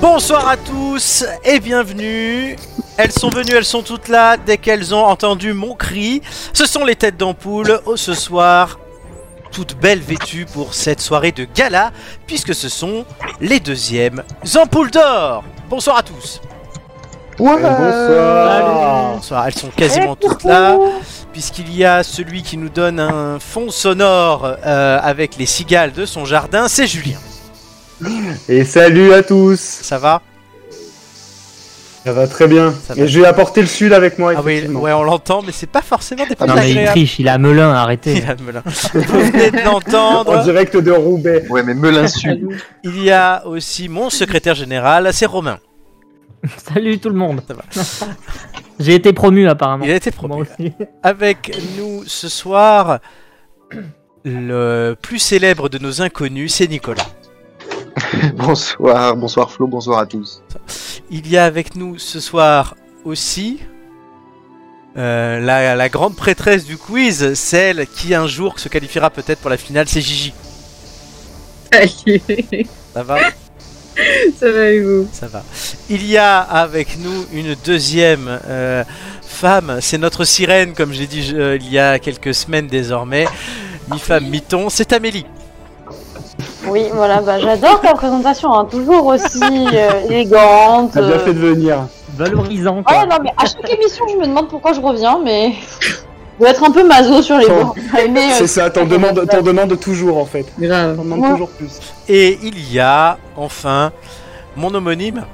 Bonsoir à tous et bienvenue. Elles sont venues, elles sont toutes là dès qu'elles ont entendu mon cri. Ce sont les têtes d'ampoule oh, ce soir, toutes belles vêtues pour cette soirée de gala, puisque ce sont les deuxièmes ampoules d'or. Bonsoir à tous. Bonsoir. Bonsoir, elles sont quasiment toutes là, puisqu'il y a celui qui nous donne un fond sonore euh, avec les cigales de son jardin, c'est Julien. Et salut à tous. Ça va Ça va très bien. Ça va. Et je vais apporter le sud avec moi. Ah oui, effectivement. ouais, on l'entend, mais c'est pas forcément des Non problèmes mais il triche, il a Melun, arrêtez. Il a Melun. Vous venez de En l'entendre. direct de Roubaix. Ouais, mais me Ah, l'insulte. Il y a aussi mon secrétaire général, c'est Romain. Salut tout le monde. Ça va. J'ai été promu apparemment. Il a été Moi promu. aussi. Avec nous ce soir, le plus célèbre de nos inconnus, c'est Nicolas. euh, bonsoir, bonsoir Flo, bonsoir à tous. Il y a avec nous ce soir aussi euh, la, la grande prêtresse du quiz, celle qui un jour se qualifiera peut-être pour la finale, c'est Gigi. Salut, Ça va ça va et vous Ça va. Il y a avec nous une deuxième euh, femme. C'est notre sirène, comme j'ai dit je- il y a quelques semaines désormais. Mi-femme, mi-ton, c'est Amélie. Oui, voilà, bah, j'adore ta présentation, hein, toujours aussi euh, élégante. T'as bien euh. fait de venir. Valorisant Ouais, quoi. Oh, non, mais à chaque émission, je me demande pourquoi je reviens, mais je dois être un peu maso sur les Bon. bords. Mais, euh, C'est ça, t'en c'est- demandes, euh, t'en demandes toujours en fait. Grave. T'en demandes Moi. toujours plus. Et il y a enfin mon homonyme.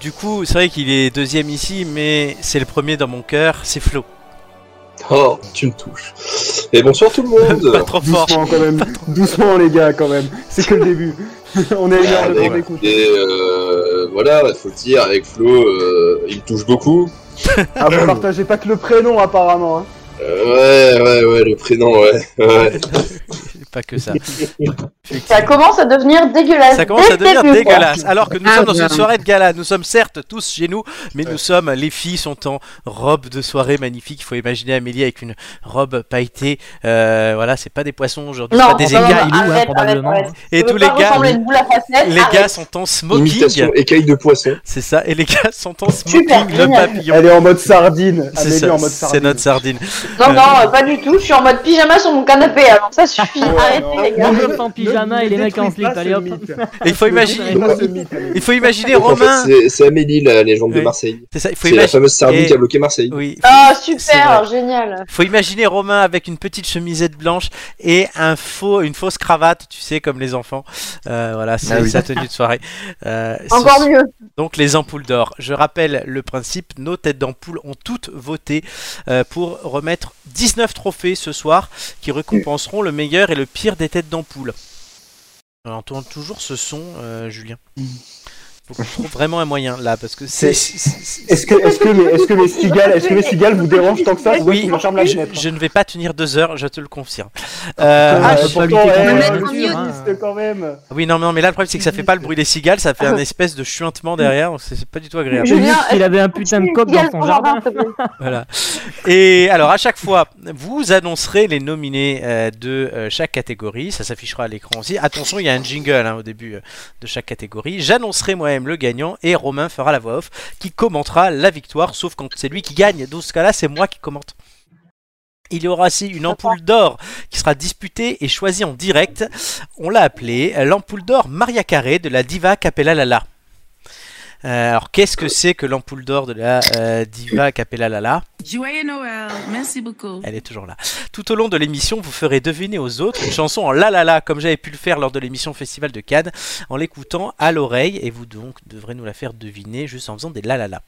Du coup, c'est vrai qu'il est deuxième ici, mais c'est le premier dans mon cœur, c'est Flo. Oh, tu me touches. Et bonsoir tout le monde. Pas trop fort. Doucement quand même. Doucement les gars quand même. C'est que le début. On est à une heure de Ouais, grande écoute. Et euh, voilà, il faut le dire, avec Flo, euh, il me touche beaucoup. Ah, Euh. vous partagez pas que le prénom apparemment. hein. Euh, ouais, ouais, ouais, le prénom, ouais. ouais. Pas que ça. Ça commence à devenir dégueulasse. Ça commence à dès le devenir début, quoi. dégueulasse. Alors que nous Ah, sommes bah. dans une bien. soirée de gala. Nous sommes certes tous chez nous, mais nous sommes, les filles sont en robe de soirée magnifique. Il faut imaginer Amélie avec une robe pailletée. Euh, voilà, c'est pas des poissons aujourd'hui, c'est Non, pas des non, non, écailles. non, arrête, arrête, hein, probablement, arrête. Et Je veux tous les pas gars, ressembler à une boule à facettes, les arrête. gars sont en smoking. Imitation écaille de poisson. C'est ça. Et les gars sont en Super, smoking, le génial. papillon. Elle est en mode sardine. C'est Amélie ça, en mode c'est sardine. notre sardine. Non, non, euh, pas du tout, je suis en mode pyjama sur mon canapé, alors ça suffit, Ouais, arrêtez non. les gars. On Ne- meuf en ne- pyjama ne et les mecs en détruis slip, pas allez ce hop. myth. Et il faut Ne imaginer, détruis pas ce mythe, Amélie. il faut imaginer Donc, en fait, Romain. c'est- c'est Amélie, la légende de Oui. Marseille. C'est ça, il faut C'est la imaginer. fameuse sardine Et- qui a bloqué Marseille. Oui, Ah, C'est vrai. super, génial. Faut imaginer Romain avec une petite chemisette blanche et un faux, une fausse cravate, tu sais, comme les enfants. Euh, voilà, c'est Ah oui. sa tenue de soirée. Euh, ce Encore sont mieux. donc les ampoules d'or. Je rappelle le principe, nos têtes d'ampoule ont toutes voté euh, pour remettre 19 trophées ce soir qui récompenseront le meilleur et le pire des têtes d'ampoule. On entend toujours ce son, euh, Julien. Faut qu'on trouve vraiment un moyen là, parce que c'est... Est-ce que, est-ce que, mes- est-ce que mes cigales, est-ce que mes cigales vous dérangent tant que ça Oui. Je me charme la Je, fenêtre. je ne vais pas tenir deux heures, je te le confirme. Euh, putain, ah, ouais. je- pourtant, eh, quand même. oui, non, mais non, mais là, le problème, c'est que ça fait pas le bruit des cigales, ça fait un espèce de chuintement derrière, donc c'est c'est pas du tout agréable. J'ai vu Julien, qu'il avait un putain de coq dans son jardin. s'il te plaît. Voilà. Et alors, à chaque fois, vous annoncerez les nominés euh, de euh, chaque catégorie. Ça s'affichera à l'écran aussi. Attention, il y a un jingle hein, au début euh, de chaque catégorie. J'annoncerai moi-même le gagnant et Romain fera la voix off qui commentera la victoire, sauf quand c'est lui qui gagne. Dans ce cas-là, c'est moi qui commente. Il y aura aussi une ampoule d'or qui sera disputée et choisie en direct. On l'a appelée euh, l'ampoule d'or Maria Carré de la diva Capella Lala. Euh, alors, qu'est-ce que c'est que l'ampoule d'or de la euh, diva Capella Lala Joyeux Noël, merci beaucoup. elle est toujours là. Tout au long de l'émission, vous ferez deviner aux autres une chanson en la la la, comme j'avais pu le faire lors de l'émission Festival de Cannes, en l'écoutant à l'oreille, et vous donc devrez nous la faire deviner juste en faisant des la la la.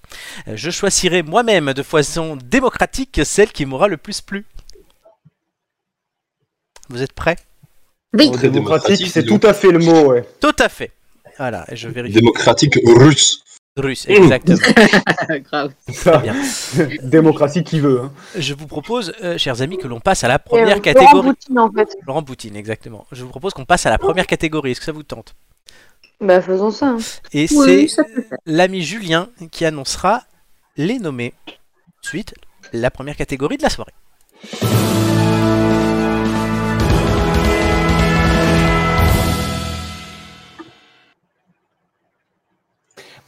Euh, Je choisirai moi-même de façon démocratique celle qui m'aura le plus plu. Vous êtes prêts Oui. Très démocratique, démocratique, c'est disons. tout à fait le mot, ouais. Tout à fait. Voilà, et je vérifie. Démocratique russe. Russe, exactement. Grave. Ça. bien. démocratie qui veut. hein. Je vous propose, euh, chers amis, que l'on passe à la Et, euh, première Laurent catégorie. Boutine, en fait. Laurent Boutine, exactement. Je vous propose qu'on passe à la première catégorie. Est-ce que ça vous tente Bah, faisons ça. hein. Et Oui, c'est ça peut faire. l'ami Julien qui annoncera les nommés. Suite, la première catégorie de la soirée.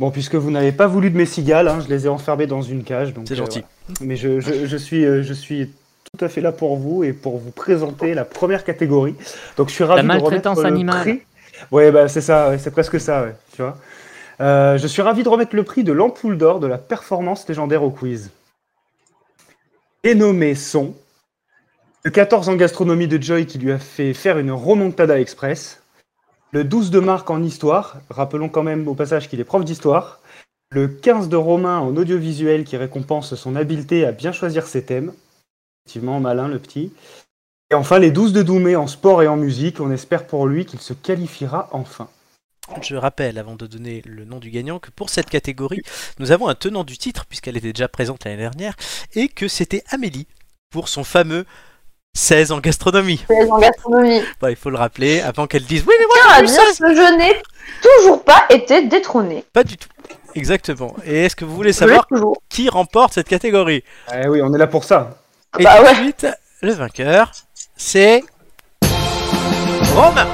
Bon, puisque vous n'avez pas voulu de mes cigales, hein, je les ai enfermées dans une cage. donc, C'est euh, gentil. voilà. Mais je, je- je suis, euh, je suis tout à fait là pour vous et pour vous présenter la première catégorie. Donc je suis ravi de maltraitance remettre animale. le prix. Ouais, bah, c'est ça, ouais, c'est presque ça, ouais, tu vois. Euh, je suis ravi de remettre le prix de l'ampoule d'or de la performance légendaire au quiz. Les nommés sont le 14 en gastronomie de Joy qui lui a fait faire une remontada express, le 12 de Marc en histoire, rappelons quand même au passage qu'il est prof d'histoire, le 15 de Romain en audiovisuel qui récompense son habileté à bien choisir ses thèmes, effectivement malin le petit, et enfin les 12 de Doumé en sport et en musique, on espère pour lui qu'il se qualifiera enfin. Je rappelle, avant de donner le nom du gagnant, que pour cette catégorie, nous avons un tenant du titre, puisqu'elle était déjà présente l'année dernière, et que c'était Amélie, pour son fameux 16 en gastronomie. Mais en gastronomie. Bah, il faut le rappeler, avant qu'elle dise oui, mais moi, Tiens à j'ai eu dire 16. que je n'ai toujours pas été détrôné. Pas du tout. Exactement. Et est-ce que vous voulez Je l'ai savoir toujours. qui remporte cette catégorie Eh oui, on est là pour ça. Et Bah tout de ouais. suite, le vainqueur, c'est. Romain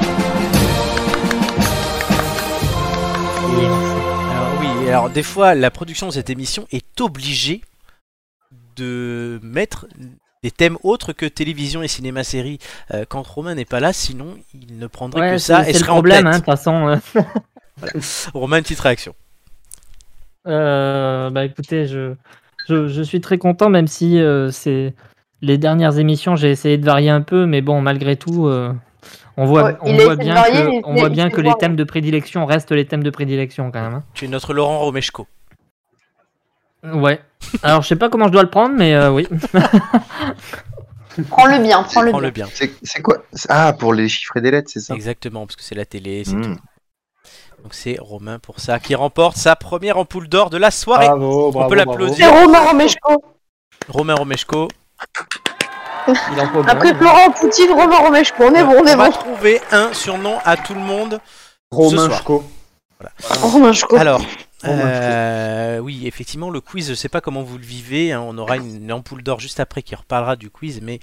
Alors oui, alors des fois, la production de cette émission est obligée de mettre des thèmes autres que télévision et cinéma-série euh, quand Romain n'est pas là, sinon il ne prendrait Ouais, que c'est ça et c'est le serait en problème, tête. hein, de toute façon. euh. Romain, une petite réaction. Euh, bah écoutez, je, je, je suis très content, même si euh, c'est les dernières émissions, j'ai essayé de varier un peu, mais bon, malgré tout, euh, on voit, Ouais, on il a voit essayé de bien varier, mais que, il on s'est- voit il bien s'est que les foiré. thèmes de prédilection restent les thèmes de prédilection quand même. Tu es notre Laurent Romeshko. hein. Ouais. Alors je sais pas comment je dois le prendre, mais euh, oui. Prends-le bien, prends-le Prends-le bien. bien. C'est c'est quoi C'est- Ah, pour les chiffres et des lettres, c'est ça Exactement, parce que c'est la télé, Mmh. c'est Mm. Donc c'est Romain pour ça qui remporte sa première ampoule d'or de la soirée. Bravo, bravo. peut bravo. l'applaudir. C'est Romain Romeshko. Romain Romeshko. Il en faut bien, Après mais- Florent Poutine, Romain Romeshko. On est bon, on est on va bon. trouver un surnom à tout le monde. Ce Romain soir. Schko. Romain Romeshko. Alors, Romain euh, oui, effectivement, le quiz, je sais pas comment vous le vivez. hein, on aura une, une ampoule d'or juste après qui reparlera du quiz, mais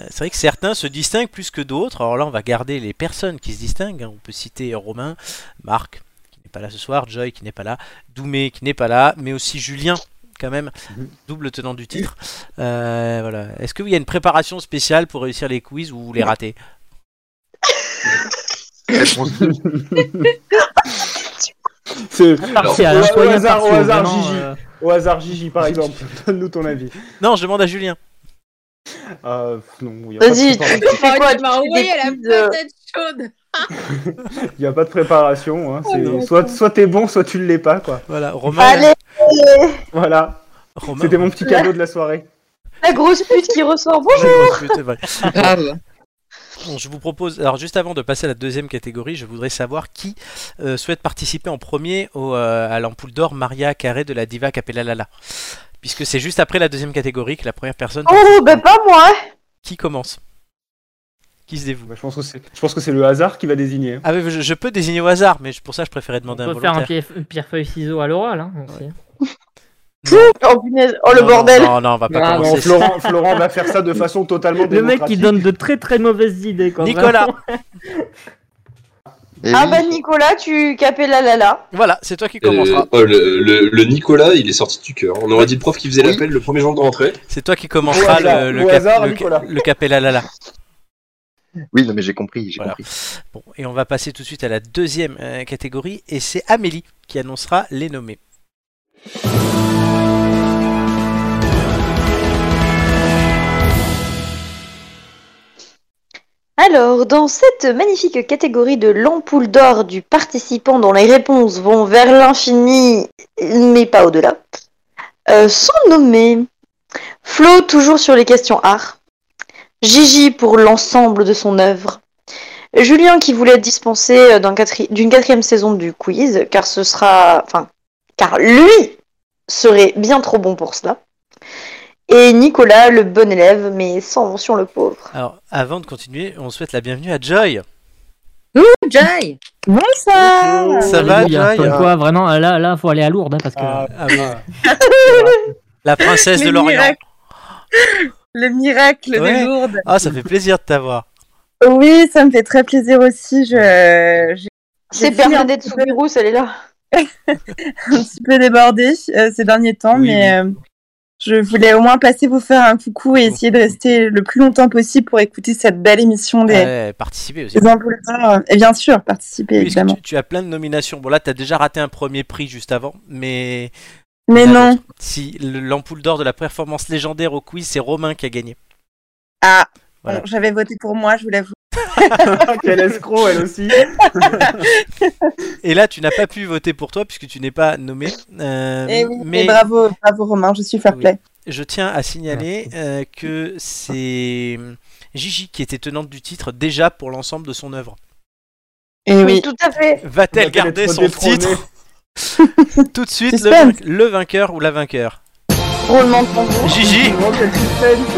euh, c'est vrai que certains se distinguent plus que d'autres. Alors là, on va garder les personnes qui se distinguent. hein. On peut citer Romain, Marc, qui n'est pas là ce soir, Joy, qui n'est pas là, Doumé, qui n'est pas là, mais aussi Julien. Quand même, Mhm. double tenant du titre. Euh, voilà. Est-ce qu'il y a une préparation spéciale pour réussir les quiz ou les rater Réponse deux. C'est- Partiel, hein, au- au soyez hasard, au partiaux, hasard, vraiment, Gigi. euh, Au hasard, Gigi, par exemple, donne-nous ton avis. Non, je demande à Julien. Euh, pff, non, il Vas-y, n'y tu tu fais quoi Tu fais des quiz, euh, chaude. a pas de préparation. hein, c'est- Oh non. soit soit t'es bon, soit tu ne l'es pas. quoi. Voilà, Romain. Allez, Voilà, Romain. c'était mon petit cadeau de la soirée. la grosse pute qui ressort. Bonjour. Ah Putain, voilà. Grave. Bon, je vous propose, alors juste avant de passer à la deuxième catégorie, je voudrais savoir qui euh, souhaite participer en premier au, euh, à l'ampoule d'or Maria Carré de la diva Capella Lala. Puisque c'est juste après la deuxième catégorie que la première personne Oh, ben pas moi. qui commence. Qui se dévoue Bah, je pense que c'est je pense que c'est le hasard qui va désigner. hein. Ah mais je, je peux désigner au hasard, mais je- pour ça je préférais On demander un peut faire un volontaire. pierre, pierre feuille ciseau à l'oral. Hein, aussi. Oh, punaise. Oh, le Non, bordel. Non, non, on va pas Ah, Non, commencer. Florent, Florent va faire ça de façon totalement Le mec qui démocratique. donne de très très mauvaises idées. Quoi, Nicolas, vraiment. Eh Ah Eh oui. bah Nicolas, tu capais la la la. voilà, c'est toi qui Euh, commenceras. oh, le, le- le Nicolas, il est sorti du cœur. On aurait dit le prof qui faisait l'appel le premier jour de rentrée. C'est toi qui commenceras Au hasard, le, le, au cap- hasard, le- Nicolas. le Capella Lala. Oui, non, mais j'ai compris, j'ai Voilà. compris. Bon, et on va passer tout de suite à la deuxième euh, catégorie, et c'est Amélie qui annoncera les nommés. Alors, dans cette magnifique catégorie de l'ampoule d'or du participant dont les réponses vont vers l'infini, mais pas au-delà, euh, sont nommés Flo, toujours sur les questions art, Gigi pour l'ensemble de son œuvre, Julien qui voulait être dispensé euh, d'un quatri- d'une quatrième saison du quiz, car ce sera. Enfin, car lui serait bien trop bon pour cela, et Nicolas, le bon élève, mais sans mention le pauvre. Alors, avant de continuer, on souhaite la bienvenue à Joy. Jai. Oh, Ça va, Alléluia. Joy Comme quoi, vraiment, là, là, faut aller à Lourdes hein, parce que. Ah, Ah oui. La princesse Ah. Les de l'Orient. miracles. Le miracle Ouais. des Lourdes. Ah, ça fait plaisir de t'avoir. Oui, ça me fait très plaisir aussi. Je, j'ai- C'est J'ai fini Bernadette un petit peu. Soubirous, elle est là. un petit peu débordée euh, ces derniers temps, Oui, mais euh, je voulais au moins passer vous faire un coucou et essayer de rester le plus longtemps possible pour écouter cette belle émission des, Ouais, participez aussi. des Imposteurs. Et bien sûr, participer, Oui, parce que évidemment. tu, tu as plein de nominations. Bon, là, tu as déjà raté un premier prix juste avant, mais. Mais Là, non. Si le- l'ampoule d'or de la performance légendaire au quiz, c'est Romain qui a gagné. Ah, Voilà. bon, j'avais voté pour moi, je vous l'avoue. Quel escroc, elle aussi. Et là, tu n'as pas pu voter pour toi puisque tu n'es pas nommé. Euh, Eh oui, mais... mais bravo, bravo Romain, je suis fair Oui. play. je tiens à signaler euh, que c'est euh, Gigi qui était tenante du titre déjà pour l'ensemble de son œuvre. Eh Et oui, tout à fait. Va-t-elle On va garder être son détrôné. titre tout de suite le, Suspense. vainc- le vainqueur ou la vainqueur Roulement de tambour. Gigi Oh, quel suspense.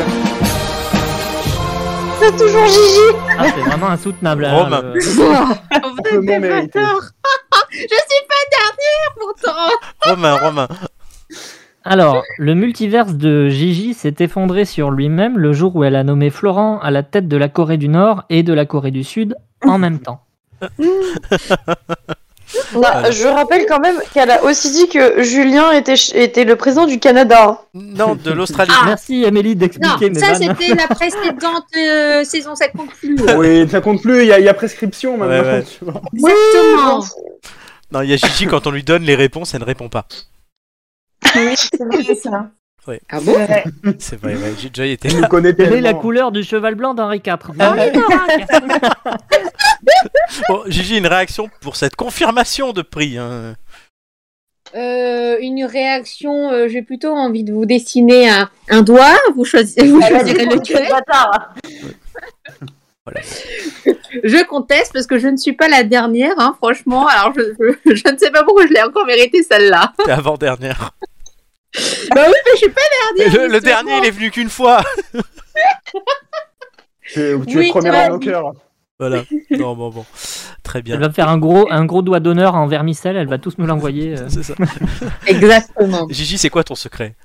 C'est toujours Gigi. Ah, c'est vraiment insoutenable. hein, Romain. le- Amplement mérité. pourtant. Romain, Romain. Alors, le multiverse de Gigi s'est effondré sur lui-même le jour où elle a nommé Florent à la tête de la Corée du Nord et de la Corée du Sud en même temps. Non, Voilà. Je rappelle quand même qu'elle a aussi dit que Julien était, ch- était le président du Canada. hein. Non, de l'Australie. Ah. Merci Amélie Non, d'expliquer mes ça vannes. hein. c'était la précédente euh, saison, ça compte plus. Oui, ça compte plus, il y, a- il y a prescription maintenant. Ouais, ouais. tu vois. Exactement. Non, il y a Gigi quand on lui donne les réponses, elle ne répond pas. C'est ça. Ah bon Ouais. C'est vrai, ouais. J'ai déjà été Je le connais Quelle est la tellement. couleur du cheval blanc d'Henri IV Ah. Henri hein. Norac. Bon, Gigi, une réaction pour cette confirmation de prix. hein. Euh, Une réaction, euh, j'ai plutôt envie de vous dessiner un, un doigt, vous, choisi- vous Elle a dit choisirez qu'on était lequel. des bâtards. Je conteste parce que je ne suis pas la dernière, hein, franchement. Alors je, je- je ne sais pas pourquoi je l'ai encore mérité celle-là. T'es avant-dernière. bah oui, mais je suis pas la dernière. Le, le justement. dernier, il est venu qu'une fois. Tu es, tu es Oui, première tu dans vois, nos cœurs. Voilà. Non, bon, bon. Très Elle bien. va faire un gros, un gros doigt d'honneur en vermicelle, elle va tous nous l'envoyer. euh. C'est ça. Exactement. Gigi, c'est quoi ton secret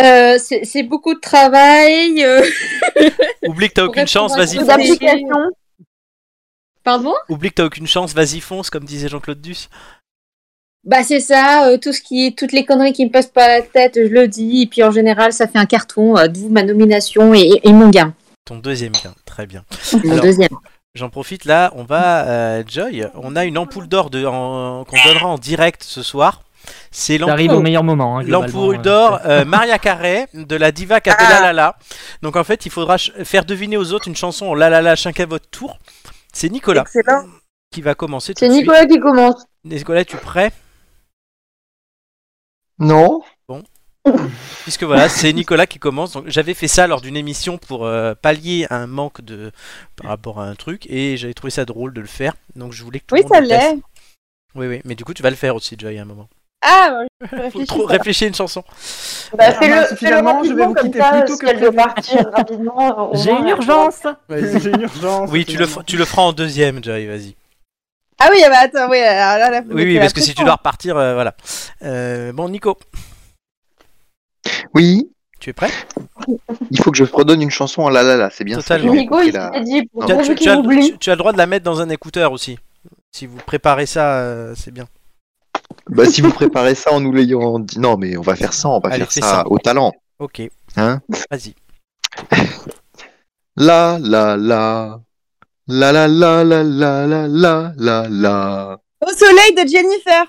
Euh, c'est c'est beaucoup de travail. euh, Oublie que t'as Pour aucune chance, répondre à vas-y. ce Des fonce. que- applications. Pardon Oublie que t'as aucune chance, vas-y fonce, comme disait Jean-Claude Duss. Bah c'est ça, euh, tout ce qui est- toutes les conneries qui me passent par la tête, je le dis, et puis en général ça fait un carton, euh, d'où ma nomination et, et mon gain, Ton deuxième gain. Très bien. mon Alors, deuxième. J'en profite là, on va, euh, Joy, on a une ampoule d'or de- en- qu'on donnera en direct ce soir. C'est T'arrives au l'ampoule meilleur moment. hein, globalement, L'ampoule euh. d'or, euh, Maria Carré de la diva Ah. Capella La La. Donc en fait, il faudra ch- faire deviner aux autres une chanson en La La La, chacun à votre tour. C'est Nicolas Excellent. qui va commencer tout C'est de suite. Nicolas qui commence. Nicolas, tu es prêt Non Puisque voilà, c'est Nicolas qui commence. Donc j'avais fait ça lors d'une émission pour euh, pallier un manque de par rapport à un truc et j'avais trouvé ça drôle de le faire. Donc je voulais que tout Oui, le monde ça le fasse. l'est. Oui, oui, mais du coup, tu vas le faire aussi, Joy, à un moment. Ah, je Faut réfléchis. trop réfléchir à une chanson. Bah, Ah, fais-le mince, fais-le finalement, je vais vous rapidement, comme quitter ça, plus tôt si que elle veut partir rapidement. au J'ai moins, euh, une elle- urgence J'ai une urgence. Oui, tu le, f- finalement. tu le feras en deuxième, Joy, vas-y. Ah oui, ah bah attends, oui, alors là, là, vous Oui, mettez oui, la parce que si tu pression. dois repartir, euh, voilà. Euh, bon, Nico, Oui tu es prêt Il faut que je redonne une chanson à la la la, c'est bien ça. j'ai Totalement. bien Nico, compris il la- s'est dit, Non. tu, as- pourvu tu- tu qu'il as, oublie. tu- tu as le droit de la mettre dans un écouteur aussi. Si vous préparez ça, euh, c'est bien. Bah, si vous préparez ça en nous l'ayant dit, non, mais on va faire ça, on va Allez, faire fais ça, ça. au talent. Ok. Hein Vas-y. La la la. La la la la la la la la la. Au soleil de Jennifer.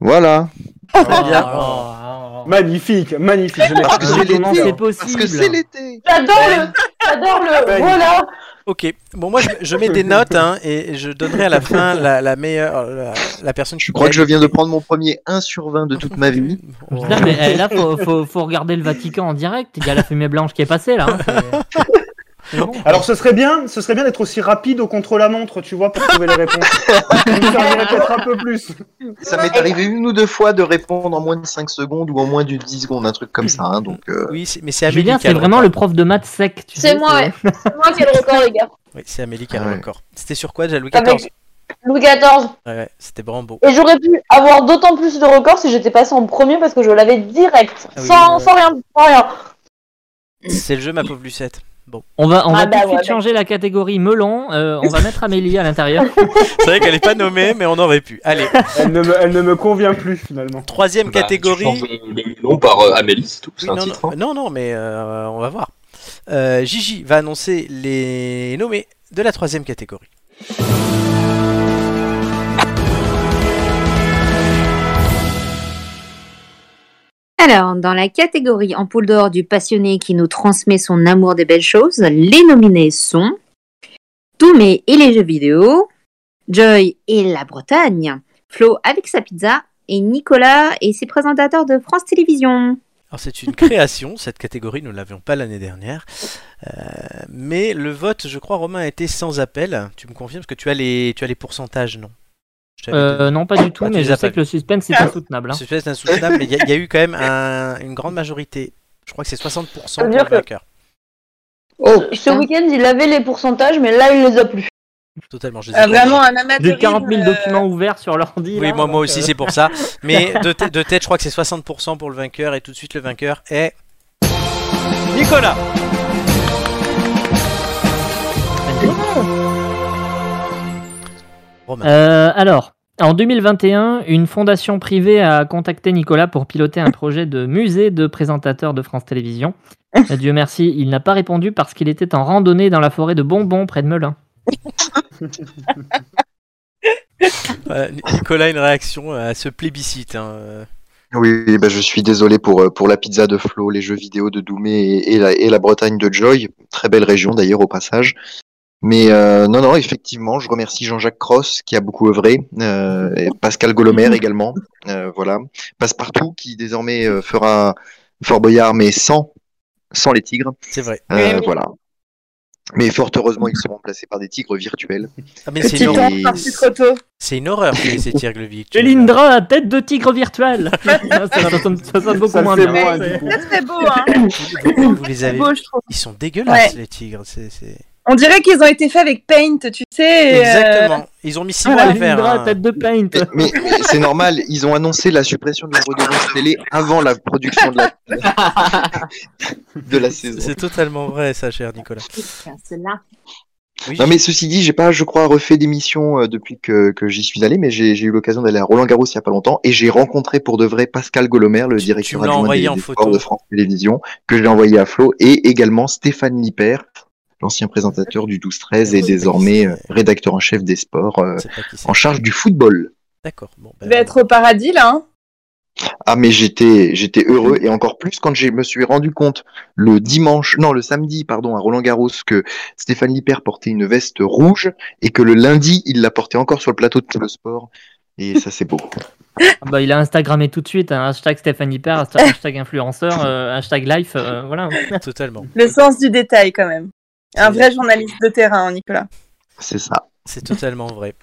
Voilà. Oh, bien. oh, oh. Magnifique, magnifique. Je l'ai Parce que reconnu. c'est l'été. Comment c'est Parce que c'est possible l'été. J'adore le. J'adore le. Ben, Voilà. Ok. Bon, moi, je, je mets des notes hein, et je donnerai à la fin la, la meilleure, euh, la, la personne. Je crois que je viens de prendre mon premier 1 sur 20 de toute ma vie. Putain, mais eh, là, faut, faut, faut regarder le Vatican en direct. Il y a la fumée blanche qui est passée là. hein, c'est- c'est bon. Alors ce serait bien, ce serait bien d'être aussi rapide au contre-la-montre, tu vois, pour trouver les réponses. Ça servirait peut-être un peu plus. Ça m'est arrivé une ou deux fois de répondre en moins de 5 secondes ou en moins de 10 secondes, un truc comme ça. hein, donc, euh, Oui, c'est- mais c'est Amélie Julien, qui a c'est le vraiment le record. prof de maths sec. tu C'est sais, moi, ouais. C'est moi qui ai le record, les gars. Oui, c'est Amélie qui a Ah le ouais. record. C'était sur quoi déjà Louis XIV Avec Louis XIV. Ouais, ouais, c'était Brambo. Et j'aurais pu avoir d'autant plus de records si j'étais passé en premier parce que je l'avais direct. Ah oui, sans, ouais. sans rien. Sans rien. C'est le jeu, ma pauvre Lucette. Bon, On va, on Ah va bah tout de suite ouais, changer la catégorie melon. euh, on va mettre Amélie à l'intérieur. c'est vrai qu'elle n'est pas nommée, mais on aurait pu. Allez, Elle ne, me, elle ne me convient plus finalement. troisième Bah, catégorie. tu changes le, le nom par euh, Amélie, c'est tout. Oui, C'est un non, titre. hein. non, non, non, mais euh, on va voir. Euh, Gigi va annoncer les nommés de la troisième catégorie. Alors, dans la catégorie ampoule d'or du passionné qui nous transmet son amour des belles choses, les nominés sont Toumé et les jeux vidéo, Joy et la Bretagne, Flo avec sa pizza et Nicolas et ses présentateurs de France Télévisions. Alors c'est une création, cette catégorie, nous ne l'avions pas l'année dernière. Euh, mais le vote, je crois, Romain, a été sans appel. Tu me confirmes, parce que tu as les, tu as les pourcentages, non Je t'avais donné. Euh, non, pas du tout, Ah, tu mais les je as sais pas que le suspense est insoutenable. hein. C'est peut-être insoutenable, mais il y, a- il y a eu quand même un- une grande majorité. Je crois que c'est 60% Ça veut pour dire le que- vainqueur. Oh, Ce week-end, il avait les pourcentages, mais là, il les a plus. Totalement, je les ai Ah, pas vraiment un euh, amateur. J'ai 40 000 documents ouverts sur l'ordi. Oui, là, moi, moi donc, aussi, euh, c'est pour ça. Mais de, tê- de tête, je crois que c'est 60% pour le vainqueur. Et tout de suite, le vainqueur est. Nicolas Romain. Euh, alors, en 2021, une fondation privée a contacté Nicolas pour piloter un projet de musée de présentateurs de France Télévisions. Euh, Dieu merci, il n'a pas répondu parce qu'il était en randonnée dans la forêt de Bonbon près de Melun. Voilà, Ni- euh, Nicolas, une réaction à ce plébiscite. hein. Euh, Oui, oui, bah, je suis désolé pour, euh, pour la pizza de Flo, les jeux vidéo de Doumé et, et la, et la Bretagne de Joy. Très belle région d'ailleurs au passage. Mais euh, non, non, effectivement, je remercie Jean-Jacques Cross qui a beaucoup œuvré, euh, et Pascal Golomer également, euh, voilà, Passepartout qui désormais euh, fera Fort Boyard mais sans, sans les tigres, C'est vrai. euh, Oui. voilà. Mais fort heureusement, ils seront remplacés par des tigres virtuels. Ah, mais c'est Petit une, horreur. temps parti trop tôt. C'est une horreur, ces ces tirs Glevic. Et Lindra à tête de tigre virtuel ça, ça sonne, ça sonne beaucoup Ça le moins fait bien. moins, Ouais. du coup. Ça serait beau, hein. Vous, vous- vous les C'est avez. beau, je trouve. Ils sont dégueulasses, les tigres. c'est- c'est- On dirait qu'ils ont été faits avec Paint, tu sais. et, euh, Exactement. Ils ont mis 6 mois à Voilà, les faire. Lindra à hein. tête de paint. Mais c'est normal, ils ont annoncé la suppression de leur redevance télé avant la production de la, de la saison. C'est totalement vrai, ça, cher Nicolas. Oui, Non mais ceci dit, j'ai pas, je crois, refait d'émission euh, depuis que, que j'y suis allé, mais j'ai j'ai eu l'occasion d'aller à Roland Garros il y a pas longtemps et j'ai rencontré pour de vrai Pascal Golomer, le Tu- tu directeur me l'as adjoint envoyé des, en des photo. sports de France Télévisions, que je l'ai envoyé à Flo, et également Stéphane Lippert, l'ancien présentateur du 12-13 et Oui. désormais euh, rédacteur en chef des sports euh, c'est pas qui c'est. en charge du football. D'accord. Bon, ben, Je vais être au paradis, là. hein. Ah mais j'étais j'étais heureux et encore plus quand je me suis rendu compte le dimanche non le samedi pardon à Roland Garros que Stéphane Lippert portait une veste rouge et que le lundi il la portait encore sur le plateau de tout le sport et ça c'est beau. Ah bah, il a Instagrammé tout de suite, hein, hashtag Stéphane Hyper, hashtag, hashtag influenceur, euh, hashtag life, euh, voilà. Totalement. Le sens du détail, quand même. Un vrai journaliste de terrain, hein, Nicolas. C'est ça. C'est totalement vrai.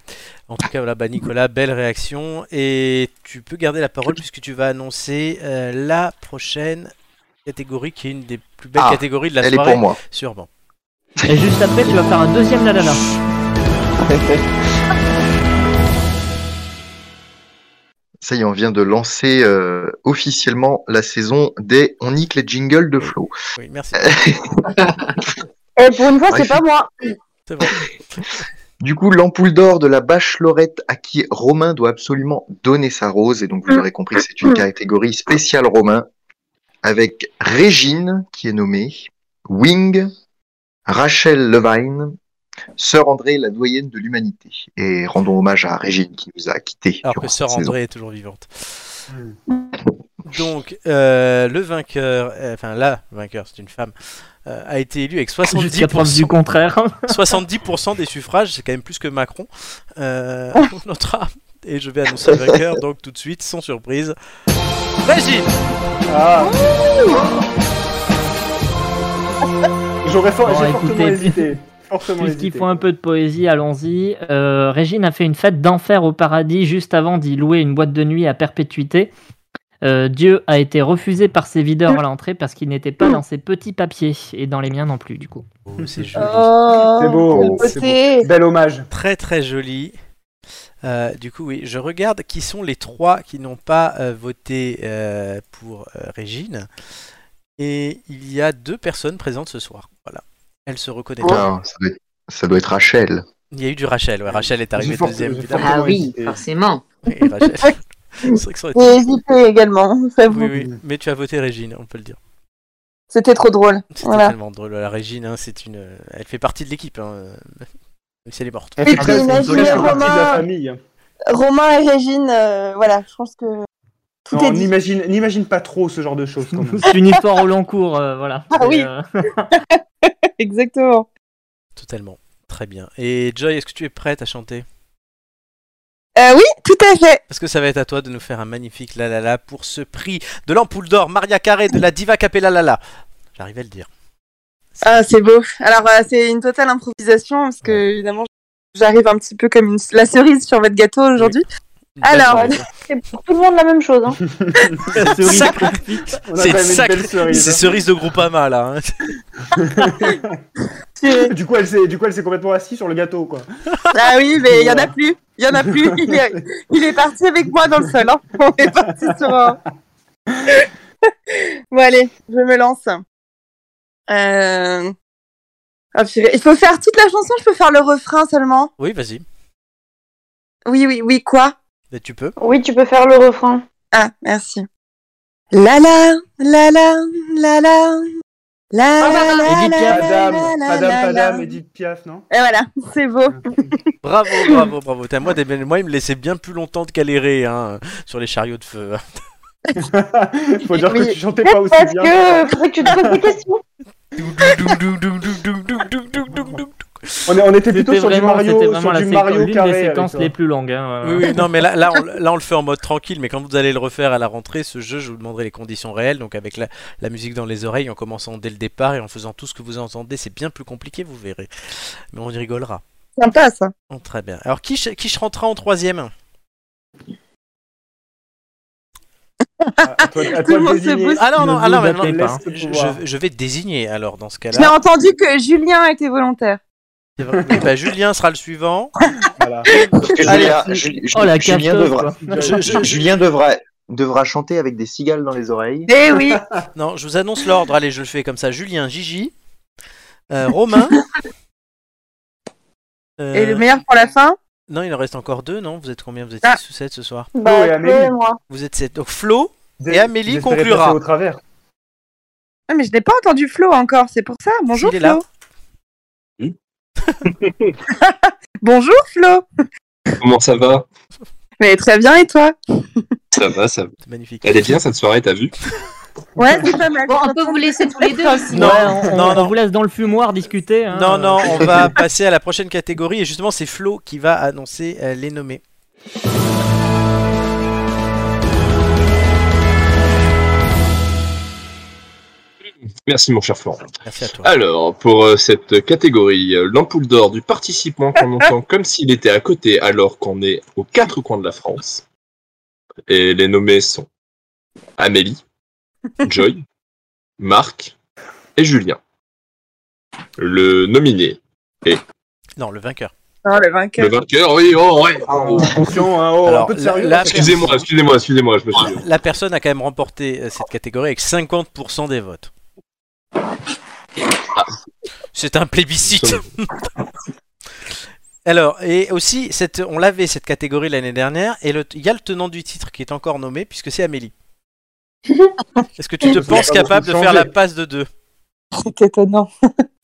En tout cas, voilà, bah, Nicolas, belle réaction. Et tu peux garder la parole puisque tu vas annoncer euh, la prochaine catégorie qui est une des plus belles Ah, catégories de la Elle est soirée. pour moi. Sûrement. Et juste après, tu vas faire un deuxième la la la. Ça y est, on vient de lancer euh, officiellement la saison des on nique les jingles de Flo. Oui, merci. Et pour une fois, Ah, Ouais, c'est je- pas moi. C'est vrai. Du coup, l'ampoule d'or de la bachelorette à qui Romain doit absolument donner sa rose, et donc vous l'aurez compris, c'est une catégorie spéciale Romain, avec Régine, qui est nommée, Wing, Rachel Levine, Sœur André, la doyenne de l'humanité. Et rendons hommage à Régine qui nous a quittés. Alors durant que cette Sœur saison. André est toujours vivante. Mm. Donc, euh, le vainqueur, euh, enfin là, le vainqueur, c'est une femme, euh, a été élu avec Jusqu'à preuve 70%, du contraire. 70% des suffrages, c'est quand même plus que Macron. Euh, on notera. Et je vais annoncer le vainqueur, donc tout de suite, sans surprise. Régine Ah. J'aurais fort, Bon, j'ai écoutez, fortement hésité. Fortement Puisqu'il hésité. faut un peu de poésie, allons-y. Euh, Régine a fait une fête d'enfer au paradis juste avant d'y louer une boîte de nuit à perpétuité. Euh, Dieu a été refusé par ses videurs à l'entrée parce qu'il n'était pas dans ses petits papiers et dans les miens non plus du coup. Oh, c'est joli. Oh, C'est beau. quelle C'est beauté. Bel hommage. Très très joli. Euh, du coup, oui, je regarde qui sont les trois qui n'ont pas euh, voté euh, pour euh, Régine. Et il y a deux personnes présentes ce soir. Voilà. Elle se reconnaît. Non, ça, doit être, ça doit être Rachel. Il y a eu du Rachel. Ouais, Rachel est arrivée J'ai for- deuxième, j'ai évidemment. Ah oui, hésité. forcément. Et Rachel. C'est vrai que ça aurait J'ai été- hésité également, j'avoue. Oui, oui. Mais tu as voté Régine, on peut le dire. C'était trop drôle. C'est Voilà. tellement drôle. La Régine, hein, c'est une... elle fait partie de l'équipe. Hein. euh, Même si elle est morte. Elle fait Et puis, presque- imaginez elle fait partie de la Romain. famille. Romain et Régine, euh, voilà, je pense que tout Non, est dit. n'imagine, n'imagine pas trop ce genre de choses. Quand même. C'est une histoire au long cours, euh, voilà. Ah Mais, oui. euh, Exactement. Totalement. Très bien. Et Joy, est-ce que tu es prête à chanter Euh, oui, tout à fait. Parce que ça va être à toi de nous faire un magnifique la la la pour ce prix de l'ampoule d'or Maria Carré de la diva Capella la la. J'arrivais à le dire. Ah, c'est beau. Alors, euh, c'est une totale improvisation parce que, évidemment, j'arrive un petit peu comme une... la cerise sur votre gâteau aujourd'hui. Une belle Alors, soirée. C'est pour tout le monde la même chose. Hein. La cerise Sacré- confite. On a c'est quand même une sacré- belle cerise, C'est hein. cerise de Groupama là. hein. Tu- Du coup, elle s'est, du coup, elle s'est complètement assise sur le gâteau, quoi. Ah oui, mais il y en a plus. Il y en a plus. Il est, il est parti avec moi dans le sol. hein. On est parti sur un. bon, allez, je me lance. Euh... ah, purée. il faut faire toute la chanson, je peux faire le refrain seulement. Oui, vas-y. Oui, oui, oui, quoi Là, tu peux. Oui, tu peux faire le refrain. Ah, merci. La la, la la, la la, la la, la, Edith la, Piaf. la, Madame, Madame, la, la, la, Oh. Madame, la. Edith Piaf, non Et voilà, c'est beau. Bravo, bravo, bravo. T'as- Moi, des- moi, il me laissait bien plus longtemps de galérer hein, sur les chariots de feu. Faut dire Oui. que tu chantais pas Peut-être aussi parce bien. que faudrait que tu te poses des questions. On, est- on était plutôt C'était sur du vraiment, Mario, c'était vraiment sur la du séquence- Mario l'une carré. des avec séquences ça. les plus longues. hein, Oui, euh. oui, non, mais là, là, on, là, on le fait en mode tranquille. Mais quand vous allez le refaire à la rentrée, ce jeu, je vous demanderai les conditions réelles. Donc, avec la, la musique dans les oreilles, en commençant dès le départ et en faisant tout ce que vous entendez, c'est bien plus compliqué, vous verrez. Mais on y rigolera. Sympa ça. Oh, très bien. Alors, qui, ch- qui chantera en troisième À- à toi- à Tout toi le de monde se désigner. pousse. Ah non, non, Ne ah, non, vous mais battez non, pas, hein. je, Laisse le pouvoir. je- je vais désigner alors dans ce J'ai cas-là. entendu que Julien était volontaire. C'est vrai. Oui, bah, Julien sera le suivant. Voilà. Parce que Allez, Julien, merci. Ju- Ju- Oh la Julien cafeuse, devra, quoi. Ju- Ju- Julien devra, devra chanter avec des cigales dans les oreilles. Eh oui, Non, je vous annonce l'ordre. Allez, je le fais comme ça. Julien, Gigi, euh, Romain. Euh, et le meilleur pour la fin. Non, il en reste encore deux, non Vous êtes combien Vous êtes Ah. 6 ou 7 ce soir Bah, et Flo et Amélie. moi. Vous êtes 7. Donc Flo, Dé- Amélie j'espérais passer conclura. au travers. Ah, mais je n'ai pas entendu Flo encore, c'est pour ça. Bonjour il est Flo. là. Bonjour Flo. Comment ça va Mais très bien et toi Ça va, ça va. c'est magnifique. Elle est Eh bien cette soirée, t'as vu Ouais, c'est pas mal. Bon, on peut vous laisser tous les deux aussi. Non, Ouais, on, on- non, on non. vous laisse dans le fumoir discuter. hein, Non, euh. Ah. non, on va passer à la prochaine catégorie. Et justement, c'est Flo qui va annoncer euh, les nommés. Merci mon cher Florent. Merci à toi. Alors, pour euh, cette catégorie, euh, l'ampoule d'or du participant qu'on entend comme s'il était à côté alors qu'on est aux quatre coins de la France. Et les nommés sont Amélie, Joy, Marc et Julien. Le nominé, Non, le vainqueur. Oh, le le vainqueur. vainqueur, oui, oh, ouais. oh. Attention, hein, oh, Alors, un peu de la- sérieux. la- parce que- Excusez-moi, excusez-moi, excusez-moi, je me suis. La personne a quand même remporté euh, cette catégorie avec 50% des votes. Ah. C'est un plébiscite. Alors, et aussi, cette, on l'avait cette catégorie l'année dernière, et le- il y a le tenant du titre qui est encore nommé, puisque c'est Amélie. Est-ce que tu te Ça va penses pas capable de beaucoup faire la changer. passe de deux C'est étonnant.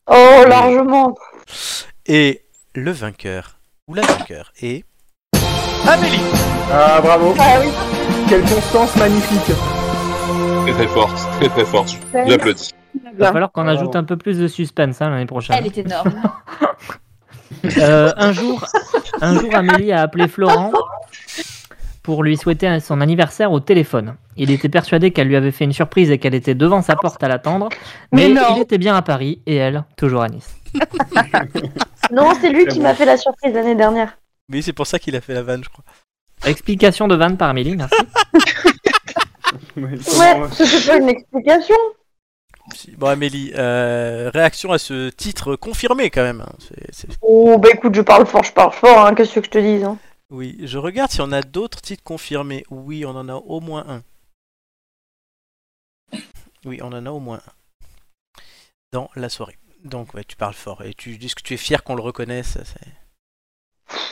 Oh, largement. Et le vainqueur, ou la vainqueur, est. Amélie Ah, bravo. Ah oui, Quelle constance magnifique. Très très forte, très très forte. Ouais. J'applaudis. très Il va bien. falloir qu'on Ah, ajoute bravo. un peu plus de suspense hein, l'année Elle prochaine. est énorme. Euh, un, jour, un jour, Amélie a appelé Florent pour lui souhaiter son anniversaire au téléphone. Il était persuadé qu'elle lui avait fait une surprise et qu'elle était devant sa porte à l'attendre, mais, Mais non. il était bien à Paris et elle, toujours à Nice. Non, c'est lui C'est qui bon. m'a fait la surprise l'année dernière. Oui, c'est pour ça qu'il a fait la vanne, je crois. Explication de Van par Amélie, merci. Ouais, Ouais, ce n'est pas une explication. Si- Bon, Amélie, euh, réaction à ce titre confirmé quand même. hein. C'est- c'est- Oh, bah écoute, je parle fort, je parle fort, hein, qu'est-ce que je te dis hein. Oui, je regarde si on a d'autres titres confirmés. Oui, on en a au moins un. Oui, on en a au moins un. Dans la soirée. Donc, ouais, tu parles fort et tu dis que tu es fier qu'on le reconnaisse. ça, c'est-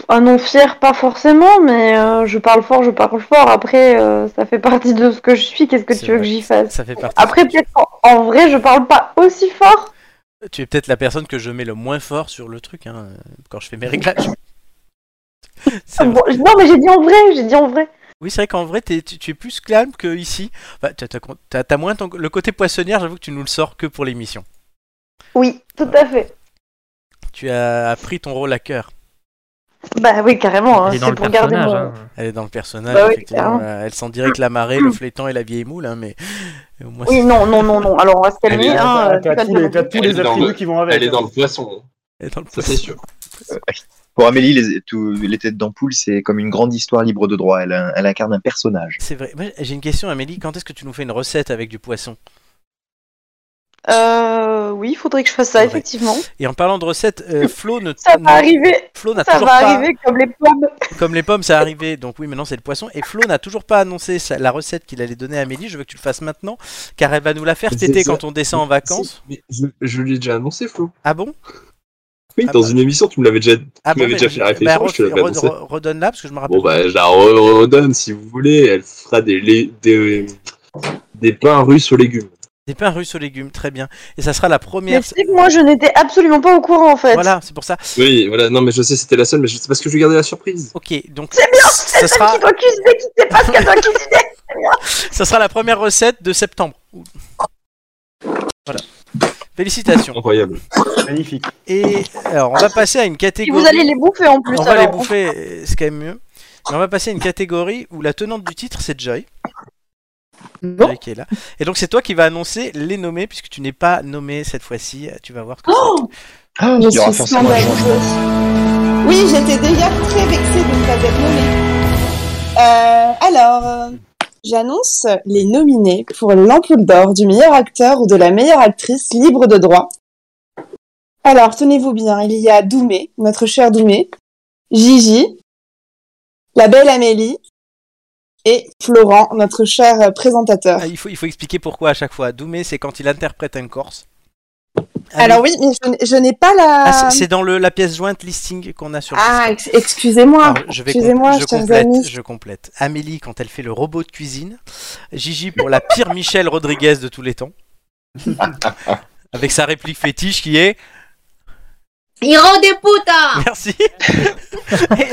Ah non, fier, pas forcément, mais euh, je parle fort, je parle fort. Après, euh, ça fait partie de ce que je suis. Qu'est-ce que C'est tu veux vrai. que j'y fasse Ça fait partie. Après, peut-être qu'en en vrai, je parle pas aussi fort. Tu es peut-être la personne que je mets le moins fort sur le truc hein, quand je fais mes réglages. C'est vrai. Bon, je- non, mais j'ai dit en vrai, j'ai dit en vrai. Oui, c'est vrai qu'en vrai, t'es- tu, tu es plus calme que ici. Bah, t'as, t'as- t'as- t'as moins ton- le côté poissonnière. J'avoue que tu nous le sors que pour l'émission. Oui, tout à fait. Tu as pris ton rôle à cœur. Bah oui, carrément. hein, Elle est dans c'est le pour garder personnage. mon- hein. Elle est dans le personnage. Bah oui, effectivement. clairement. Euh, Elle sent direct la marée, le flétan et la vieille moule, hein, mais mais au moins. Oui, non, non, non, non. Alors, on va se Elle calmer. est- hein, euh, T'as pas tous de- les, t'as tous Ah, Elle est les dans attributs le- qui vont avec. Elle est dans le poisson, hein. Elle est dans le ça c'est sûr. Euh, Pour Amélie, les, tout- les têtes d'ampoule, c'est comme une grande histoire libre de droit. Elle, elle incarne un personnage. C'est vrai. Moi, j'ai une question, Amélie. Quand est-ce que tu nous fais une recette avec du poisson Euh, oui, il faudrait que je fasse ça, Ouais. effectivement. Et en parlant de recette, euh, Flo ne. Ça non, va arriver, Flo n'a ça toujours va pas. arriver comme les pommes. Comme les pommes, ça arrivé. Donc oui, maintenant c'est le poisson. Et Flo n'a toujours pas annoncé sa- la recette qu'il allait donner à Amélie. Je veux que tu le fasses maintenant, car elle va nous la faire cet C'est été ça. quand on descend en vacances. Mais je, je l'ai déjà annoncé, Flo. Ah bon Oui, Ah dans bah. une émission, tu me l'avais déjà. Ah Tu bon m'avais mais- déjà fait la bah, réflexion, je te l'avais refais- re- annoncé. re- Redonne-la parce que je me rappelle. Bon, bah, je la re- redonne si vous voulez. Elle fera des, lait- des, des pains russes aux légumes. Des pains russes aux légumes, très bien. Et ça sera la Mais première. tu sais que moi, je n'étais absolument pas au courant, en fait. Voilà, c'est pour ça. Oui, voilà, non, mais je sais, c'était la seule, mais je- c'est parce que je gardais la surprise. Ok, donc C'est bien, ça Celle sera, qui doit cuisiner, qui sait pas ce qu'elle doit cuisiner. ça sera la première recette de septembre. Voilà. Félicitations. Incroyable. Magnifique. Ah, Et alors, on va passer à une Si catégorie. vous allez hein. les bouffer en plus, on va alors. les bouffer, euh, c'est quand même mieux. Mais on va passer à une catégorie où la tenante du titre, c'est Joy. Bon, Joy qui est là. Et donc, c'est toi qui vas annoncer les nommés, puisque tu n'es pas nommé cette fois-ci. Tu vas voir ce que ça va être. Ah, Il y aura forcément un changement. Oui, j'étais déjà très vexée de ne pas être nommée. Euh, alors, euh, j'annonce les nominés pour l'ampoule d'or du meilleur acteur ou de la meilleure actrice libre de droit. Alors, tenez-vous bien, il y a Doumé, notre cher Doumé, Gigi, la belle Amélie et Florent, notre cher euh, présentateur. Ah, il, faut, il faut expliquer pourquoi à chaque fois. Doumé, c'est quand il interprète un Corse. Ah, Alors oui, mais je n'ai- je n'ai pas la... Ah, c'est- c'est dans le, la pièce jointe listing qu'on a sur le Ah, Discord. ex- excusez-moi. Alors, je vais compl- Excusez-moi, je chers complète, amis. je complète. Amélie quand elle fait le robot de cuisine, Gigi pour la pire Michelle Rodriguez de tous les temps, avec sa réplique fétiche qui est Hiro de Ah. puta merci. et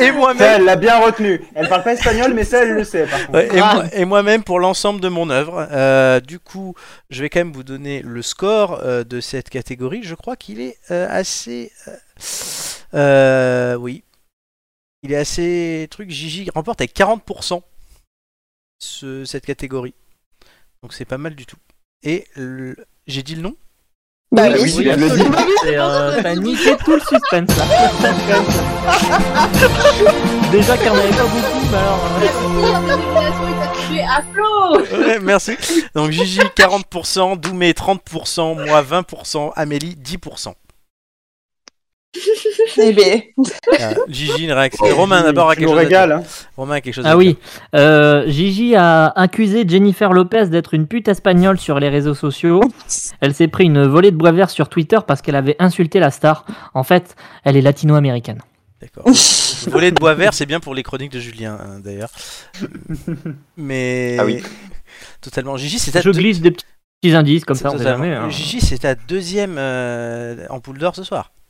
et Ça, moi-même, elle l'a bien retenu. Elle parle pas espagnol, mais ça, elle le sait, par contre. Ouais, et moi- et moi-même pour l'ensemble de mon œuvre. Euh, du coup, je vais quand même vous donner le score euh, de cette catégorie. Je crois qu'il est euh, assez. euh, euh, oui. Il est assez. Truc, Gigi remporte avec 40% ce- cette catégorie. Donc c'est pas mal du tout. Et le- j'ai dit le nom Bah oui, oui. tu l'as dit. C'est, euh, T'as niqué tout le suspense là. Déjà qu'il n'y en avait pas beaucoup, bah alors. euh, Ouais, Merci. Donc Gigi 40%, Doumé 30%, moi 20%, Amélie 10%. Eh bien, Euh, Gigi une réaction. Et Romain d'abord a Ah, Tu quelque nous chose. à dire. régales, hein. Romain a quelque chose. à Ah oui, euh, Gigi a accusé Jennifer Lopez d'être une pute espagnole sur les réseaux sociaux. Elle s'est pris une volée de bois vert sur Twitter parce qu'elle avait insulté la star. En fait, elle est latino-américaine. D'accord. Mhm. Volet de bois vert, c'est bien pour les chroniques de Julien, hein, d'ailleurs. Mais. Ah oui. Totalement. Gigi, c'est ta, Je deux- glisse des petits, petits indices comme ça, on sait totalement. jamais. hein. Gigi, c'est ta deuxième euh, en poule d'or ce soir.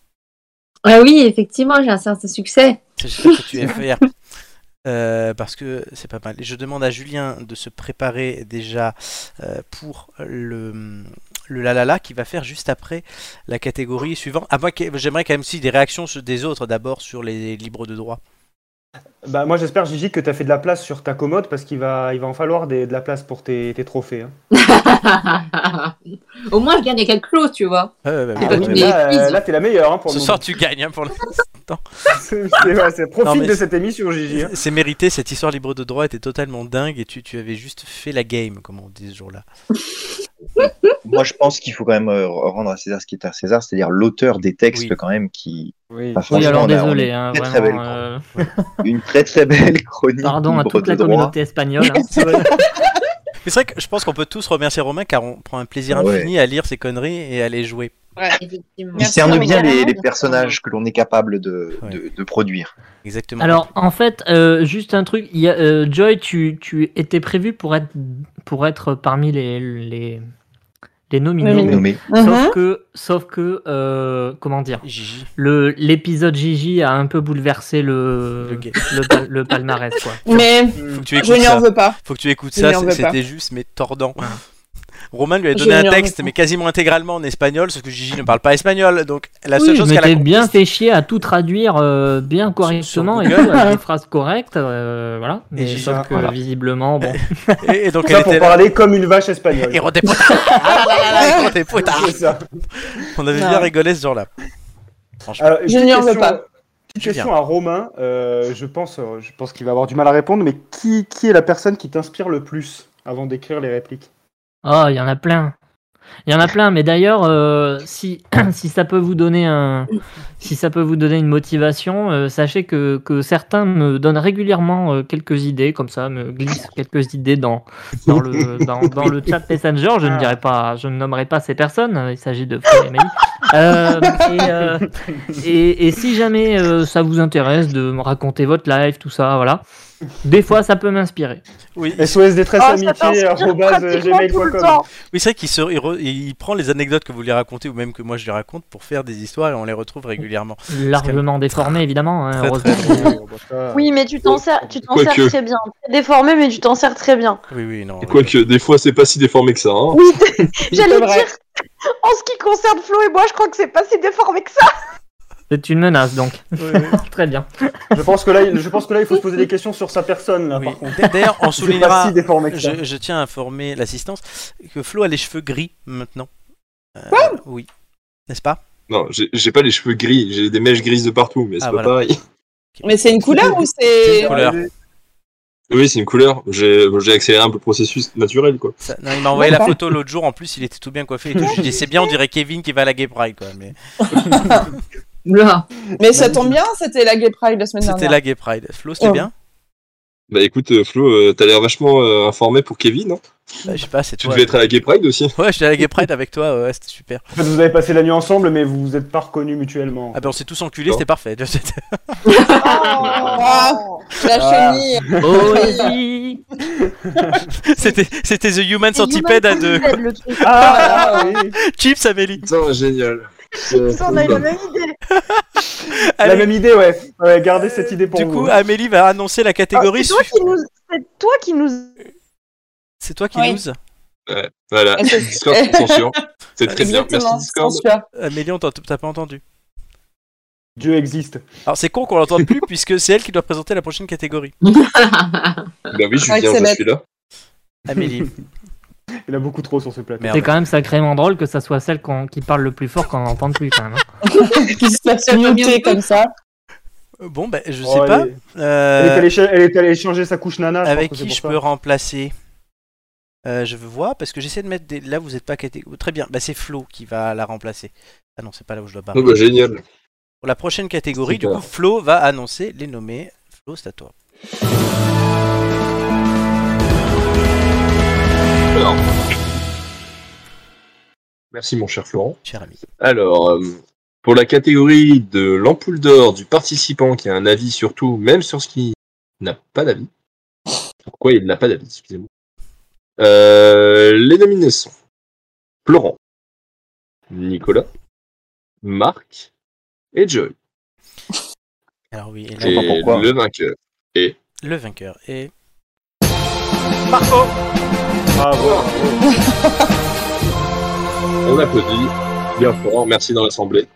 Ah oui, effectivement, j'ai un certain succès. C'est ce que tu aimes faire. Euh, parce que c'est pas mal. Et je demande à Julien de se préparer déjà euh, pour le, le la la la qui va faire juste après la catégorie suivante. Ah, moi, que- j'aimerais quand même si des réactions sur- des autres d'abord sur les libres de droit. Bah, moi, j'espère, Gigi, que tu as fait de la place sur ta commode parce qu'il va, il va en falloir des- de la place pour tes, tes trophées. Ah hein. Au moins, je gagne quelque chose, tu vois. Euh, bah, Ah oui, bah, mais- bah, là, ils ont- là, t'es la meilleure hein, pour ce le soir, tu gagnes hein, pour l'instant. moment. C'est- c'est- ouais, c'est- profite Non, mais- de cette émission, Gigi. hein. C'est c'est mérité. Cette histoire libre de droit était totalement dingue et tu, tu avais juste fait la game, comme on dit ce jour-là. Moi, je pense qu'il faut quand même euh, rendre à César ce qui est à César, c'est-à-dire l'auteur des textes Oui. quand même qui Oui. Bah, Oui, Franchement, alors on a- on a désolé, une hein, très, vraiment. très belle euh, une très très belle chronique pardon à libre toute de la droit. communauté espagnole. hein. Mais C'est vrai que je pense qu'on peut tous remercier Romain car on prend un plaisir Ah ouais. infini à lire ces conneries et à les jouer. Effectivement. Discerne bien les, les personnages que l'on est capable de, de- de produire. Exactement. Alors, en fait, euh, juste un truc. il y a, euh, Joy, tu, tu étais prévu pour être, pour être parmi les, les, les nominés. Nominés. Nommés. Sauf Uh-huh. Mhm. que, sauf que euh, comment dire le L'épisode Gigi a un peu bouleversé le, le, pal- le palmarès. Quoi. Mais Faut que tu je écoutes ça. n'en veux pas. Faut que tu écoutes Je ça, n'en veux c'est- pas. c'était juste mais tordant. Romain lui a Je donné n'en un veux texte, pas. mais quasiment intégralement en espagnol, sauf que Gigi ne parle pas espagnol, donc la seule Oui, chose je qu'elle a m'étais bien fait chier à tout traduire euh, bien correctement et tout, Google. avec des phrases correctes. euh, voilà. Mais Gigi, sauf que voilà. visiblement, bon. Et, et donc Ça elle pour était là. parler comme une vache espagnole. Et Rote Puta. Ah là là là, et Rote Puta. On avait Non. bien rigolé ce genre-là. Franchement. Alors, une Je petite n'y en veux question- pas. Petite Julien. question à Romain. euh, je pense, euh, je pense qu'il va avoir du mal à répondre, mais qui, qui est la personne qui t'inspire le plus avant d'écrire les répliques Oh, il y en a plein. Il y en a plein, mais d'ailleurs, euh, si, si ça peut vous donner un, si ça peut vous donner une motivation, euh, sachez que, que certains me donnent régulièrement euh, quelques idées, comme ça, me glissent quelques idées dans, dans, le, dans, dans le chat Messenger. Je ne dirai pas, je ne nommerai pas ces personnes. hein, Il s'agit de Fred et Amélie. Euh, et, euh, et, et si jamais euh, ça vous intéresse de me raconter votre live, tout ça, voilà. Des fois, ça peut m'inspirer. Oui. SOS détresse Oh, ça amitié t'inspire arobase, pratiquement gmail point tout le com. temps. Oui, c'est vrai qu'il se- il re- il prend les anecdotes que vous lui racontez ou même que moi je lui raconte pour faire des histoires et on les retrouve régulièrement. Largement déformé, évidemment. hein, Très, heureusement. bah, Oui, mais tu t'en sers, tu t'en sers Quoique. très bien. Très déformé, mais tu t'en sers très bien. Oui, oui, non. Et Quoique, des fois, c'est pas si déformé que ça. Hein. Oui, j'allais dire. En ce qui concerne Flo et moi, je crois que c'est pas si déformé que ça. C'est une menace, donc. oui. Très bien. Je pense que là, il- je pense que là, il faut se poser des questions sur sa personne là. Par contre. D'ailleurs, on C'est soulignera. pas si déformé que ça. je, je tiens à informer l'assistance que Flo a les cheveux gris maintenant. Euh, oui. N'est-ce pas Non, j'ai j'ai pas les cheveux gris, j'ai des mèches grises de partout, mais c'est Ah, pas voilà. pareil. Mais c'est une couleur ou C'est c'est. une couleur. Oui, c'est une couleur. J'ai j'ai accéléré un peu le processus naturel, quoi. Ça- non, il m'a envoyé la photo l'autre jour. En plus, il était tout bien coiffé et tout. Je lui dis, c'est bien, on dirait Kevin qui va à la Gay Pride. Quoi. Mais Mais ça tombe bien, c'était la Gay Pride la semaine dernière. c'était la Gay Pride. Flo, c'était Oh. bien Bah écoute, euh, Flo, euh, t'as l'air vachement euh, informé pour Kevin. Hein Bah, Je sais pas, c'est tu toi. devais être à la Gay Pride aussi. Ouais, j'étais à la Gay Pride avec toi. Ouais, c'était super. En fait, vous avez passé la nuit ensemble, mais vous vous êtes pas reconnus mutuellement. Ah ben, on s'est tous enculés, c'était parfait. Oh, la Ah. chenille. Poésie c'était, c'était The Human Centipede à deux. Le bah, truc. Ah, oui. Chips, Amélie. Putain, génial. Ça, on a eu la même idée. La Allez. Euh, même idée, ouais. Ouais, Gardez cette idée pour Du vous. coup, ah. Amélie va annoncer la catégorie. Oh, Ah, C'est su- toi qui nous. C'est toi qui nous. C'est toi qui Oui. nous. Ouais, voilà. Est-ce que- Discord sans censure. C'est très bien. Merci Exactement, Discord. censure. Amélie, on t'en- t'as pas entendu. Dieu existe. Alors c'est con qu'on l'entende plus puisque c'est elle qui doit présenter la prochaine catégorie. Bah oui, je Ouais, viens, c'est je bête. suis là. Amélie. Il a beaucoup trop sur ce plateau. Merde. C'est quand même sacrément drôle que ça soit celle qu'on- qui parle le plus fort qu'on n'entende plus, quand même. hein. Qui se fasse muter comme ça. Euh, Bon ben je sais Oh, elle pas. est- Euh, Elle est, allée, cha- elle est allée changer sa couche nana. je avec pense que qui c'est je pour peux ça. remplacer Euh, Je veux voir parce que j'essaie de mettre des. Là vous êtes pas catégorie. Très bien. Bah c'est Flo qui va la remplacer. Ah non c'est pas là où je dois parler. Oh, bah, génial. Pour la prochaine catégorie, du Super. coup Flo va annoncer les nommés. Flo c'est à toi. Alors. Merci mon cher Florent. Cher ami. Alors, euh, pour la catégorie de l'ampoule d'or du participant qui a un avis sur tout, même sur ce qui n'a pas d'avis. Pourquoi il n'a pas d'avis, excusez-moi. Euh, les nominés sont Florent, Nicolas, Marc et Joy. Alors oui. et là, Et comprends pourquoi. le vainqueur. le vainqueur est. Bravo. On applaudit. Bien Florent, merci dans l'assemblée.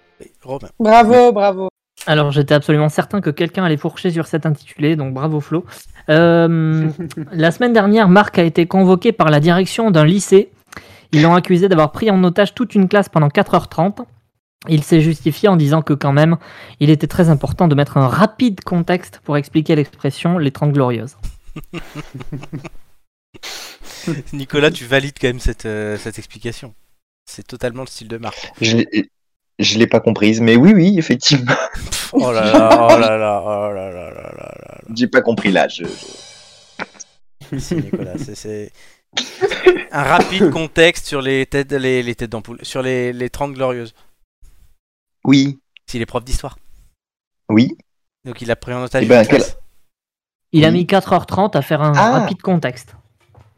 Romain. Bravo, bravo. Alors, j'étais absolument certain que quelqu'un allait fourcher sur cet intitulé, donc bravo Flo. Euh, la semaine dernière, Marc a été convoqué par la direction d'un lycée. Ils l'ont accusé d'avoir pris en otage toute une classe pendant 4h30. Il s'est justifié en disant que quand même, il était très important de mettre un rapide contexte pour expliquer l'expression les 30 glorieuses. Nicolas tu valides quand même cette, euh, cette explication. C'est totalement le style de Marc. Je l'ai- je l'ai pas comprise, mais oui, oui, effectivement. Oh là là, oh là là, oh là là là là là. J'ai pas compris là. Je... Merci, Nicolas, c'est- c'est un rapide contexte sur les têtes, les, les têtes d'ampoule, sur les, les 30 glorieuses. Oui. S'il est prof d'histoire. Oui. Donc il a pris en otage. Eh ben, une quel- classe. Il a mis 4h30 à faire un Ah. rapide contexte.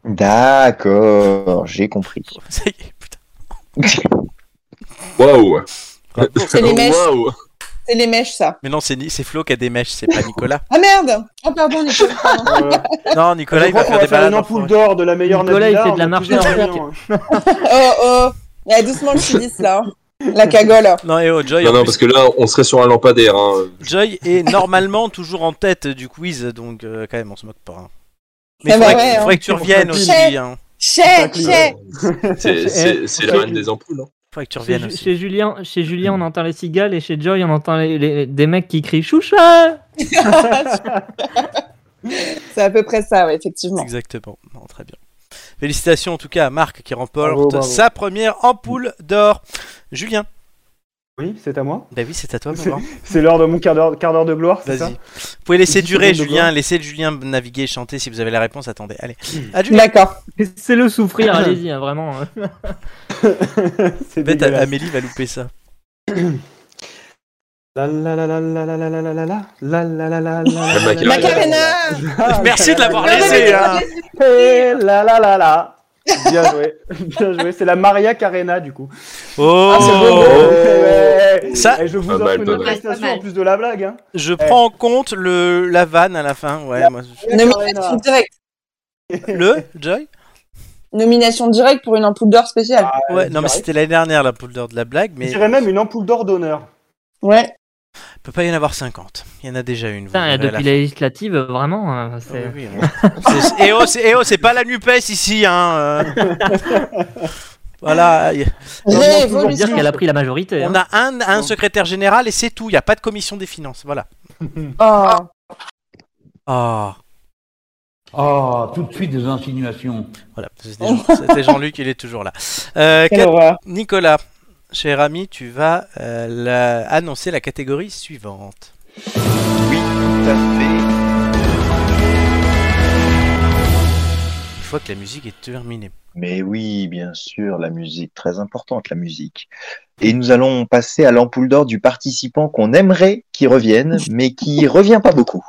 D'accord, j'ai compris. Ça y est, putain. Waouh C'est les mèches. Waouh C'est les mèches, ça. Mais non, c'est Ni- c'est Flo qui a des mèches, c'est pas Nicolas. Ah merde Ah pardon, Nicolas. pardon. non, Nicolas, je il va crois faire qu'on des va faire balades. une en ampoule forêt. d'or de la meilleure Nicolas, il Nabila, fait de on la a marche plusieurs arrière. réunions, hein. oh oh Eh, Doucement le chidis, là. hein. La cagole. Non, et oh, Joy, Non, en non, plus, parce que là, on serait sur un lampadaire. hein. Joy est normalement toujours en tête du quiz, donc euh, quand même, on se moque pas. hein. Mais il Ah bah faudrait, ouais, il hein. faudrait que tu Pour reviennes qu'on aussi. t'aime. hein. Chèque, Ouais. chèque Euh, C'est- C'est c'est la reine des ampoules. hein. Il faudrait que tu Chez, reviennes Ju- aussi. Mm-hmm. chez Julien, chez Julien, on entend les cigales et chez Joy, on entend les- les- des mecs qui crient choucha. C'est à peu près ça, ouais, effectivement. Exactement. Non, très bien. Félicitations en tout cas à Marc qui remporte Bravo, bravo. sa première ampoule d'or. Julien, Oui, c'est à moi. bah oui, c'est à toi, mon grand. C'est l'heure de mon quart d'heure quart d'heure de gloire, c'est ça Vas-y. Vous pouvez laisser Dix durer secondes de Julien, gloire. laissez Julien naviguer, chanter si vous avez la réponse. Attendez, allez. Hmm. À Julien. D'accord. Laissez-le souffrir, allez-y, hein, vraiment. hein. C'est Bête, dégueulasse. Amélie va louper ça. La la la la la la la la la la la la la la la la la La la Macarena la. Merci de l'avoir Non, mais laissé. mais- hein. Et la la la la. Bien joué, bien joué. C'est la Maria Carena du coup. Ah, Oh, c'est beau, hein. Ouais. Ça- Et eh, je vous Pas offre mal, une pas mal. prestation Pas mal. en plus de la blague. Hein. je prends en compte le la vanne à la fin. Ouais, moi, je- Nomination directe. le Joy. Nomination directe pour une ampoule d'or spéciale. Ah, Ouais, non mais direct. c'était l'année dernière la poule d'or de la blague, Je mais dirais même une ampoule d'or d'honneur. Ouais. il peut pas y en avoir 50. Il y en a déjà une. vous Putain, verrez à la depuis la législative, vraiment, hein, Ah c'est- oui, oui, oui. C'est- eh oh, c'est eh oh, c'est pas la NUPES ici, hein. euh. voilà, y- Pour dire Révolution. qu'elle a pris la majorité. on hein. a un, un secrétaire général et c'est tout, il n'y a pas de commission des finances, voilà. Oh. Ah, Ah, tout de suite des insinuations. voilà, c'était Jean- c'était Jean-Luc, il est toujours là. Euh, Quelle Cat- horreur. Nicolas, cher ami, tu vas euh, la- annoncer la catégorie suivante. Une fois que la musique est terminée. Mais oui, bien sûr, la musique, très importante la musique. Et nous allons passer à l'ampoule d'or du participant qu'on aimerait qu'il revienne, mais qui revient pas beaucoup.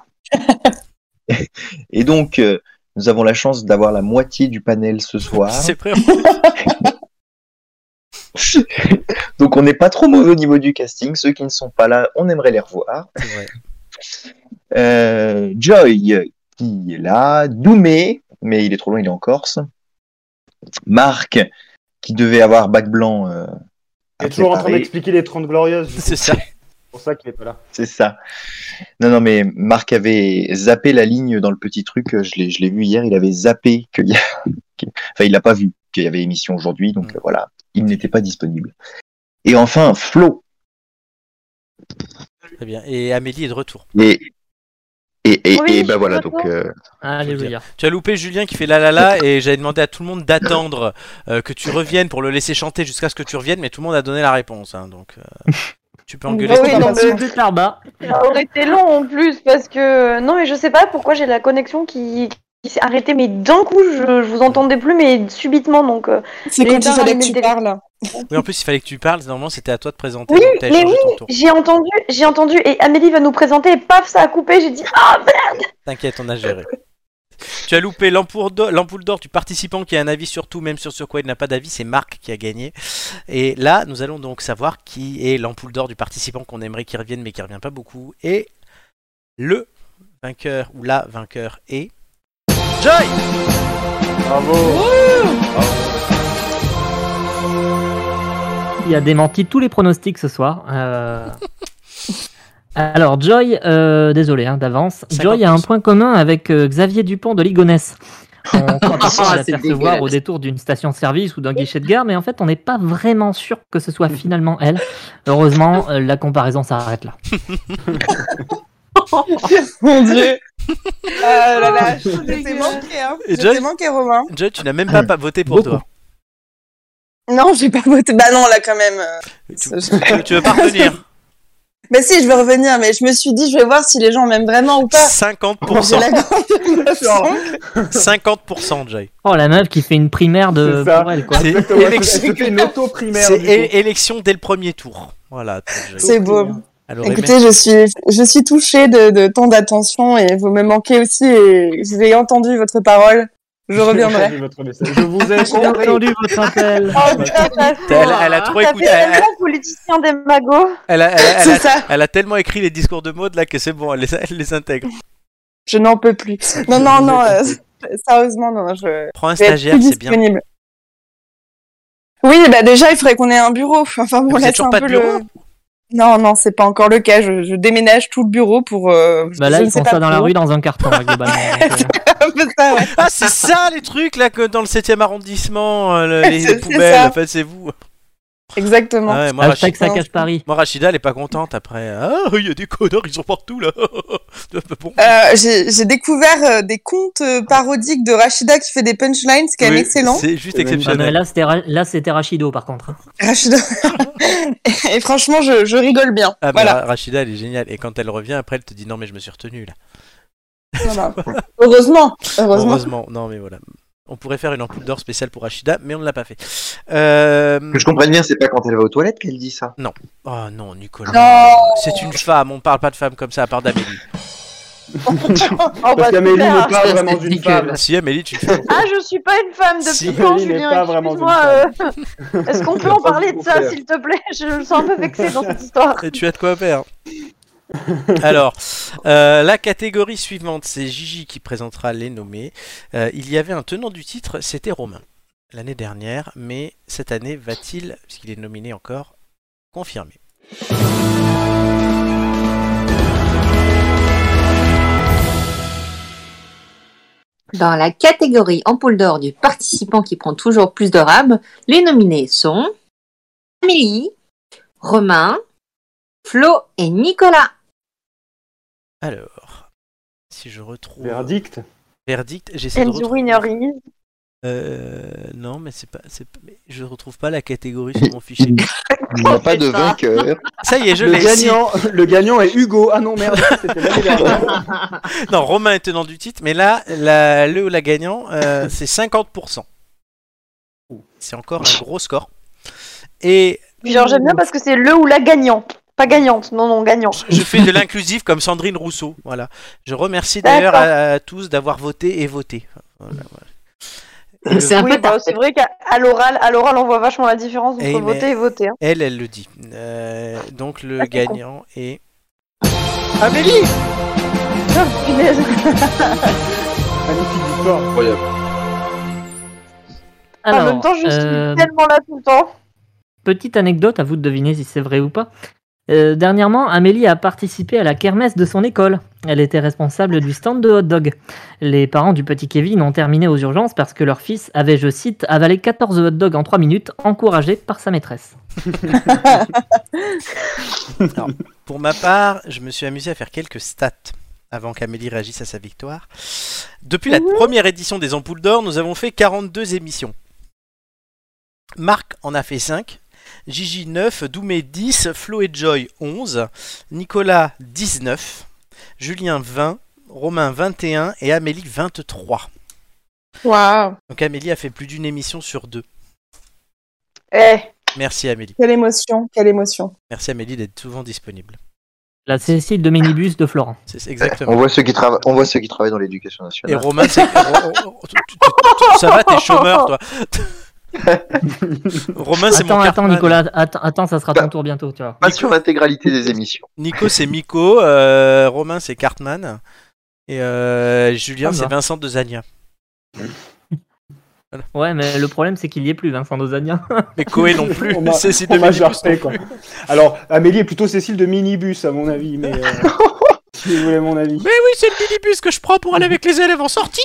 Et donc, euh, nous avons la chance d'avoir la moitié du panel ce soir. C'est prêt Donc, on n'est pas trop mauvais au niveau du casting. Ceux qui ne sont pas là, on aimerait les revoir. c'est vrai. Euh, Joy, qui est là. Doumé, mais il est trop loin, il est en Corse. Marc, qui devait avoir bac blanc. euh, à Il est toujours Ah, en train préparer. d'expliquer les 30 glorieuses. du coup. C'est ça. C'est pour ça qu'il est pas là. C'est ça. Non, non, mais Marc avait zappé la ligne dans le petit truc. euh, Je l'ai, je l'ai vu hier. Il avait zappé qu'il y a. qu'il- Enfin, il l'a pas vu qu'il y avait émission aujourd'hui. Donc euh, voilà, il n'était pas disponible. Et enfin, Flo. Très bien. Et Amélie est de retour. Et, et, et, Oui, et je ben suis voilà, de donc. euh, Alléluia. Tu as loupé Julien qui fait la la la et j'avais demandé à tout le monde d'attendre euh, que tu reviennes pour le laisser chanter jusqu'à ce que tu reviennes, mais tout le monde a donné la réponse. hein, donc euh, tu peux engueuler. Ah tout oui, le monde. non, mais- Des tarbas. Ça aurait été long en plus parce que non mais je sais pas pourquoi j'ai la connexion qui, qui s'est arrêtée mais d'un coup je, je vous entendais plus mais subitement donc euh, C'est Les quand il dards fallait que et tu les parles. Oui, en plus il fallait que tu parles. Normalement c'était à toi de présenter. Oui, donc t'as mais échangé ton tour. j'ai entendu j'ai entendu et Amélie va nous présenter et paf ça a coupé j'ai dit ah merde T'inquiète, on a géré. Tu as loupé l'ampoule d'or- l'ampoule d'or du participant qui a un avis sur tout, même sur sur quoi il n'a pas d'avis. C'est Marc qui a gagné. Et là, nous allons donc savoir qui est l'ampoule d'or du participant qu'on aimerait qu'il revienne, mais qui revient pas beaucoup. Et le vainqueur ou la vainqueur est Joy. Il a démenti tous les pronostics ce soir. euh. Alors, Joy, euh, désolé hein, d'avance, Joy a un 50%. point commun avec euh, Xavier Dupont de Ligonesse. On commence à Ah, c'est l'apercevoir dégueulasse. au détour d'une station-service ou d'un guichet de gare, mais en fait, on n'est pas vraiment sûr que ce soit finalement elle. Heureusement, euh, la comparaison s'arrête là. Oh Mon dieu. Ah là là, je t'ai manqué, hein. Et Je Joy t'ai manqué, Romain. Joy, tu n'as même Ah, pas, pas voté pour toi. Non, j'ai pas voté. Bah non, là, quand même. euh, Tu, ça- tu veux pas revenir Mais si, je vais revenir, mais je me suis dit, je vais voir si les gens m'aiment vraiment ou pas. 50%. J'ai la grande leçon. 50% Jay. Oh, la meuf qui fait une primaire de C'est ça. Euh, pour elle, quoi. C'est Exactement, elle élection- se fait une auto-primaire. C'est du é- coup. élection dès le premier tour. Voilà. pour Jay. C'est beau. Alors, Écoutez, je suis, je suis touchée de, de tant d'attention et vous me manquez aussi et j'ai entendu votre parole. Je J'ai reviendrai. entendu votre message. Je vous ai J'ai compris. entendu votre appel. Ah, elle, elle a Oh, trop T'as écouté. fait Bah, Elle, tellement politicien démago. elle a, elle a- elle a- C'est ça. elle a tellement écrit les discours de mode là que c'est bon, elle les, elle les intègre. Je n'en peux plus. Non, non, non. euh, sérieusement, non, non, je Prends un je vais être stagiaire, plus c'est bien. disponible. Oui, bah déjà, il faudrait qu'on ait un bureau. Enfin, Mais bon, vous là, avez c'est toujours un pas de peu le. bureau Non, non, c'est pas encore le cas. Je, je déménage tout le bureau pour. euh, Bah là, je ils ne sais font pas ça dans la trop. rue, dans un carton, là, globalement. donc, euh, Un peu ça, ouais. Ah, c'est ça les trucs là que dans le 7ème arrondissement, euh, le- les, C'est- c'est poubelles, ça. en fait, c'est vous. Exactement. Ah ouais, moi, Rachid- Hashtag ça non, cache je- Paris. moi, Rachida, elle est pas contente après. Ah, il y a des connards, ils sont partout là. Ah, bah bon. Euh, j'ai j'ai découvert euh, des contes euh, parodiques de Rachida qui fait des punchlines, ce qui est Oui, excellent. C'est juste C'est même Ah, mais exceptionnel. là, c'était Ra- là, c'était Rachido, par contre. hein. Rachida. et franchement, je, je rigole bien. Ah, mais voilà. Ra- Rachida, elle est géniale. Et quand elle revient, après, elle te dit non, mais je me suis retenue là. Voilà. Heureusement. Heureusement. Heureusement. Non, mais voilà. On pourrait faire une ampoule d'or spéciale pour Ashida, mais on ne l'a pas fait. Euh... Que je comprenne bien, c'est pas quand elle va aux toilettes qu'elle dit ça. Oh non, Nicolas. Non. C'est une femme, on parle pas de femme comme ça, à part d'Amélie. Oh, bah, Parce qu'Amélie super. n'est pas Ça, vraiment c'est une ridicule. femme. si, Amélie, tu fais. Ah, je suis pas une femme Si, depuis quand, Amélie n'est Julien pas vraiment Excuse-moi. euh, Est-ce qu'on peut en Pas parler de beaucoup ça, faire. s'il te plaît Je me sens un peu vexée dans cette histoire. Et tu as de quoi faire. Alors, euh, la catégorie suivante, c'est Gigi qui présentera les nommés. Euh, il y avait un tenant du titre, c'était Romain, l'année dernière, mais cette année va-t-il, puisqu'il est nominé encore, confirmer Dans la catégorie ampoule d'or du participant qui prend toujours plus de rab, les nominés sont Amélie, Romain, Flo et Nicolas. Alors, si je retrouve. Verdict. Verdict, j'essaie de And the retrouver. winner is... Euh, non, mais c'est pas, c'est pas- mais je retrouve pas la catégorie sur mon fichier. Il n'y a pas de vainqueur. Ça y est, je Le l'ai. si. gagnant, le gagnant est Hugo. Ah non, merde, c'était l'année dernière. Non, Romain est tenant du titre, mais là, la- le ou la gagnant, euh, c'est 50%. C'est encore un gros score. Et Puis genre, j'aime bien parce que c'est le ou la gagnante. Pas gagnante, non, non, gagnant. je fais de l'inclusif comme Sandrine Rousseau. Voilà. Je remercie d'ailleurs à, à tous d'avoir voté et voté. Voilà, voilà. C'est un Oui, peu bah, tard. c'est vrai qu'à à l'oral, à l'oral, on voit vachement la différence entre Eh, mais- voter et voter. hein. Elle, elle le dit. Euh, donc le Ah, c'est con. gagnant est. Amélie Ah, punaise. Magnifique victoire. Incroyable. Ah, En même temps, je euh, suis tellement là tout le temps. Petite anecdote, à vous de deviner si c'est vrai ou pas. Euh, dernièrement, Amélie a participé à la kermesse de son école. Elle était responsable du stand de hot dog. Les parents du petit Kevin ont terminé aux urgences parce que leur fils avait, je cite, avalé 14 hot dogs en 3 minutes, encouragé par sa maîtresse. Pour ma part, je me suis amusé à faire quelques stats avant qu'Amélie réagisse à sa victoire. Depuis la première édition des Ampoules d'Or, nous avons fait 42 émissions. Marc en a fait 5, Gigi 9, Doumé 10, Flo et Joy 11, Nicolas 19, Julien 20, Romain 21 et Amélie 23. Waouh. Donc Amélie a fait plus d'une émission sur deux. Eh, Merci Amélie. Quelle émotion. Quelle émotion. Merci Amélie d'être souvent disponible. La Cécile de Minibus de Florent. C'est exactement. On voit ceux qui travaillent, on voit ceux qui travaillent dans l'éducation Et nationale. Romain, c'est... Ro- Ro- tu- tu- tu- ça va, t'es chômeur, toi. Romain, c'est mon Attends, attends, Cartman. Nicolas, attends, attends, ça sera Bah. ton tour bientôt, tu vois. Pas sur l'intégralité des émissions. Nico, c'est Miko. euh, Romain, c'est Cartman. Et euh, Julien, Ah, c'est bah. Vincent Dezania. Ouais, mais le problème, c'est qu'il y est plus, Vincent Dozania. Mais Coé non plus. On m'a- c'est c'est on m'a devenu jarté, quoi. Alors, Amélie est plutôt Cécile de minibus, à mon avis, mais. euh, si vous voulez mon avis. Mais oui, c'est le minibus que je prends pour aller avec les élèves en sortie.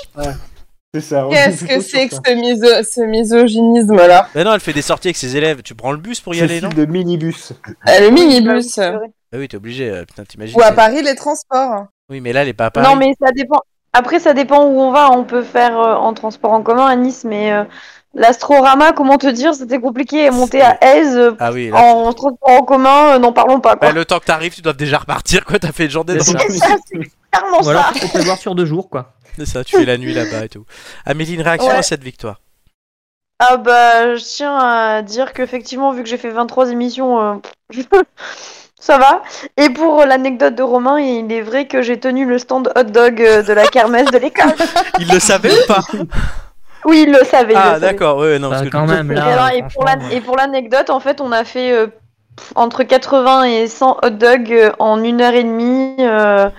C'est ça. on est Qu'est-ce plutôt que sur c'est que ça. ce, miso- ce misogynisme là Mais Bah non, elle fait des sorties avec ses élèves. Tu prends le bus pour y aller, Cécile non de minibus. Euh, Le minibus. Bah oui, t'es obligé. euh, Putain, t'imagines. Ou à c'est- Paris, les transports. Oui, mais là, les papas. Non, mais ça dépend. Après, ça dépend où on va. On peut faire euh, en transport en commun à Nice, mais euh, L'astrorama, comment te dire, c'était compliqué. Monter à Aise euh, Ah oui, là, en transport en commun, euh, n'en parlons pas. Quoi. Bah, le temps que t'arrives, tu dois déjà repartir, quoi. T'as fait une journée dans C'est le- ça. Clairement Ou alors, ça. faut prévoir sur deux jours, quoi. C'est ça, tu fais la nuit là-bas et tout. Amélie, une réaction Ouais. à cette victoire Ah bah, je tiens à dire qu'effectivement, vu que j'ai fait 23 émissions, euh, pff, ça va. Et pour l'anecdote de Romain, il est vrai que j'ai tenu le stand hot dog euh, de la kermesse de l'école. Il le savait ou pas Oui, il le savait. il Bah, Ah, le savait. d'accord, ouais, non. Bah, parce que quand du coup- même, Et, là. alors, et pour la- et pour l'anecdote, en fait, on a fait euh, pff, entre 80 et 100 hot dogs euh, en une heure et demie euh,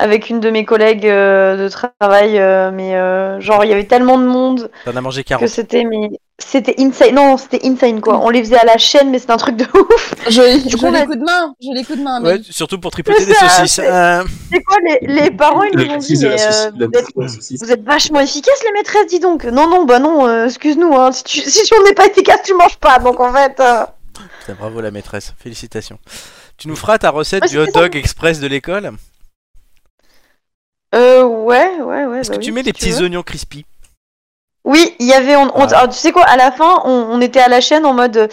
avec une de mes collègues euh, de travail. euh, mais euh, genre, il y avait tellement de monde T'en as mangé que 40. c'était mais c'était insane. Non, c'était insane quoi. On les faisait à la chaîne, mais c'était un truc de ouf. Je, Du je coup, on a- les coups de main, je les coups de main. Ouais, mais- surtout pour tripoter des ça, saucisses. c'est- Euh, C'est quoi les, les parents ils nous ont dit mais, euh, vous, êtes, vous êtes vachement efficaces les maîtresses, dis donc. Non non bah non, euh, excuse-nous. hein, Si, tu- si on n'est pas efficace, tu manges pas. Donc en fait. euh, putain, bravo la maîtresse, félicitations. Tu nous feras ta recette Ouais, du hot c'était Ah, ça. Eh dog express de l'école Euh, ouais, ouais, ouais. Est-ce bah que oui, tu mets si des petits veux. oignons crispy Oui, il y avait. On, on- Ouais. alors, tu sais quoi, à la fin, on, on était à la chaîne en mode euh,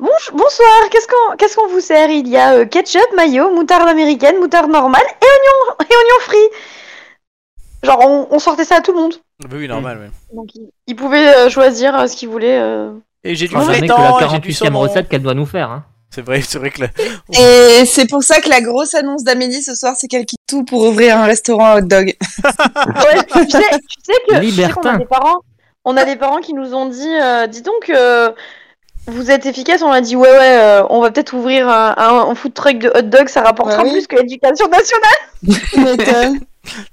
Bonj- Bonsoir, qu'est-ce qu'on qu'est-ce qu'on vous sert Il y a euh, ketchup, mayo, moutarde américaine, moutarde normale et oignon, et oignon frit. Genre, on, on sortait ça à tout le monde. Bah Oui, normal, ouais. Donc, ils, ils pouvaient euh, choisir euh, ce qu'ils voulaient. euh. Et j'ai du Enfin, jamais que faitan, la et j'ai du 48ème saumon. recette qu'elle doit nous faire. Hein. C'est vrai, c'est vrai que la- Et c'est pour ça que la grosse annonce d'Amélie ce soir, c'est qu'elle quitte tout pour ouvrir un restaurant à hot dog. Ouais, tu sais, tu sais que tu sais qu'on a Libertin. des parents, on a des parents qui nous ont dit, euh, dis donc, euh, vous êtes efficace. On a dit, ouais, ouais, euh, on va peut-être ouvrir un, un- un food truck de hot dog, ça rapportera Bah oui. plus que l'éducation nationale. Tu m'étonnes.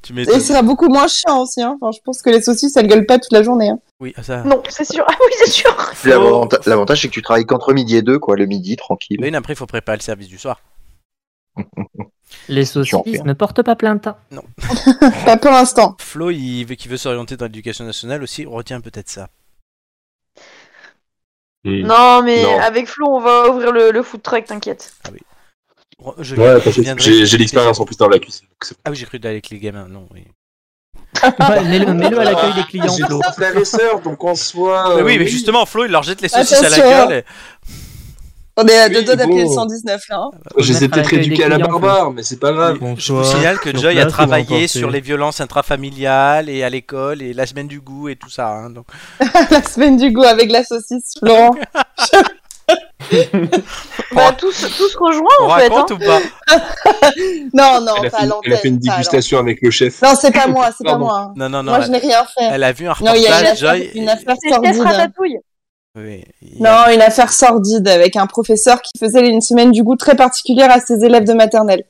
tu Et m'étonnes. ce sera beaucoup moins chiant aussi. Hein. Enfin, je pense que les saucisses, elles gueulent pas toute la journée. hein. Oui, ah, ça. Non, c'est sûr. Ah oui, c'est sûr. Faut- L'avanta- L'avantage, c'est que tu travailles qu'entre midi et deux, quoi, le midi, tranquille. Mais bah après, il faut préparer le service du soir. Les J'en fais saucisses un. ne portent pas plainte. Pas pour l'instant. Flo, il veut, qui veut s'orienter dans l'éducation nationale aussi, retient peut-être ça. Hmm. Non, mais Non. avec Flo, on va ouvrir le, le food truck, t'inquiète. Re- Je, Ouais, je parce que viendrai- j'ai j'ai l'expérience en plus dans la cuisine. donc c'est Ah oui, j'ai cru d'aller avec les gamins, non. Oui, Bah, mets-le mets-le à l'accueil des bon. clients. J'ai trois frères et sœurs, donc en soi. Mais euh, oui, mais justement, Flo, il leur jette les saucisses à la Attention. gueule. et- On est à deux Oui, doigts d'appeler bon. le 119 là. hein. Je les ai Mettre à peut-être l'accueil des éduqués à la clients, Flo. barbare, mais c'est pas grave. Je vous signale que Joy a travaillé sur les violences intrafamiliales et à l'école et la semaine du goût et tout ça. hein, donc. la semaine du goût avec la saucisse, Florent. Bah, tous, tous rejoints, On en fait. hein. raconte ou pas Non, non, Elle a pas fait- à elle a fait une l'antenne. pas à dégustation avec le chef. l'antenne. Non, c'est pas moi, c'est pas Pardon. moi. hein. Non, non, non. Moi, je elle, n'ai rien fait. elle a vu un Non, il y a une reportage, affaire- Joy. une affaire C'est Chef sordide. Ratatouille. Oui, il- Non, une affaire sordide avec un professeur qui faisait une semaine du goût très particulière à ses élèves de maternelle.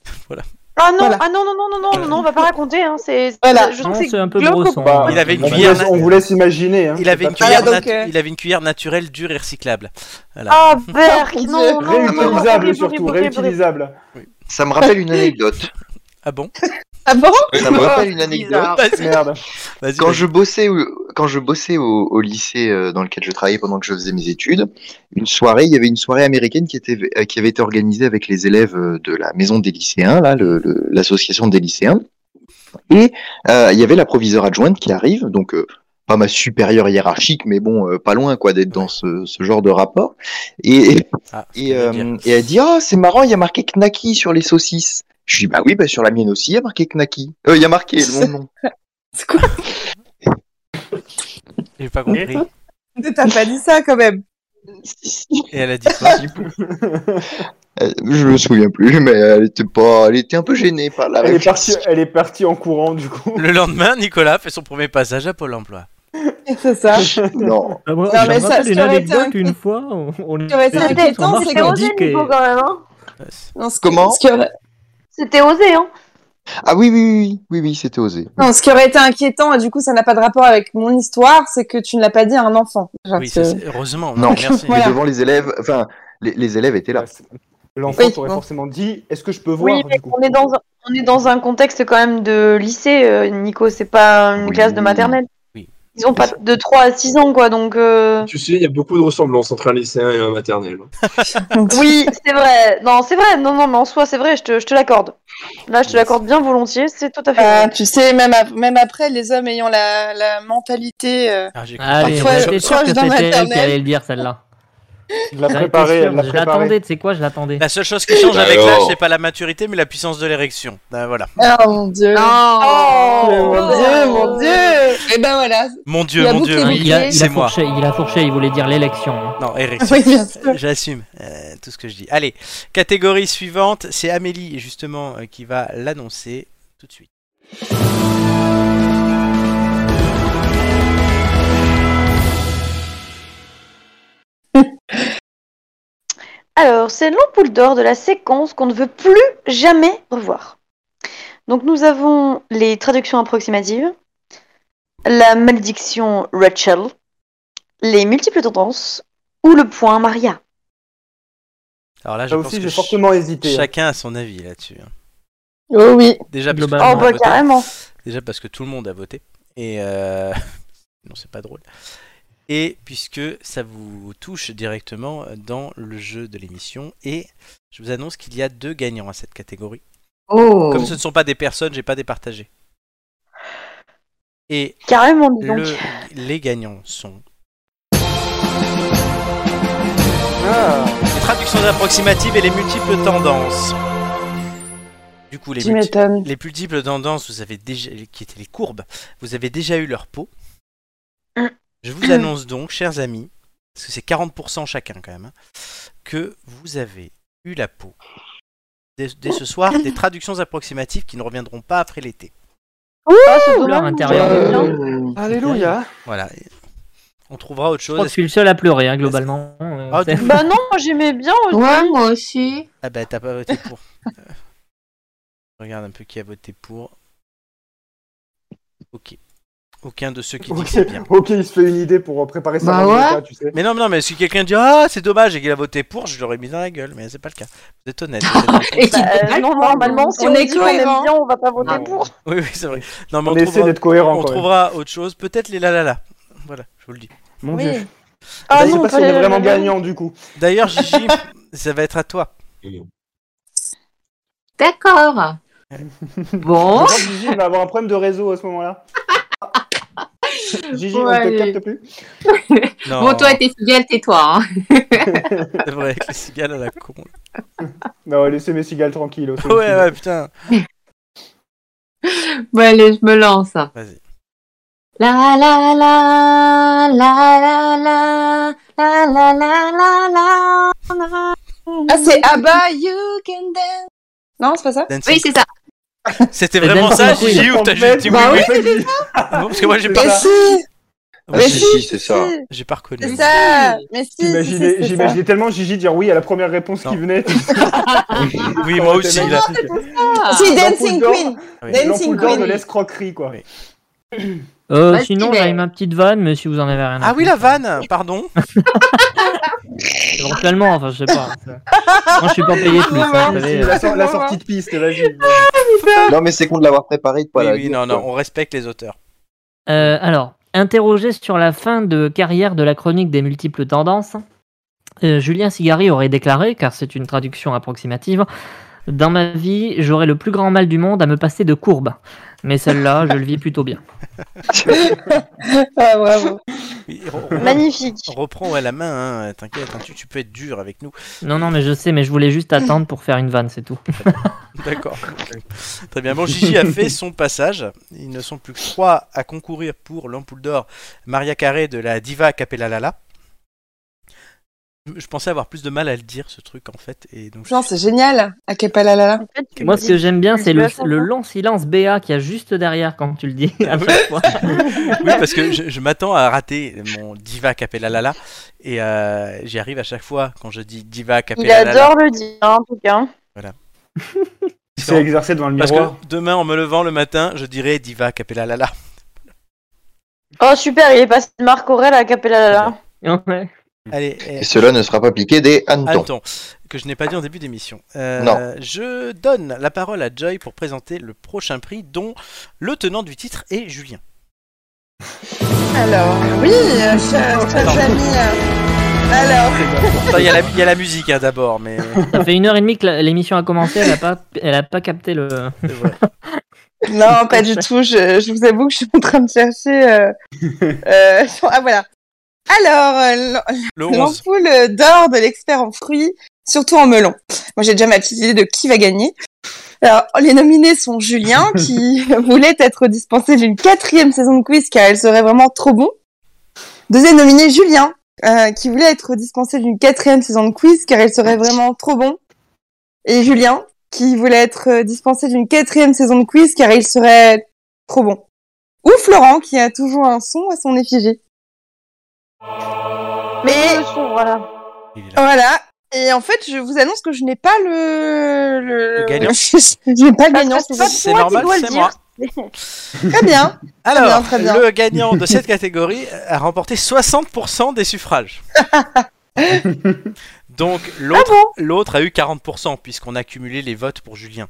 Ah non, Voilà. ah non, non, non, non, non, non, non, on va pas raconter. Hein. C'est, Voilà. je Non, sais c'est un peu glauque. brosson. Bah, Il avait une on vous cuillère. laisse- On vous laisse imaginer. hein. Il avait, C'est une pas- cuillère Ah, donc, natu- euh. il avait une cuillère naturelle dure et recyclable. Voilà. Ah, Berk, Oh, mon non, non, Dieu. non, non, non, Réutilisable horrible, surtout, horrible, horrible, horrible. réutilisable. Ça me rappelle une anecdote. Ah bon Ah bon Ça me rappelle une anecdote. Ah. Vas-y, euh, Merde. vas-y. Quand vas-y. je bossais, au- quand je bossais au, au lycée euh, dans lequel je travaillais pendant que je faisais mes études, une soirée, il y avait une soirée américaine qui, était, euh, qui avait été organisée avec les élèves euh, de la maison des lycéens, là, le- le- l'association des lycéens. Et euh, il y avait la proviseure adjointe qui arrive, donc euh, pas ma supérieure hiérarchique, mais bon, euh, pas loin quoi d'être dans ce, ce genre de rapport. Et, Ah, c'est ce et, que je veux dire. euh, et elle dit Ah, c'est marrant, il y a marqué Knacky sur les saucisses. Je dis Bah oui, bah, sur la mienne aussi, il y a marqué Knacky. Euh, Il y a marqué mon nom. C'est quoi J'ai pas compris. T'as pas dit ça quand même. Et elle a dit quoi Euh, Je me souviens plus, mais elle était pas, elle était un peu gênée par la Elle est, réflexion. partie, elle est partie en courant du coup. Le lendemain, Nicolas fait son premier passage à Pôle emploi. C'est ça. Non, Ah, moi, Non, je mais me ça- rappelle ça une aurait été anecdote un- une fois. On, on Ça aurait été était C'était tous en intense, marque, c'était C'était on osé, osé, dit que- Nico, quand même. Hein. Ouais, c'est- Non, ce qui- Comment ce qui, aurait... C'était osé, hein. ah oui, oui, oui, oui, oui, c'était osé. non, ce qui aurait été inquiétant, et du coup, ça n'a pas de rapport avec mon histoire, c'est que tu ne l'as pas dit à un enfant. Genre, Oui, ça, parce que- c'est- heureusement. Non. merci. Voilà. Mais devant les élèves, enfin, les, les élèves étaient là. L'enfant Oui, t'aurait bon. forcément dit Est-ce que je peux voir Oui, mais du coup on est dans un, on est dans un contexte quand même de lycée, euh, Nico. C'est pas une Oui. classe de maternelle. Ils ont pas de 3 à 6 ans, quoi, donc. euh, Tu sais, il y a beaucoup de ressemblances entre un lycéen et un maternel. Oui, c'est vrai. Non, c'est vrai. Non, non, mais en soi, c'est vrai, je te, je te l'accorde. Là, je te l'accorde bien volontiers, c'est tout à fait. Euh, vrai. tu sais, même, ap- même après, les hommes ayant la, la mentalité euh, Ah, Allez, parfois j'étais sûr proche que d'un c'était elle qui allait maternel. le dire celle-là. Je l'a J'en étais préparée, sûr, elle l'a Je préparée. l'attendais, tu sais quoi, je l'attendais. La seule chose qui change Bah avec alors. l'âge, c'est pas la maturité, mais la puissance de l'érection. Ben, voilà. Oh mon dieu. Oh, mon dieu, mon dieu. Eh Et ben voilà. Mon Il Dieu, a mon bouclé, Dieu, bouclé. oui, Il a- il a c'est moi. fourché, il a fourché, il voulait dire l'élection. Non, érection. Oui, bien sûr. J'assume euh, tout ce que je dis. Allez, catégorie suivante, c'est Amélie justement euh, qui va l'annoncer tout de suite. Alors, c'est l'ampoule d'or de la séquence qu'on ne veut plus jamais revoir. Donc, nous avons les traductions approximatives, la malédiction Rachel, les multiples tendances ou le point Maria. Alors là, je Là pense aussi, que j'ai fortement hésité. hein. chacun a son avis là-dessus. hein. Oh oui. Déjà parce, que tout le Globalement. monde Oh, bah, a voté. carrément. Déjà parce que tout le monde a voté. Et euh, non, c'est pas drôle. Et puisque ça vous touche directement euh, dans le jeu de l'émission, et je vous annonce qu'il y a deux gagnants à cette catégorie. Oh. Comme ce ne sont pas des personnes, j'ai pas départagé. Et Carrément, dis donc. le- les gagnants sont. Les traductions approximatives et les multiples tendances. Du coup, les, Tu multi- m'étonnes. les multiples tendances, vous avez déjà, qui étaient les courbes, vous avez déjà eu leur peau. Mm. Je vous annonce donc, chers amis, parce que c'est 40% chacun quand même, hein, que vous avez eu la peau dès, dès ce soir des traductions approximatives qui ne reviendront pas après l'été. Ah, c'est Couleur dommage. intérieure. Alléluia. Voilà. On trouvera autre Je chose. crois que je suis le seul à pleurer, hein, globalement. Ah, C'est- tu- Bah non, moi, j'aimais bien aussi. moi aussi. Ah bah t'as pas voté pour. Euh, Regarde un peu qui a voté pour. Ok. Aucun de ceux qui dit que c'est bien. Ok, ok, il se fait une idée pour préparer sa Bah résultat, ouais. tu sais. Mais non, mais non, mais si quelqu'un dit Ah, c'est dommage et qu'il a voté pour, je l'aurais mis dans la gueule. Mais c'est pas le cas. Vous êtes honnête. vous êtes honnête. Et tu Bah, euh, te- non, normalement, si On on, est dit qu'on aime cohérent. bien, on va pas voter pour. Oui, oui, c'est vrai. Non, mais On on, essaie trouvera, d'être cohérent on quand même. trouvera autre chose. Peut-être les la la la. Voilà, je vous le dis. Mon Oui. dieu. Ah je sais non, pas si pas on est les- vraiment les- gagnant du coup. D'ailleurs, Gigi, ça va être à toi. D'accord. Bon. Je pense que Gigi il va avoir un problème de réseau à ce moment-là. Gigi, on Ouais, te allez. capte plus Non, Bon, toi, t'es fidèle, tais-toi. hein. c'est vrai, avec les cigales à la con. Non, Bah ouais, laissez mes cigales tranquilles. oh, c'est Ouais, utile. ouais, putain. Bon, allez, je me lance. Vas-y. La la la la la la la la la la la la. Ah, c'est Abba, you can dance. Non, c'est pas Bah, ça Dancing Oui, c'est ça. C'était Le vraiment dance ça, Queen. Gigi, ou t'as juste dit oui, Bah oui, oui, c'est ça. Non, Parce que moi, j'ai pas, Mais bah. si Ah, Mais si, si, si, c'est ça. si, j'ai pas reconnu. C'est ça Mais si, si, si, J'imaginais c'est ça. j'imaginais tellement Gigi dire oui à la première réponse Non. qui venait. Oui, moi aussi, là. Si, L'ampoule Dancing d'or. Queen Oui. Dancing L'ampoule d'or de Queen l'escroquerie, quoi. Oui. Euh, Vas-y, sinon, ben. j'avais ma petite vanne, mais si vous en avez rien à Ah oui, la foutre, vanne, pardon. Éventuellement, enfin, je sais pas. Moi, je suis pas payé plus. hein, vous savez. La, sor- la sortie de piste, vas-y. Non, mais c'est con de l'avoir préparé de pas Oui, la oui, dire, non, non, quoi. on respecte les auteurs. Euh, alors, interrogé sur la fin de carrière de la chronique des multiples tendances, euh, Julien Cigari aurait déclaré, car c'est une traduction approximative, Dans ma vie, j'aurais le plus grand mal du monde à me passer de courbe. Mais celle-là, je le vis plutôt bien. Ah, bravo. Oui, re- re- Magnifique. Reprends ouais, la main, hein, t'inquiète, hein, tu, tu peux être dur avec nous. Non, non, mais je sais, mais je voulais juste attendre pour faire une vanne, c'est tout. D'accord. Très bien. Bon, Gigi a fait son passage. Ils ne sont plus que trois à concourir pour l'ampoule d'or Maria Carré de la diva Capella Lala. Je pensais avoir plus de mal à le dire, ce truc, en fait. Et donc, Non, c'est génial, à Kepalalala. Moi, ce que j'aime bien, c'est le, Tu vas le long silence BA qu'il y a juste derrière quand tu le dis. à chaque fois. Oui, parce que je, je m'attends à rater mon diva Capella Lala. Et euh, j'y arrive à chaque fois quand je dis diva Il Capella Lala. adore le dire, hein, en tout cas. Il s'est exercé devant le Parce miroir. que demain, en me levant le matin, je dirais diva Capella Lala. Oh super, il est passé de Marc Aurel à Capella là. Ouais. Allez, eh, Et cela ne sera pas piqué des hannetons. Attends, que je n'ai pas dit en début d'émission. Euh, Non. Je donne la parole à Joy pour présenter le prochain prix dont le tenant du titre est Julien. Alors, oui, euh, chers chers amis. euh, Alors, Attends, Il y, a la- il y a la musique hein, d'abord, mais. Ça fait une heure et demie que la- l'émission a commencé, elle a pas, elle a pas capté le. non, pas du tout. Je, je vous avoue que je suis en train de chercher. euh, euh, ah, voilà. Alors, euh, l'am- Le 11. l'ampoule d'or de l'expert en fruits, surtout en melon. Moi, j'ai déjà ma petite idée de qui va gagner. Alors, les nominés sont Julien, qui voulait être dispensé d'une quatrième saison de quiz car elle serait vraiment trop bon. Deuxième nominé, Julien, euh, qui voulait être dispensé d'une quatrième saison de quiz car elle serait vraiment trop bon. Et Julien, qui voulait être euh, dispensé d'une quatrième saison de quiz car il serait trop bon. Ou Florent, qui a toujours un son à son effigie. Mais voilà. voilà. Et en fait, je vous annonce que je n'ai pas le, le... Le gagnant. je n'ai pas le gagnant. C'est normal, c'est moi. Très bien. Alors, Ah, Très bien, très bien. le gagnant de cette catégorie a remporté 60% des suffrages. Donc Ah l'autre l'autre a eu 40% puisqu'on a cumulé les votes pour Julien.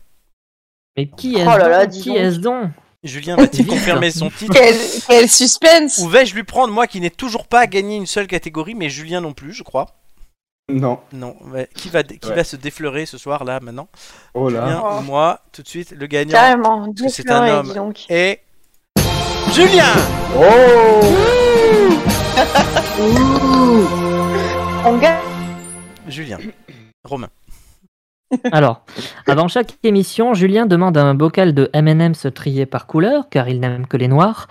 Mais qui Oh est-ce là là, donc dis Qui donc. est-ce donc Ah, Julien va-t-il confirmer son titre Quel, quel suspense Ou vais-je lui prendre moi qui n'ai toujours pas gagné une seule catégorie mais Julien non plus, je crois. Non. Non, ouais. qui va qui Ouais. va se défleurer ce soir là maintenant Oh là. Julien Oh. ou moi tout de suite le gagnant. Carrément, parce que c'est défleurer, un dis homme. donc. Et Julien Oh On gagne. Julien. Romain. Alors, avant chaque émission, Julien demande un bocal de M&M's triés par couleur, car il n'aime que les noirs,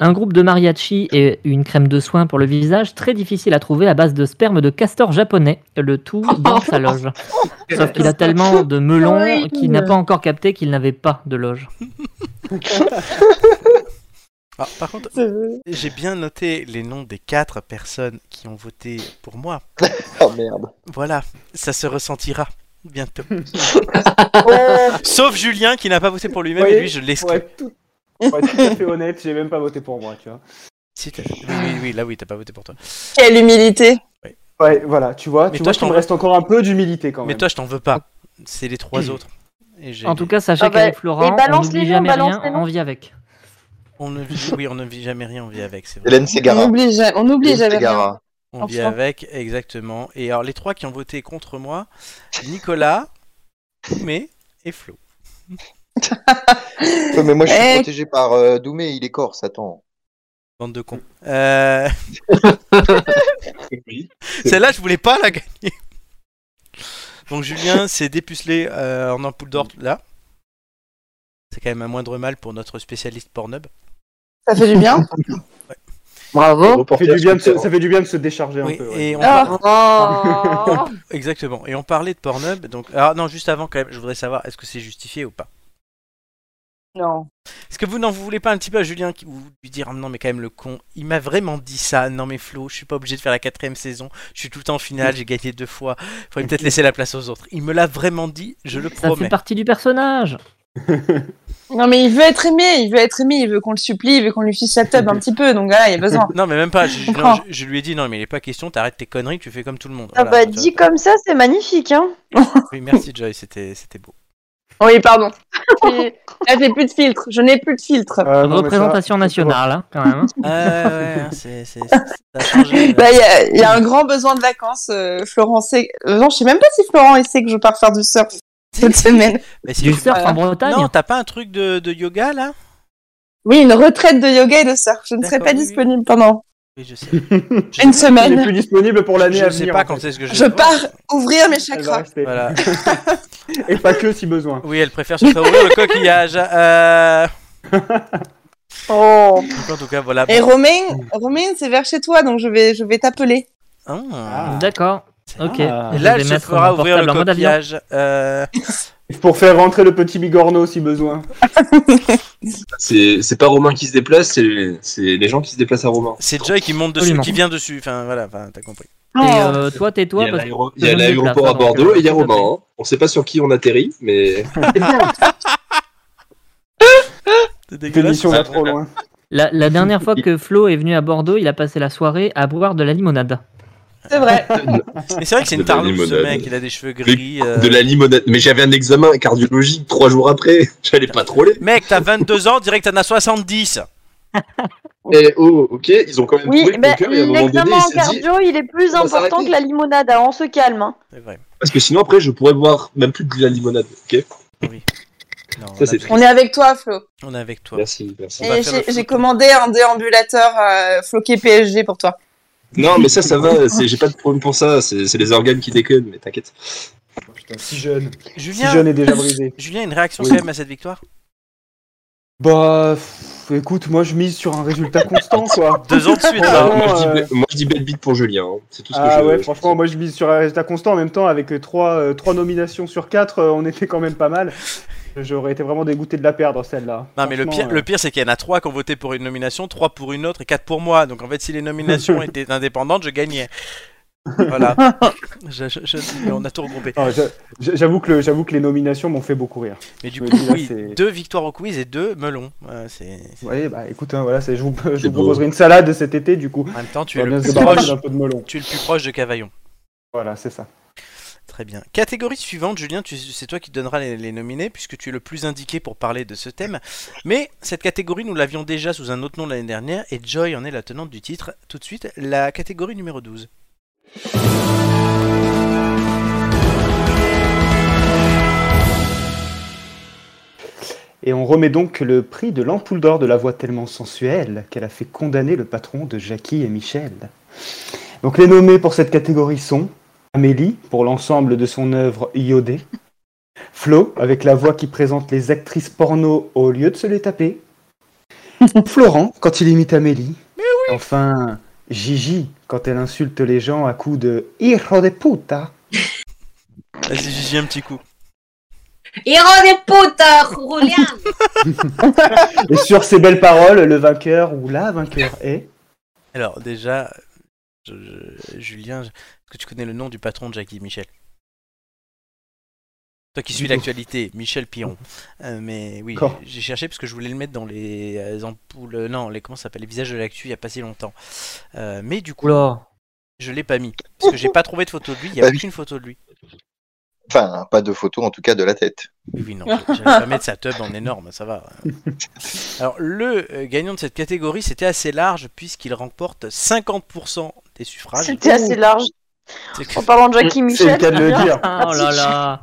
un groupe de mariachi et une crème de soin pour le visage très difficile à trouver à base de sperme de castor japonais, le tout dans sa loge. Sauf qu'il a tellement de melons qu'il n'a pas encore capté qu'il n'avait pas de loge. Ah, par contre, j'ai bien noté les noms des quatre personnes qui ont voté pour moi. Oh merde. Voilà, ça se ressentira bientôt. Sauf Julien qui n'a pas voté pour lui-même et lui, je Oh, Pour l'exclus. être tout, pour être tout à fait honnête, j'ai même pas voté pour moi, tu vois. Si, t'as- oui, oui, oui, là oui, t'as pas voté pour toi. Quelle humilité Ouais, voilà, tu vois, Mais tu toi, vois je qu'il t'en- me reste encore un peu d'humilité quand Mais même. toi, je t'en veux pas. C'est les trois autres. Et j'ai- En tout cas, sachez Ah bah, qu'avec Florent, et balance on n'oublie les noms, jamais balance rien, les on noms. en vit avec. on ne vit, oui, on ne vit jamais rien, on vit avec. C'est vrai. Hélène Segara. On oublie, ja- on oublie Hélène jamais rien. Segara. On vit Enfin. avec, exactement. Et alors, les trois qui ont voté contre moi, Nicolas, Koumé et Flo. Ouais, mais moi, je suis Eh. protégé par euh, Doumé, il est corse, attends. Bande de cons. Euh, Oui. Celle-là, je voulais pas la gagner. Donc Julien s'est dépucelé euh, en ampoule d'or là. C'est quand même un moindre mal pour notre spécialiste Pornhub. Ça fait du bien. Bravo. ça, fait Hein du bien de se, ça fait du bien de se décharger Oui, un peu. ouais. et on Ah. par- Oh. Exactement. Et on parlait de Pornhub. Donc... Ah non, juste avant quand même, je voudrais savoir est-ce que c'est justifié ou pas. Non. Est-ce que vous n'en voulez pas un petit peu à Julien qui vous lui dire Ah, non mais quand même le con, il m'a vraiment dit ça. Non mais Flo, je suis pas obligé de faire la quatrième saison. Je suis tout le temps en finale, j'ai gagné deux fois. Faudrait peut-être laisser la place aux autres. Il me l'a vraiment dit, je le Ça fait promets. partie du personnage. Non, mais il veut être aimé, il veut être aimé, il veut qu'on le supplie, il veut qu'on lui fiche sa teub un petit peu, donc voilà, il y a besoin. Non, mais même pas. Je, comprends. non, je- je lui ai dit non, mais il est pas question. T'arrêtes tes conneries, tu fais comme tout le monde. Ah Voilà, bah, tu vois. dit comme ça, c'est magnifique, hein. Oui, merci Joy, c'était c'était beau. Oui, pardon. J'ai- Là, j'ai plus de filtre, je n'ai plus de filtre. Euh, non, mais ça- Représentation nationale, hein, quand même. Ah ouais, ouais, hein, c'est c'est- c'est- ça a changé. hein. Là, il y a- il y, a un grand besoin de vacances. euh, Florent sait. euh, non, je sais même pas si Florent il sait que je pars faire du surf cette semaine. Mais si Du tu- surf en Non, Bretagne. t'as pas un truc de, de yoga là Oui, une retraite de yoga et de surf. Je ne serai D'accord, pas oui, oui. disponible pendant Oui, je sais. une Il est semaine. plus disponible pour l'année Je à sais venir, pas en quand fait. est-ce que je. Je vais pars ouvrir mes Elle va chakras. rester. Voilà. Et pas que si besoin. Oui, elle préfère se faire ouvrir le coquillage. Euh... Oh. donc, en tout cas, voilà. Et Romain, Romain, c'est vers chez toi, donc je vais, je vais t'appeler. Ah. D'accord. Ok. Ah. Et Je là, vais elle se mettre fera mon ouvrir le portable en mode avion. coquillage. Euh... Pour faire rentrer le petit bigorneau si besoin. C'est c'est pas Romain qui se déplace, c'est c'est les gens qui se déplacent à Romain. C'est Joy qui monte dessus, Absolument. qui vient dessus. Enfin, voilà, enfin, t'as compris. Et euh, toi, Il tais-toi. y a parce l'aéro- que il y a je me déplace, l'aéroport à hein, donc, Bordeaux euh, et il y a tout à fait. Romain. hein. On sait pas sur qui on atterrit, mais C'est Cette dégueulasse. Ah, émission va trop loin. La, la dernière fois que Flo est venu à Bordeaux, il a passé la soirée à boire de la limonade. C'est vrai. Mais c'est vrai que c'est une De la tarlouse ce limonade. mec, il a des cheveux gris. euh, de la limonade. Mais j'avais un examen cardiologique trois jours après. J'allais pas troller. Mec, t'as 22 ans, direct t'en as 70. Et oh, ok, ils ont quand même Oui, trouvé que ben, Conker, il y a un moment donné, l'examen il en s'est dit, cardio, il est plus on va important s'arrêter. que la limonade. hein, on se calme. hein. Parce que sinon, après, je pourrais boire même plus de la limonade, ok Ça, c'est On est avec toi, Flo. On est avec toi. Merci, merci. Et j'ai- j'ai commandé un déambulateur euh, floqué PSG pour toi. Non, mais ça, ça va, c'est- j'ai pas de problème pour ça, c'est c'est les organes qui déconnent, mais t'inquiète. Si jeune. Julien, Si jeune est déjà brisé. Julien, une réaction Oui. quand même à cette victoire Bah, pff, écoute, moi je mise sur un résultat constant, quoi. Deux ans de suite, Ah, Franchement, moi, je dis, euh, be- moi, je dis belle bite pour Julien, hein. c'est tout ce que Ah je ouais, franchement, moi je mise sur un résultat constant. En même temps, avec euh, 3, nominations sur 4, on était quand même pas mal. J'aurais été vraiment dégoûté de la perdre, celle-là. Non, mais le Franchement, euh. pire, le pire c'est qu'il y en a trois qui ont voté pour une nomination, trois pour une autre et quatre pour moi. Donc en fait, si les nominations étaient indépendantes, je gagnais. Voilà. Je- je- je- on a tout regroupé. euh, ah, j'a- j'a- J'avoue que, le- j'avoue que les nominations m'ont fait beaucoup rire. Mais du Je me coup, dis, là, oui, c'est- deux victoires au quiz et deux melons. Ouais, c'est- c'est- Ouais, bah écoute, hein, voilà, c'est- je vous, je vous beau. proposerai une salade cet été, du coup. En même temps, tu On es, va le Bah, bien se plus débarrasser proche, d'un peu de melon. tu es le plus proche de Cavaillon. Voilà, c'est ça. Très bien. Catégorie suivante, Julien, tu- c'est toi qui donneras les, les nominés, puisque tu es le plus indiqué pour parler de ce thème. Mais cette catégorie, nous l'avions déjà sous un autre nom l'année dernière, et Joy en est la tenante du titre. Tout de suite, la catégorie numéro 12. Et on remet donc le prix de l'ampoule d'or de la voix tellement sensuelle qu'elle a fait condamner le patron de Jackie et Michel. Donc les nommés pour cette catégorie sont Amélie pour l'ensemble de son œuvre IOD, Flo avec la voix qui présente les actrices porno au lieu de se les taper, Florent quand il imite Amélie, Et enfin Gigi quand elle insulte les gens à coups de hijo de puta. Vas-y, Gigi, un petit coup. Héros des euh, putes, Julian Et sur ces belles paroles, le vainqueur ou la vainqueur est Alors, déjà, je- je- Julien, je- est-ce que tu connais le nom du patron de Jackie Michel Toi qui suis l'actualité, Michel Piron. Euh, mais oui, D'accord. j'ai cherché parce que je voulais le mettre dans les euh, ampoules. euh, Non, les comment ça s'appelle Les visages de l'actu il y a pas si longtemps. Euh, mais du coup, je l'ai pas mis parce que j'ai pas trouvé de photo de lui. Il y a Bah oui. aucune photo de lui. Enfin, pas de photo en tout cas de la tête. Oui, oui, non, j'allais pas mettre sa tub en énorme, ça va. Alors, le euh, gagnant de cette catégorie, c'était assez large puisqu'il remporte 50% des suffrages. C'était assez large. C'est que- En parlant de Jackie Michel. Oh là là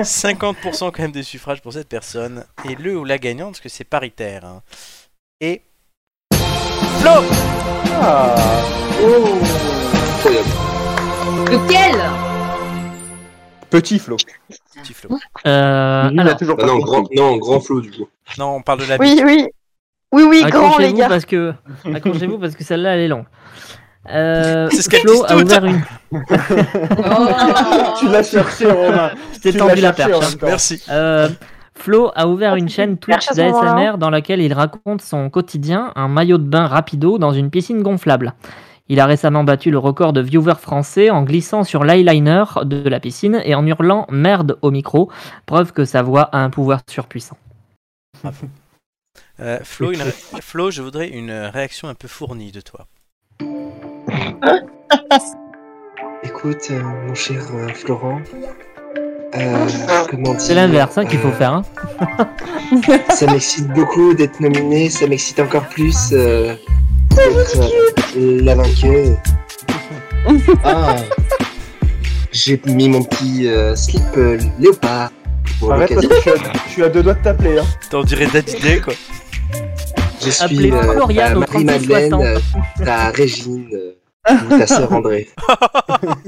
50% quand même des suffrages pour cette personne. Et le ou la gagnante, parce que c'est paritaire. hein. Et. Flo Ah. Oh. Lequel Petit Flo. Petit Flo. Nul n'a Euh, Ah, alors- toujours pas Ah non, compris. grand, non, grand flot du coup. Non, on parle de la Oui, bite. oui. Oui, oui, grand, les Accrochez-vous gars. parce que accrochez-vous parce que celle-là elle est longue. Euh, C'est ce qu'elles Flo disent a toutes. ouvert une. Ah, tu l'as cherché, Romain. Je t'ai Oh, Tu tendu l'as la perche. cherché hein. hein. en même temps. Merci. Euh, Flo a ouvert une chaîne Twitch perche à ce moment-là, d'ASMR dans laquelle il raconte son quotidien, un maillot de bain rapido dans une piscine gonflable. Il a récemment battu le record de viewers français en glissant sur l'eyeliner de la piscine et en hurlant merde au micro, preuve que sa voix a un pouvoir surpuissant. Euh, Flo, une ré- Flo, je voudrais une réaction un peu fournie de toi. Écoute, euh, mon cher euh, Florent, euh, Ah. comment dire C'est l'inverse hein, qu'il faut euh, faire. hein. ça m'excite beaucoup d'être nominé, ça m'excite encore plus euh, d'être euh, la vainqueuse. Ah, j'ai mis mon petit euh, slip euh, léopard pour Arrête parce l'occasion. que je suis à- je suis à deux doigts de t'appeler. Hein. T'en dirais d'Adidé, quoi. Je suis Appelez euh, Florian ta au Marie-Madeleine, 36-60. euh, ta Régine euh, ou ta sœur André.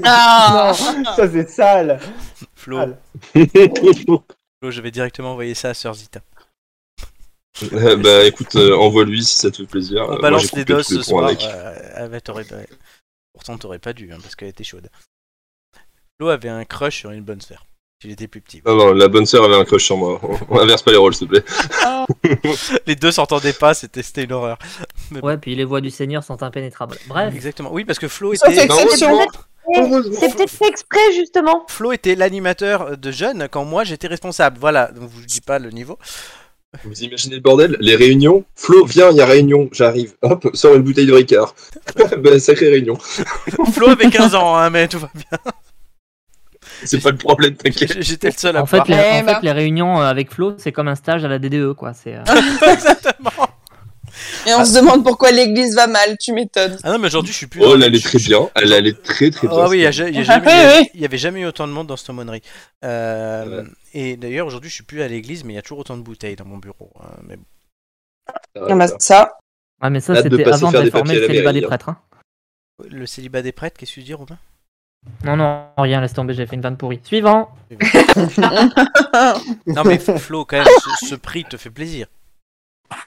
Ah Non, ça c'est sale. Flo, Sale. Flo, je vais directement envoyer ça à Sœur Zita. Euh, bah écoute, euh, envoie-lui si ça te fait plaisir. Euh, On moi, j'ai balance coupé les doses tous les ce ponts soir. avec. euh, ah bah, t'aurais pas- Pourtant, t'aurais pas dû, hein, parce qu'elle était chaude. Flo avait un crush sur une bonne sphère. Il était plus petit. Non, non, la bonne sœur avait un crush sur moi. On- On inverse pas les rôles, s'il te plaît. Les deux s'entendaient pas, c'était c'était une horreur. Mais bon, Ouais, puis les voix du Seigneur sont impénétrables. Bref, exactement. Oui, parce que Flo Ça, c'est était, Non, exception. C'est peut-être fait exprès, justement. Flo était l'animateur de jeunes quand moi j'étais responsable. Voilà, donc je vous dis pas le niveau. Vous imaginez le bordel Les réunions Flo, viens, il y a réunion. J'arrive. Hop, sors une bouteille de Ricard. bah, sacrée réunion. Flo avait 15 ans, hein, mais tout va bien. C'est pas le problème, t'inquiète. J- J'étais le seul à en fait, voir. les, Eh en ben. E, fait, les réunions euh, avec Flo, c'est comme un stage à la DDE quoi. C'est euh, Exactement. Et Ah. on se demande pourquoi l'église va mal, tu m'étonnes. Ah non, mais aujourd'hui, je suis plus. Oh, elle allait très bien. Elle allait très très bien. Ah oui, il y a ja- il y a jamais- Ah il y a- oui. il y avait jamais eu autant de monde dans cette aumônerie. Euh, Et d'ailleurs, aujourd'hui, je suis plus à l'église, mais il y a toujours autant de bouteilles dans mon bureau. hein, mais bon. Ah bah, ça. Ouais, mais ça, Hâte de c'était passer avant de faire des réformer papiers à le la célibat mairie, des hein. prêtres. hein. Le célibat des prêtres, qu'est-ce que tu dis, Romain Non, non, rien, laisse tomber, j'ai fait une vanne pourrie. Suivant Non, mais Flo, quand même, ce, ce prix te fait plaisir.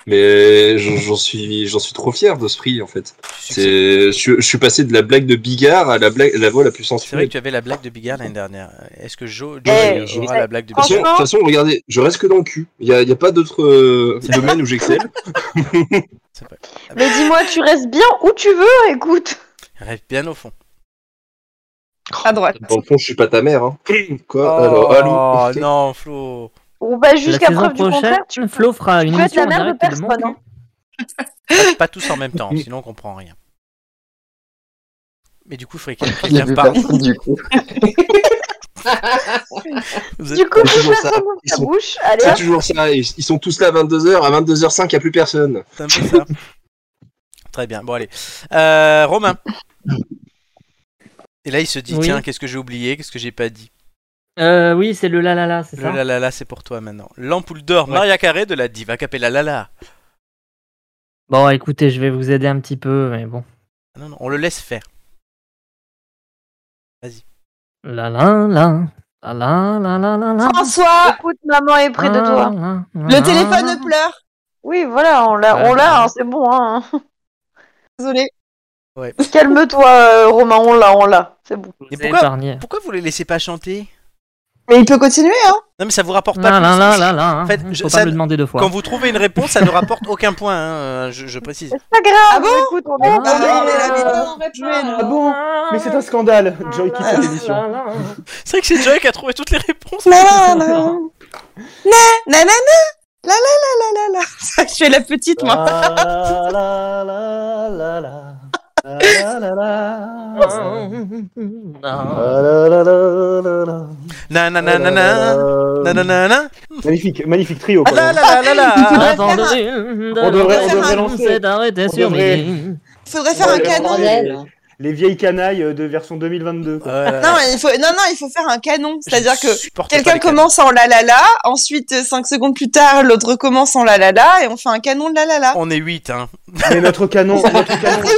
Mais j'en j'en suis, j'en suis trop fier de ce prix en fait. C'est, je, je suis passé de la blague de Bigard à la blague, la voix la plus C'est vrai sensuelle. que tu avais la blague de Bigard l'année dernière. Est-ce que Jo, Jo Eh, aura la blague de De toute façon- de toute Bigard façon, regardez, je reste que dans le cul. Il n'y a, y a pas d'autre euh, domaine où j'excelle. Mais dis-moi, tu restes bien où tu veux, écoute. Reste bien au fond. À droite. Dans le fond, je suis pas ta mère. Hein. Quoi Oh, Alors, allô non, Flo. Ou bah La jusqu'à saison preuve du contraire, prochaine, tu Flo fera une peux être émission la en mère de direct de personne. hein. Pas, pas tous en même temps, sinon on comprend rien. Mais du coup, il faudrait qu'il y ait Il y quelqu'un a plus parle. personne, du coup. Vous êtes- Du coup, C'est tu toujours fais ça. ça dans Ils ta sont- bouche. Allez, C'est hop. toujours ça. Ils, ils sont tous là à 22h. À 22h05, il n'y a plus personne. C'est un peu ça. Très bien, bon allez. Euh, Romain. Et là, il se dit, Oui. tiens, qu'est-ce que j'ai oublié, qu'est-ce que j'ai pas dit Euh, oui, c'est le la la la, c'est Le ça la la la, c'est pour toi maintenant. L'ampoule d'or, Maria Carré de la diva Capella la la. Bon, écoutez, je vais vous aider un petit peu, mais bon. Non, non, on le laisse faire. La la la. La la la la la la. François Écoute, maman est près de Ah. toi. Le téléphone pleure. Oui, voilà, on l'a, on l'a, hein, c'est bon. Hein. Désolé. Ouais. Calme-toi, euh, Romain, on l'a, on l'a, c'est bon. Mais êtes pourquoi, épargnés. pourquoi vous les laissez pas chanter Mais il peut continuer, hein Non, mais ça vous rapporte pas La la plus. la la la. En fait, Faut je- pas ça- me le demander deux fois. Quand vous trouvez une réponse, ça ne rapporte aucun point, hein, euh, je, je précise. Pas grave, Ah bon écoute, on Ah, est. bah oui, mais la vidéo, on va jouer, Ah là. bon Ah. Mais c'est un scandale Joy quitte cette émission. C'est vrai que c'est Joy qui a trouvé toutes les réponses. Na, na, na. Na, na, na, na. La, la, la, la, la, la. Je fais la petite, Ah. moi. Ah. Nananana, Oh nananana. Magnifique, magnifique trio. quand Ah, La même. la la la la. On devrait, on devrait lancer. d'arrêter On sur devrait- lui. Ah. Faudrait faire un Ouais, canon. Les, les vieilles canailles de version 2022. quoi. Euh, Non, il faut, non, non, il faut faire un canon. C'est-à-dire que supporte pas quelqu'un les canons. commence en la la la, ensuite, euh, cinq secondes plus tard, l'autre recommence en la la la, et on fait un canon de la la la. On est 8, hein. Mais notre canon, notre canon,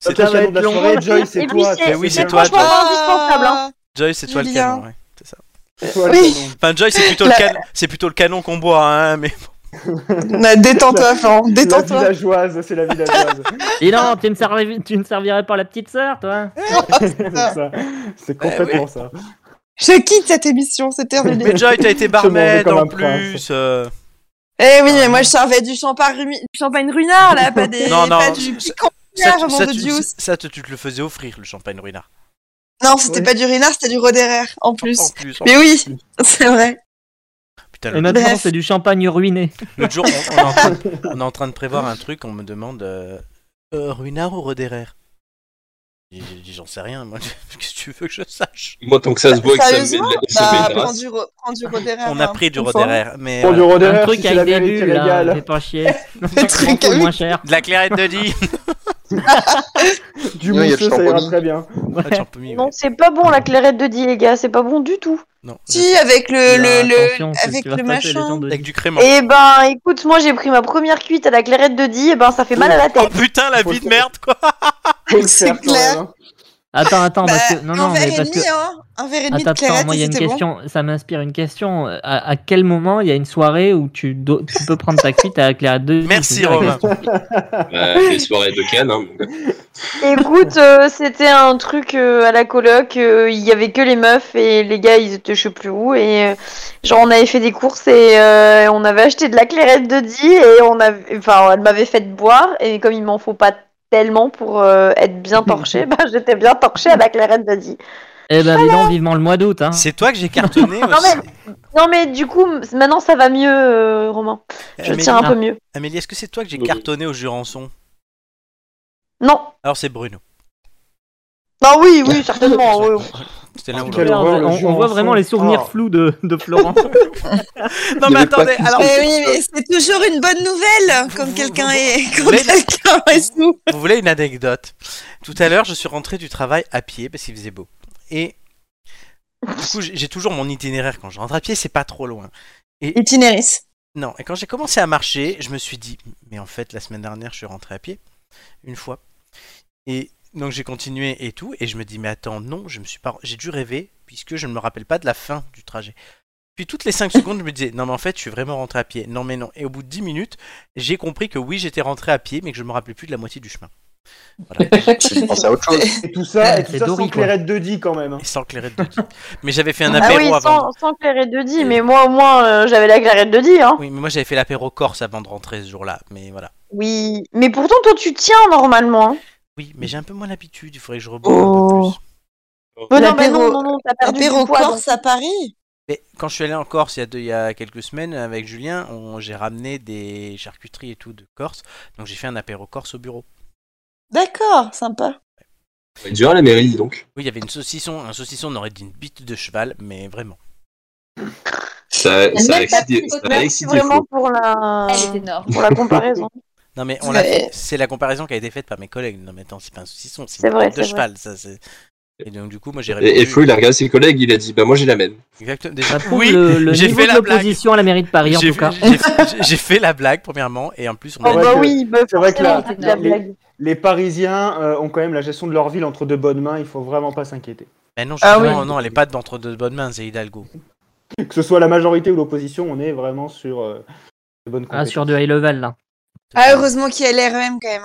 C'est notre canon de la long. soirée, Joy, c'est Et puis toi. Mais c'est oui, c'est c'est toi, franchement Ah. Joy. indispensable. Hein. Joy, c'est toi le Julien. canon, ouais. C'est ça. c'est toi le Oui. canon. Enfin, Joy, c'est plutôt, le La- can- c'est plutôt le canon qu'on boit, hein, mais Ah, Détends-toi, Florent, La détends-toi. villageoise, c'est la villageoise. Dis donc, tu me, servi- tu me servirais pas la petite sœur, toi Ah, c'est ça. C'est Bah complètement ça. Je quitte cette émission, c'est terminé. Mais Joy, t'as été m'en barmaid vais comme en un prince. plus. euh, Eh oui, mais moi je servais du champagne, rumi- du champagne ruinard là, pas des, Non, non, pas du ça- piquant Ça, ruinard, tu, mon ça, de tu- Dieu. ça, tu- tu te le faisais offrir, le champagne ruinard. Non, c'était Ouais. pas du ruinard, c'était du roderer en plus. En plus. en Mais plus. oui, c'est vrai. Putain, Et l'autre maintenant, Bref. c'est du champagne ruiné. l'autre jour, on, on est en train, on est en train de prévoir un truc, on me demande euh, euh, ruinard ou Roderer J'ai dit, j'en sais rien, moi. Qu'est-ce que tu veux que je sache Moi, tant que ça se voit et que ça me met, Sérieusement ça me met Bah, une prends race. du, ro- prends du Ah, roderer. On a hein, pris du une fois. Roderer, mais. Pour euh, du Un Roderer, truc si c'est avec la des vérité bulles, là, fais régale. pas chier. Des trucs à Beaucoup lui. moins cher. De la clairette de lit Du Non, il y a le mousseux, ça ira champagne. très bien. Ah, j'en peux mis, ouais. Non, c'est pas bon la clairette de dit, les gars, c'est pas bon du tout. Non, je- Si, avec le, Euh, le, Attention, le, parce que avec tu vas le taper les gens machin. de- Avec du crément. Eh ben, écoute, moi j'ai pris ma première cuite à la clairette de dit, et ben ça fait mal à la Oh tête. putain, la Faut vie de le- merde, quoi Ah. Faut le C'est faire, quand clair. même, hein. Attends, attends, Bah, parce que... Non, un non, verre mais et parce que... demi, hein. Un verre et demi Attends, de clairette, attends, moi il y a et une c'était bon. question, ça m'inspire une question. À, à quel moment il y a une soirée où tu, do- tu peux prendre ta cuite avec la deux Merci, je veux dire, Romain. Euh, les soirées de Cannes. hein. Écoute, euh, c'était un truc euh, à la coloc, euh, il y avait que les meufs et les gars ils étaient je sais plus où et euh, genre on avait fait des courses et euh, on avait acheté de la clairette de dit et on avait, enfin elle m'avait fait boire et comme il m'en faut pas tellement pour euh, être bien torchée, bah j'étais bien torchée à la clairette de dit. Eh ben, dis donc, vivement le mois d'août. Hein. C'est toi que j'ai cartonné Non, aussi. Non mais du coup m- maintenant ça va mieux euh, Romain, je Amélie, tiens un peu mieux. Amélie, est-ce que c'est toi que j'ai Oui. cartonné au Jurançon Non, Alors c'est Bruno. non Ah, oui oui Bah certainement. oui. C'était l'un ou Quelle horreur, l'autre. le On- on voit vraiment les Oh. souvenirs flous de, de Florent. Non, mais attendez, alors. Mais oui, mais c'est toujours une bonne nouvelle quand quelqu'un est. Quand voulez- quelqu'un est sous. ah, Vous voulez une anecdote Tout à l'heure, je suis rentré du travail à pied parce qu'il faisait beau. Et du coup, j'ai j'ai toujours mon itinéraire quand je rentre à pied, c'est pas trop loin. Et... Itinéris. Non, et quand j'ai commencé à marcher, je me suis dit, mais en fait, la semaine dernière, je suis rentré à pied, une fois. Et donc j'ai continué et tout, et je me dis, mais attends, non, je me suis pas... J'ai dû rêver, puisque je ne me rappelle pas de la fin du trajet. Puis toutes les 5 secondes, je me disais, non mais en fait, je suis vraiment rentré à pied. Non mais non. Et au bout de 10 minutes, j'ai compris que oui, j'étais rentré à pied, mais que je me rappelais plus de la moitié du chemin. Je pensais à autre chose. Et tout ça, et tout C'est ça Dory, sans quoi. Clairette de Die quand même. hein. Sans clairette de Die. Mais j'avais fait un Ah apéro oui, avant. de- sans, sans clairette de Die, mais moi au moins euh, j'avais la clairette de Die. Hein. Oui, mais moi j'avais fait l'apéro corse avant de rentrer ce jour-là. Mais voilà. Oui, mais pourtant toi tu tiens normalement. hein. Oui, mais j'ai un peu moins l'habitude, il faudrait que je rebondisse Oh. un peu plus. Mais non, mais L'apéro- non, non, non, t'as perdu du Apéro poids. donc. Corse à Paris Mais quand je suis allé en Corse il y a, deux- il y a quelques semaines avec Julien, on- j'ai ramené des charcuteries et tout de Corse. Donc j'ai fait un apéro corse au bureau. D'accord, sympa. Il dure à la mairie, dis donc. Oui, il y avait une saucisson. Un saucisson, on aurait dit une bite de cheval, mais vraiment. Ça, ça a Même pas excité, de ça photo, a c'est excité vraiment Flo. pour la... Ah. Elle est énorme. pour la comparaison. Oh, Non, mais on l'a Ouais. fait- c'est la comparaison qui a été faite par mes collègues. Non, mais attends, c'est pas un saucisson, c'est C'est une vrai, bite de c'est vrai. cheval. Ça, c'est... Et donc, du coup, moi j'ai répondu. Et, et Flo, il a regardé ses collègues, il a dit Bah, moi j'ai la même. Exactement. Déjà, prouve oui, le, le j'ai niveau fait de la blague. l'opposition à la mairie de Paris, en J'ai- tout cas. j'ai- j'ai- j'ai fait la blague, premièrement, et en plus, on Ah a Ouais, bah que- oui, bah, C'est vrai que forcément, là, c'est de la les, blague. les Parisiens euh, ont quand même la gestion de leur ville entre de bonnes mains, il faut vraiment pas s'inquiéter. Mais non, Ah justement, oui. non, elle est pas d'entre deux bonnes mains, c'est Hidalgo. Que ce soit la majorité ou l'opposition, on est vraiment sur euh, de bonnes Ah, compétences. sur du high level, là. Ah, heureusement qu'il y a l'REM quand même.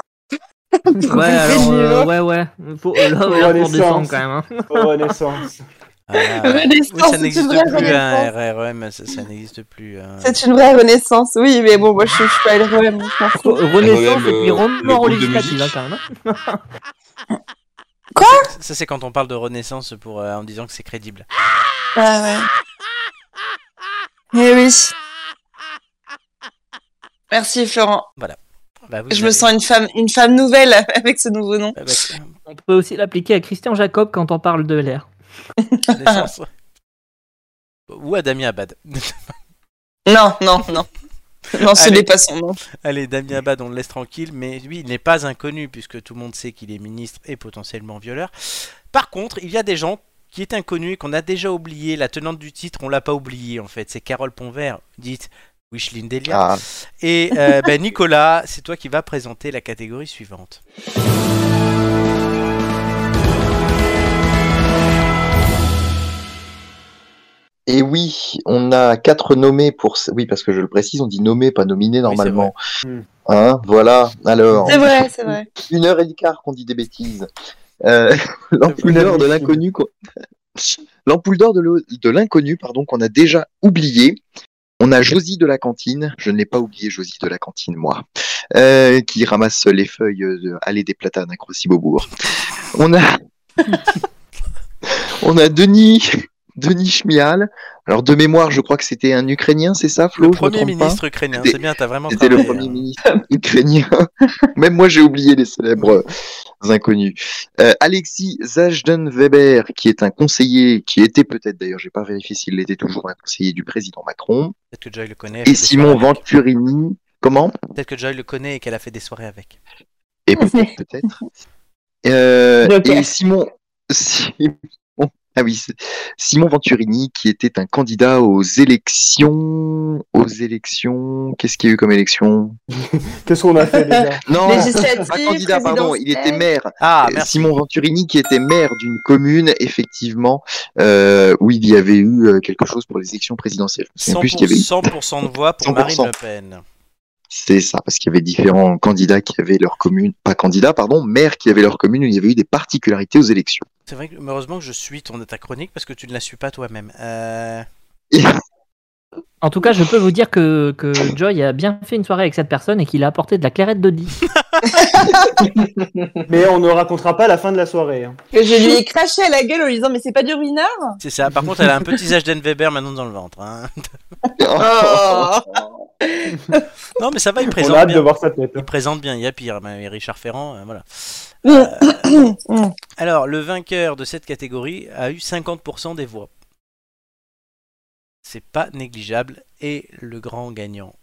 Ouais, alors, euh, ouais, ouais. Faut, euh, là, Faut là, pour Renaissance. descendre, quand même. hein. Renaissance. Ah, Renaissance, oui, ça c'est une n'existe vraie plus, hein, renaissance. RREM, ça, ça n'existe plus. hein. C'est une vraie renaissance, oui, mais bon, moi je suis je suis pas l'REM, je m'en fous. Faut- Renaissance Renaissance, et puis euh, le remords groupe de législative, hein, musique. quand même. hein. Ça, c'est quand on parle de renaissance pour, euh, en disant que c'est crédible. Ah ouais. Eh oui. Merci Florent. Bah, vous Je avez- me sens une femme, une femme nouvelle avec ce nouveau nom. Bah, bah, On peut aussi l'appliquer à Christian Jacob quand on parle de l'air. renaissance. Ou à Damien Abad. Non, non, non. Non, ce Allez. n'est pas son nom. Allez, Damien Abad, on le laisse tranquille, mais lui, il n'est pas inconnu, puisque tout le monde sait qu'il est ministre et potentiellement violeur. Par contre, il y a des gens qui est inconnu, qu'on a déjà oublié, la tenante du titre, on l'a pas oublié en fait, c'est Carole Ponvert, dite Wishline Delia. Ah, Et euh, ben, Nicolas, c'est toi qui vas présenter la catégorie suivante. Et oui, on a quatre nommés pour. ce- Oui, parce que je le précise, on dit nommé, pas nominé normalement. vrai. Hmm. Hein, voilà. Alors, C'est vrai, c'est vrai. une heure et quart qu'on dit des bêtises. Euh, L'ampoule d'or de l'inconnu. qu'on- L'ampoule d'or de l'o- de l'inconnu, pardon, qu'on a déjà oublié. On a Josie de la cantine. Je ne l'ai pas oublié, Josie de la cantine, moi, Euh, qui ramasse les feuilles euh, de Allée des platanes à Croissy-Beaubourg. On a. on a Denis. Denis Schmial. Alors, de mémoire, je crois que c'était un Ukrainien, c'est ça, Flo Le je me premier trompe pas ministre ukrainien, C'était- c'est bien, t'as vraiment c'était le travaillé, premier hein. ministre ukrainien. Même moi, j'ai oublié les célèbres inconnus. Euh, Alexis Zajden-Weber, qui est un conseiller, qui était peut-être, d'ailleurs, j'ai pas vérifié s'il l'était toujours, un conseiller du président Macron. Peut-être que Joy le connaît. elle Et fait des Simon soirées avec. Venturini. Comment Peut-être que Joy le connaît et qu'elle a fait des soirées avec. Et peut-être, peut-être. Euh, Joker. et Simon, Simon, ah oui, c'est- Simon Venturini, qui était un candidat aux élections, aux élections, qu'est-ce qu'il y a eu comme élection Qu'est-ce qu'on a fait déjà Non, Législative, pas candidat, pardon, il était présidentielle. maire. Ah, Euh, merci. Simon Venturini, qui était maire d'une commune, effectivement, euh, où il y avait eu euh, quelque chose pour les élections présidentielles. Je 100%, me souviens plus ce qu'il y avait eu. 100% de voix pour Marine 100%. Le Pen. C'est ça, parce qu'il y avait différents candidats qui avaient leur commune, pas candidats, pardon, maires qui avaient leur commune, où il y avait eu des particularités aux élections. C'est vrai que heureusement que je suis ton ta chronique parce que tu ne la suis pas toi-même. Euh, En tout cas, je peux vous dire que, que Joy a bien fait une soirée avec cette personne et qu'il a apporté de la clarette de Die. Mais on ne racontera pas la fin de la soirée. hein. Que je lui ai craché à la gueule en lui disant Mais c'est pas du ruinard C'est ça. Par contre, elle a un petit Zajden Weber maintenant dans le ventre. hein. Oh Non, mais ça va, il On présente a hâte bien. de voir sa tête. Il présente bien. Il y a pire. mais Richard Ferrand, euh, voilà. Alors, le vainqueur de cette catégorie a eu 50% des voix. C'est pas négligeable. Et le grand gagnant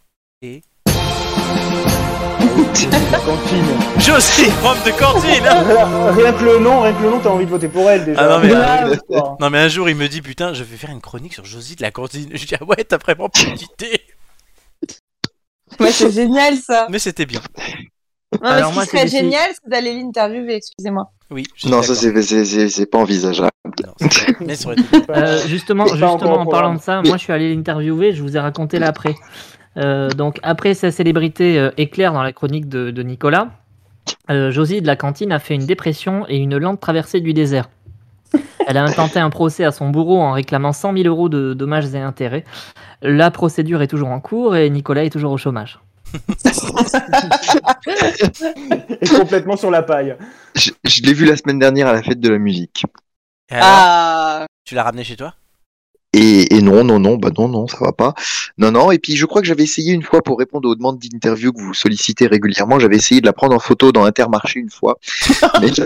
est. Jocelyne Rome de Cantine hein. Rien que le nom, rien que le nom, t'as envie de voter pour elle déjà. Ah non mais, Ah, euh, ouais. non mais un jour il me dit putain je vais faire une chronique sur Josie de la cantine. Je dis ah ouais t'as vraiment pas d'idée. Ouais, c'est génial ça. Mais c'était bien. Non, mais ce qui serait génial, c'est d'aller l'interviewer, excusez-moi. Oui. je suis Non, ça d'accord. c'est- c'est c'est- c'est pas envisageable. Mais ça aurait été bien. Euh, justement, C'est pas encore justement au en parlant programme. de ça, moi je suis allé l'interviewer, je vous ai raconté l'après. Euh, donc après sa célébrité euh, éclair dans la chronique de, de Nicolas, euh, Josie de la cantine a fait une dépression et une lente traversée du désert. Elle a intenté un procès à son bourreau en réclamant 100 000 euros de dommages et intérêts. La procédure est toujours en cours et Nicolas est toujours au chômage. Et complètement sur la paille. Je, je l'ai vu la semaine dernière à la fête de la musique. Et alors, Ah. Ah. Tu l'as ramené chez toi Et, et non, non, non, bah non, non, ça va pas. Non, non, et puis je crois que j'avais essayé une fois pour répondre aux demandes d'interview que vous sollicitez régulièrement, j'avais essayé de la prendre en photo dans Intermarché une fois. Mais je-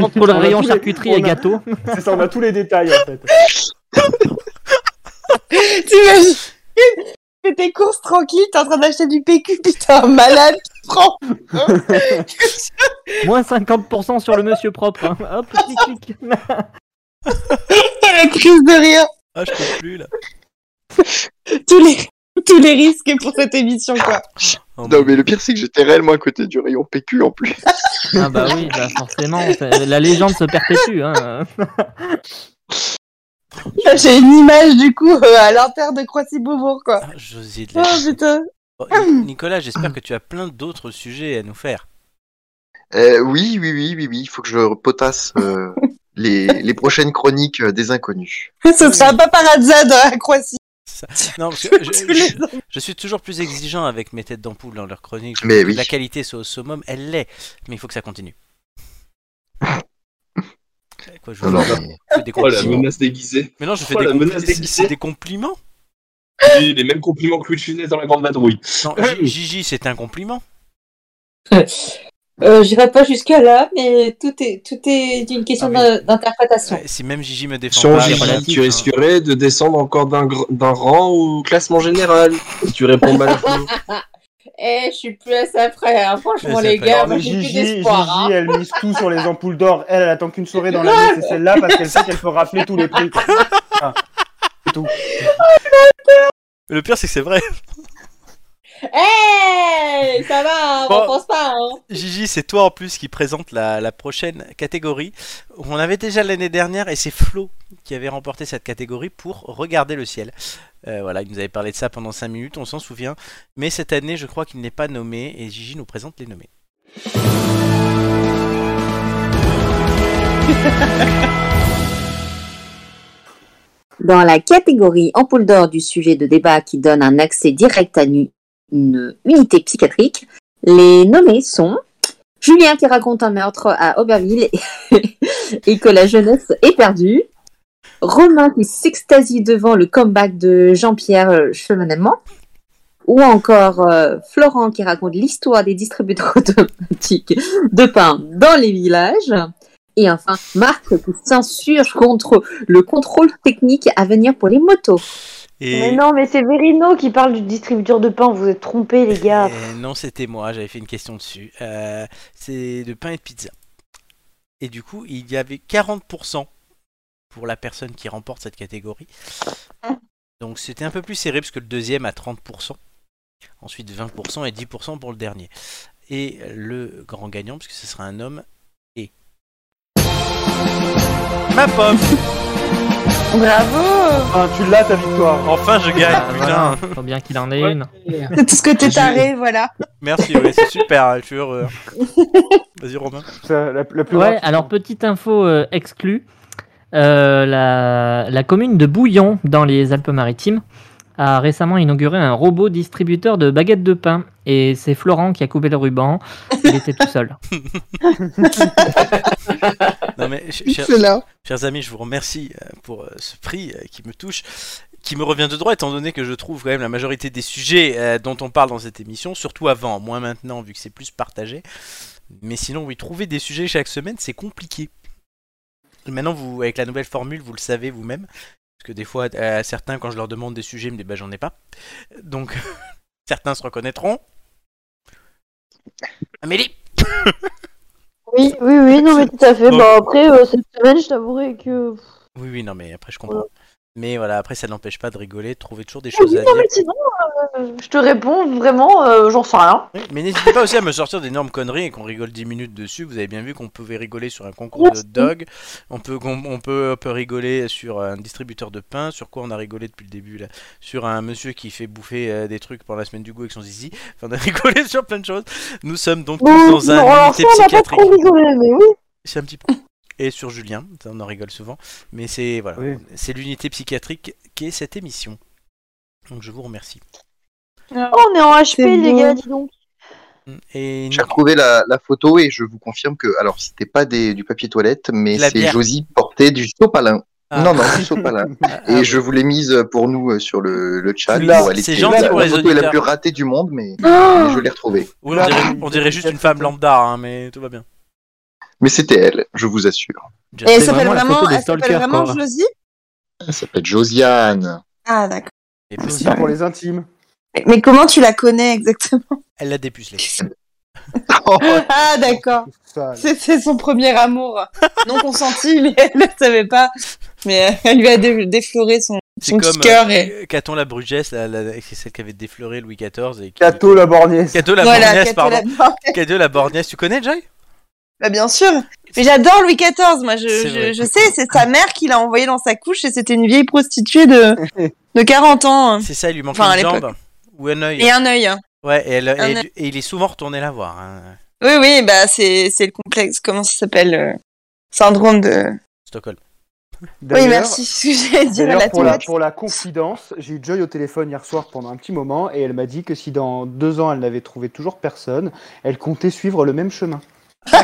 Entre le On a rayon tous les- charcuterie on et a- gâteaux. C'est ça, on a tous les détails en fait. T'imagines Fais tes courses tranquille, t'es en train d'acheter du PQ, putain, malade, tu prends. Moins 50% sur le monsieur propre. hein. Hop, clic, clic. La crise de rire. Ah, je peux plus là. Tous les, tous les risques pour cette émission, quoi. Oh non, mais le pire, c'est que j'étais réellement à côté du rayon PQ en plus. Ah bah oui, bah forcément, c'est- la légende se perpétue. Hein. Là, J'ai une image du coup euh, à l'intérieur de Croissy-Beaubourg, quoi. Josie Ah, de la Oh putain. Bon, Ni- Nicolas, j'espère que tu as plein d'autres sujets à nous faire. Euh, oui, oui, oui, oui, oui, il faut que je potasse euh, les, les prochaines chroniques euh, des inconnus. Ce sera pas paparazade à Croissy. Ça- Non, parce que je, je- je suis toujours plus exigeant avec mes têtes d'ampoule dans leurs chroniques. Je Mais veux que oui. La qualité soit au summum, elle l'est, mais il faut que ça continue. Eh, Quoi, je vous Alors, fais- je fais des Oh la compliments. menace déguisée. Mais non, je fais Oh, des la compliments. menace C'est- déguisée. C'est des compliments. Oui, les mêmes compliments que Louis de Funès dans la grande vadrouille. Non, G- Gigi, c'est un compliment. Euh, J'irai pas jusqu'à là, mais tout est, tout est une question d'in- d'interprétation. Si même Gigi me défend Sans pas, Gigi, relatif, tu hein. risquerais de descendre encore d'un gr- d'un rang au classement général. tu réponds mal. Eh, je suis plus à ça près, hein. franchement, Mais les ça Ah, gars, fait- moi j'ai plus Gigi, d'espoir. hein. hein. Gigi, elle mise tout sur les ampoules d'or. Elle, elle attend qu'une soirée dans la vie, c'est celle-là parce qu'elle sait qu'elle peut rafler tous les prix. quoi. Ah, c'est tout. Le pire, c'est que c'est vrai. hein. Eh, ça va, on Bon. pense pas. Hein. Gigi, c'est toi en plus qui présente la, la prochaine catégorie. On avait déjà l'année dernière et c'est Flo qui avait remporté cette catégorie pour Regarder le ciel. Euh, voilà, il nous avait parlé de ça pendant 5 minutes, on s'en souvient. Mais cette année, je crois qu'il n'est pas nommé et Gigi nous présente les nommés. Dans la catégorie ampoule d'or du sujet de débat qui donne un accès direct à une une unité psychiatrique, les nommés sont Julien qui raconte un meurtre à Auberville et que la jeunesse est perdue, Romain qui s'extasie devant le comeback de Jean-Pierre euh, Chevènement, ou encore euh, Florent qui raconte l'histoire des distributeurs automatiques de pain dans les villages. Et enfin, Marc qui s'insurge contre le contrôle technique à venir pour les motos. Et, Mais non, mais c'est Verino qui parle du distributeur de pain, vous êtes trompés, les gars. et Eh non, c'était moi, j'avais fait une question dessus. Euh, c'est de pain et de pizza. Et du coup, il y avait 40% pour la personne qui remporte cette catégorie. Donc c'était un peu plus serré parce que le deuxième à 30%, ensuite 20% et 10% pour le dernier. Et le grand gagnant, puisque ce sera un homme, est... Ma pomme Bravo Ah, tu l'as ta victoire. Enfin je gagne, Ah, putain voilà, faut bien qu'il en ait une. C'est tout ce que t'es taré, voilà. Merci, ouais, c'est super, hein, je suis heureux. Vas-y Romain. Oh, Ça, la, la plus Ouais, grave, alors petite info euh, exclue. Euh, la, la commune de Bouillon, dans les Alpes-Maritimes, a récemment inauguré un robot distributeur de baguettes de pain. Et c'est Florent qui a coupé le ruban. Il était tout seul. Non mais, ch- chers, C'est là. chers amis, je vous remercie euh, pour euh, ce prix euh, qui me touche. qui me revient de droit, étant donné que je trouve quand même la majorité des sujets euh, dont on parle dans cette émission, surtout avant, moins maintenant, vu que c'est plus partagé. Mais sinon, oui, trouver des sujets chaque semaine, c'est compliqué. Maintenant, vous, avec la nouvelle formule, vous le savez vous-même. Parce que des fois, euh, certains, quand je leur demande des sujets, ils me disent bah, j'en ai pas. Donc, certains se reconnaîtront. Amélie Oui, oui, oui, non, mais tout à fait. Donc- Oh. Bah, après, euh, cette semaine, je t'avouerai que. Oui, oui, non, mais après, je comprends. Ouais. Mais voilà, après, ça n'empêche pas de rigoler, de trouver toujours des Oui, choses à non, dire. mais sinon, euh, je te réponds vraiment, euh, j'en sais rien. Oui, mais n'hésitez pas aussi à me sortir d'énormes conneries et qu'on rigole 10 minutes dessus. Vous avez bien vu qu'on pouvait rigoler sur un concours de hot dog, on peut, qu'on- on peut, on peut rigoler sur un distributeur de pain, sur quoi on a rigolé depuis le début là Sur un monsieur qui fait bouffer euh, des trucs pendant la semaine du goût avec son zizi. Enfin, on a rigolé sur plein de choses. Nous sommes donc tous Bon, dans un non, alors, unité ça, on n'a pas psychiatrique. trop rigolé, mais oui. C'est un petit peu. Et sur Julien, ça, on en rigole souvent. Mais c'est voilà, c'est l'unité psychiatrique qui est cette émission. Donc je vous remercie. Oh, on est en HP, C'est les beau. gars, dis donc. Et J'ai retrouvé la, la photo et je vous confirme que, alors, c'était pas des, du papier toilette, mais La c'est bière. Josie portée du sopalin. Ah. Non, non, du sopalin. et je vous l'ai mise pour nous euh, sur le, le chat. Tu l'as. Bon, elle C'est était- gentil la, pour la les photo est la auditeurs. plus ratée du monde, mais, Oh, Ah. mais je l'ai retrouvée. Oui, on dirait, on dirait juste une femme lambda, hein, mais tout va bien. Mais c'était elle, je vous assure. Et elle s'appelle Bah, vraiment, elle s'appelle vraiment Josie Elle s'appelle Josiane. Ah, d'accord. C'est pour les intimes. Mais comment tu la connais exactement Elle l'a dépucelé. Ah, d'accord. C'est c'est son premier amour. Non consenti, mais elle ne savait pas. Mais euh, elle lui a dé- défloré son, C'est son petit comme cœur. euh, et- Caton la Brugesse, la- la- c'est celle qui avait défleuré Louis XIV. Et qui... Cato la borgnesse. Cato la Voilà, Borgnesse, Cato pardon. la Borgnesse. Cato la Borgnesse, tu connais Joy Bah, bien sûr. Mais j'adore Louis XIV. Moi, je, C'est vrai. je, je sais, c'est sa mère qui l'a envoyé dans sa couche et c'était une vieille prostituée de, de 40 ans. C'est ça, il lui manque Enfin, une à l'époque. jambe ou un œil. Et un œil. hein. Ouais, et, elle- Un et- œil. et il est souvent retourné la voir. hein. Oui, oui, bah, c'est c'est le complexe. Comment ça s'appelle euh, Syndrome de. Stockholm. Oui, merci. Ce que j'allais dire à D'ailleurs, la pour, la, toilette. pour la confidence, j'ai eu Joy au téléphone hier soir pendant un petit moment et elle m'a dit que si dans deux ans elle n'avait trouvé toujours personne, elle comptait suivre le même chemin.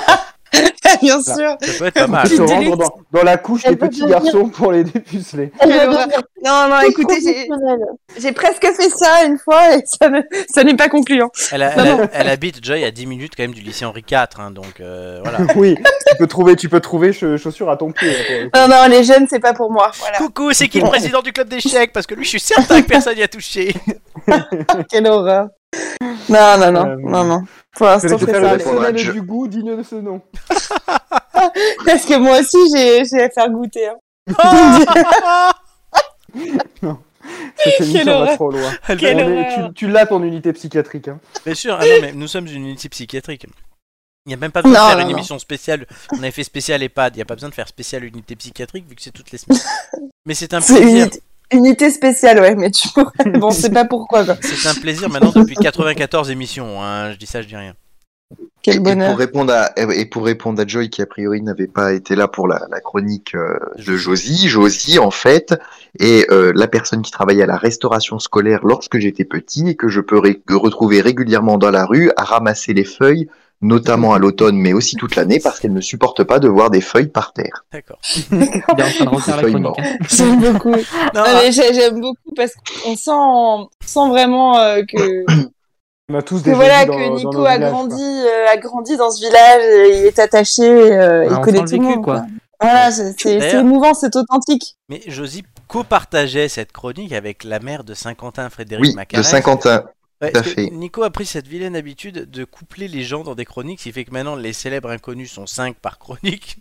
Bien Voilà. sûr. Ça peut être pas mal. Se rendre dans, dans la couche Elle des peut petits devenir- garçons pour les dépuceler. Non, Bah, non, écoutez, j'ai- j'ai presque fait ça une fois et ça ne- ça n'est pas concluant. Elle, a- Non, elle a- non. elle habite Joy à 10 minutes quand même du lycée Henri IV, hein, donc euh, voilà. oui, tu peux trouver, tu peux trouver cha- chaussures à ton pied. là, pour le coup. Non, non, les jeunes, c'est pas pour moi. Voilà. Coucou, c'est qui le président du club d'échecs Parce que lui, je suis certain que personne n'y a touché. Quelle horreur. Non, non, non, Euh, non, non. Pour l'instant, Je je vais faire préfère une les- semaine du goût digne de ce nom. Parce que moi aussi, j'ai j'ai à faire goûter. hein. Cette émission Quelle va horreur. trop loin. Elle Elle va- est- tu tu l'as ton unité psychiatrique. hein. Bien sûr, ah non, mais nous sommes une unité psychiatrique. Il n'y a même pas besoin Non, de faire non, une non. émission spéciale. On avait fait spécial EHPAD. Il n'y a pas besoin de faire spécial unité psychiatrique vu que c'est toutes les semaines. Mais c'est un C'est une plaisir. unité- unité spéciale, ouais, mais tu pourrais- Bon, c'est pas pourquoi, quoi. C'est un plaisir maintenant depuis 94 émissions. hein. Je dis ça, je dis rien. Quel bonheur. pour répondre à, et pour répondre à Joy, qui a priori n'avait pas été là pour la, la chronique euh, de Josie, Josie, en fait, est euh, la personne qui travaillait à la restauration scolaire lorsque j'étais petit et que je peux ré- que retrouver régulièrement dans la rue à ramasser les feuilles, notamment à l'automne, mais aussi toute l'année, parce qu'elle ne supporte pas de voir des feuilles par terre. D'accord. Il est en train de refaire la chronique. hein. J'aime beaucoup. Non, mais j'ai- j'aime beaucoup parce qu'on sent, on sent vraiment euh, que, On a tous que des voilà dans, que dans Nico nos a villages, grandi, euh, a grandi dans ce village, et il est attaché, et, euh, Ah, il on connaît sent le tout le vécu, monde. quoi. quoi. Voilà, c'est c'est- c'est D'ailleurs- émouvant, c'est authentique. Mais Josie copartageait cette chronique avec la mère de Saint-Quentin, Frédéric Oui, Macarès. de Saint-Quentin. Ouais, Tout à parce que fait. Nico a pris cette vilaine habitude de coupler les gens dans des chroniques, ce qui fait que maintenant les célèbres inconnus sont 5 par chronique.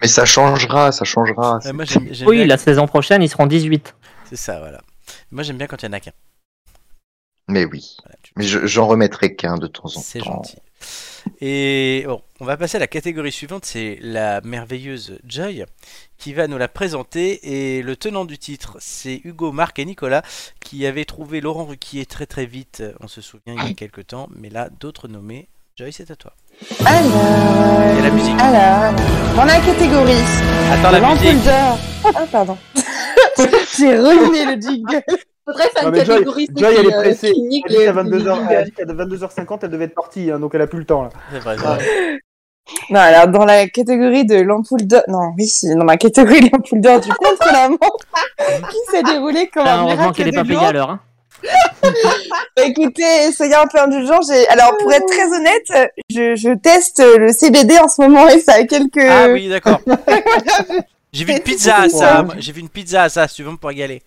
Mais ça changera, ça changera. Ouais, moi, j'aime- j'aime Oui, bien- la saison prochaine, ils seront 18. C'est ça, voilà. Moi j'aime bien quand il y en a qu'un. Mais oui. Mais je- j'en remettrai qu'un de temps en temps. C'est gentil. Et bon, on va passer à la catégorie suivante, c'est la merveilleuse Joy qui va nous la présenter. Et le tenant du titre, c'est Hugo, Marc et Nicolas qui avaient trouvé Laurent Ruquier très très vite, on se souvient, il y a quelques temps. Mais là, d'autres nommés. Joy, c'est à toi. Alors, Il y a la musique. alors, dans la catégorie. Attends, la musique. Lampolder. Ah, pardon. J'ai ruiné le jingle. Faudrait faire Non, une mais Joy, catégorie qui, Joy, elle est euh, pressée. qui nique Elle dit les- qu'à 22h, les elle dit qu'à 22h50, elle devait être partie, hein, donc elle a plus le temps. Là. C'est vrai, Ah. Non, alors dans la catégorie de l'ampoule d'or, non, oui, si, dans la catégorie de l'ampoule d'or du contre la montre, qui s'est déroulée comme Putain, un heureusement miracle qu'elle est de pas payée jour. à l'heure. hein. Bah, Écoutez, soyez un peu indulgents. j'ai- Alors, pour être très honnête, je, je teste le CBD en ce moment et ça a quelques. Ah oui, d'accord. J'ai vu une pizza à c'est ça. ça. moi. J'ai vu une pizza à ça, si tu veux me pour y aller.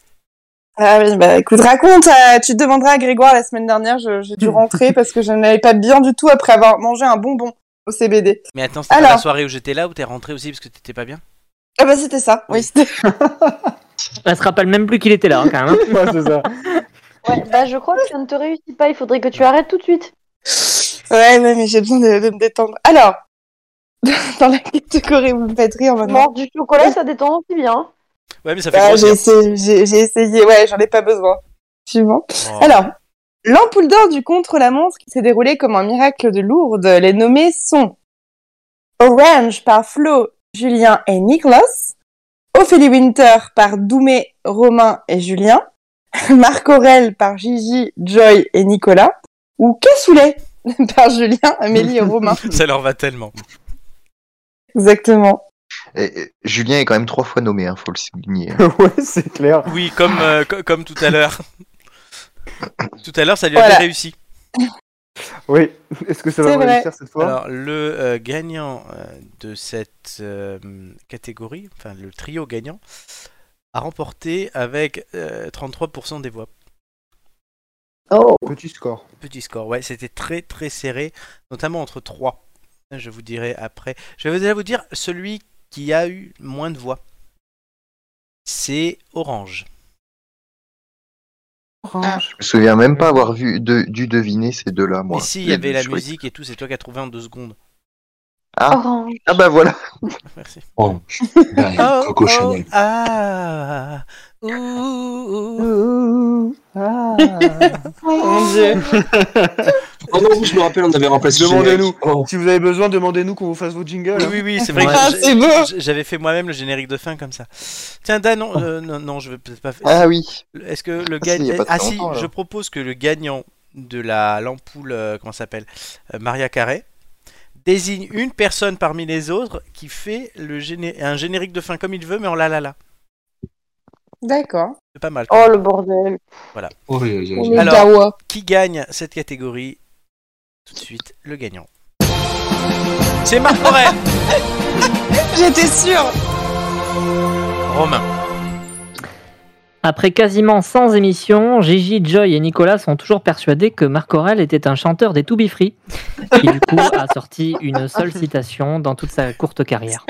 Ah oui, bah écoute, raconte, euh, tu te demanderas à Grégoire la semaine dernière, je- j'ai dû rentrer parce que je n'allais pas bien du tout après avoir mangé un bonbon au CBD. Mais attends, c'était pas Alors. la soirée où j'étais là où t'es rentré aussi parce que t'étais pas bien Ah bah c'était ça, oui, c'était. Elle se rappelle même plus qu'il était là, hein, quand même. ouais, c'est ça. Ouais, bah je crois que ça ne te réussit pas, il faudrait que tu arrêtes tout de suite. Ouais, ouais, mais j'ai besoin de, de me détendre. Alors, dans la catégorie, vous me faites rire maintenant. Mordre du chocolat, ça détend aussi bien. Ouais, mais ça fait Bah, j'ai grossir. essayé, j'ai- j'ai essayé, ouais, j'en ai pas besoin. Suivant. Oh, Alors, l'ampoule d'or du contre-la-montre qui s'est déroulée comme un miracle de Lourdes, les nommés sont Orange par Flo, Julien et Niklas, Ophélie Winter par Doumé, Romain et Julien, Marc Aurel par Gigi, Joy et Nicolas, ou Cassoulet par Julien, Amélie et Romain. Ça leur va tellement. Exactement. Et, et Julien est quand même trois fois nommé, hein, faut le souligner. hein. ouais, c'est clair. Oui, comme, euh, co- comme tout à l'heure. tout à l'heure, ça lui a Voilà. bien réussi. Oui. Est-ce que ça va C'est vous vrai. réussir cette fois Alors, le euh, gagnant euh, de cette euh, catégorie, enfin le trio gagnant, a remporté avec euh, 33% des voix. Oh. Petit score. Petit score, ouais, c'était très très serré, notamment entre 3. Je vous dirai après. Je vais déjà vous dire celui qui a eu moins de voix. C'est Orange. Je me souviens même pas avoir vu, de, dû deviner ces deux-là, moi. Mais si, il y avait la Je- musique et tout, c'est toi qui as trouvé en deux secondes. Ah. Orange. Ah bah voilà. Merci. Orange. Ouais, Bah, Oh, Oh, Coco Chanel. ah, ouh, Oh, Ah. bah Mon dieu. Oh non, je me rappelle, on avait remplacé. Demandez-nous. Chanel. Oh. Si vous avez besoin, demandez-nous qu'on vous fasse vos jingles. Oui, hein. oui, oui, c'est vrai Ah, que c'est beau. j'ai- j'avais fait moi-même le générique de fin comme ça. Tiens, Dan, non, euh, non, non, je vais peut-être pas faire. Ah oui. Est-ce que le Ah, si, il y a gagnant. pas Ah, très si, longtemps, là. je propose que le gagnant de la l'ampoule, euh, comment ça s'appelle Euh, Maria Carré, désigne une personne parmi les autres qui fait le géné- un générique de fin comme il veut, mais en la la la. D'accord. C'est pas mal. quand Oh même. le bordel. Oh, oui, oui, On oui. est Alors- gawa. Qui gagne cette catégorie Tout de suite, le gagnant. C'est Marc Morel J'étais sûre. Romain. Après quasiment 100 émissions, Gigi, Joy et Nicolas sont toujours persuadés que Marc Aurel était un chanteur des To Be Free, qui du coup a sorti une seule citation dans toute sa courte carrière.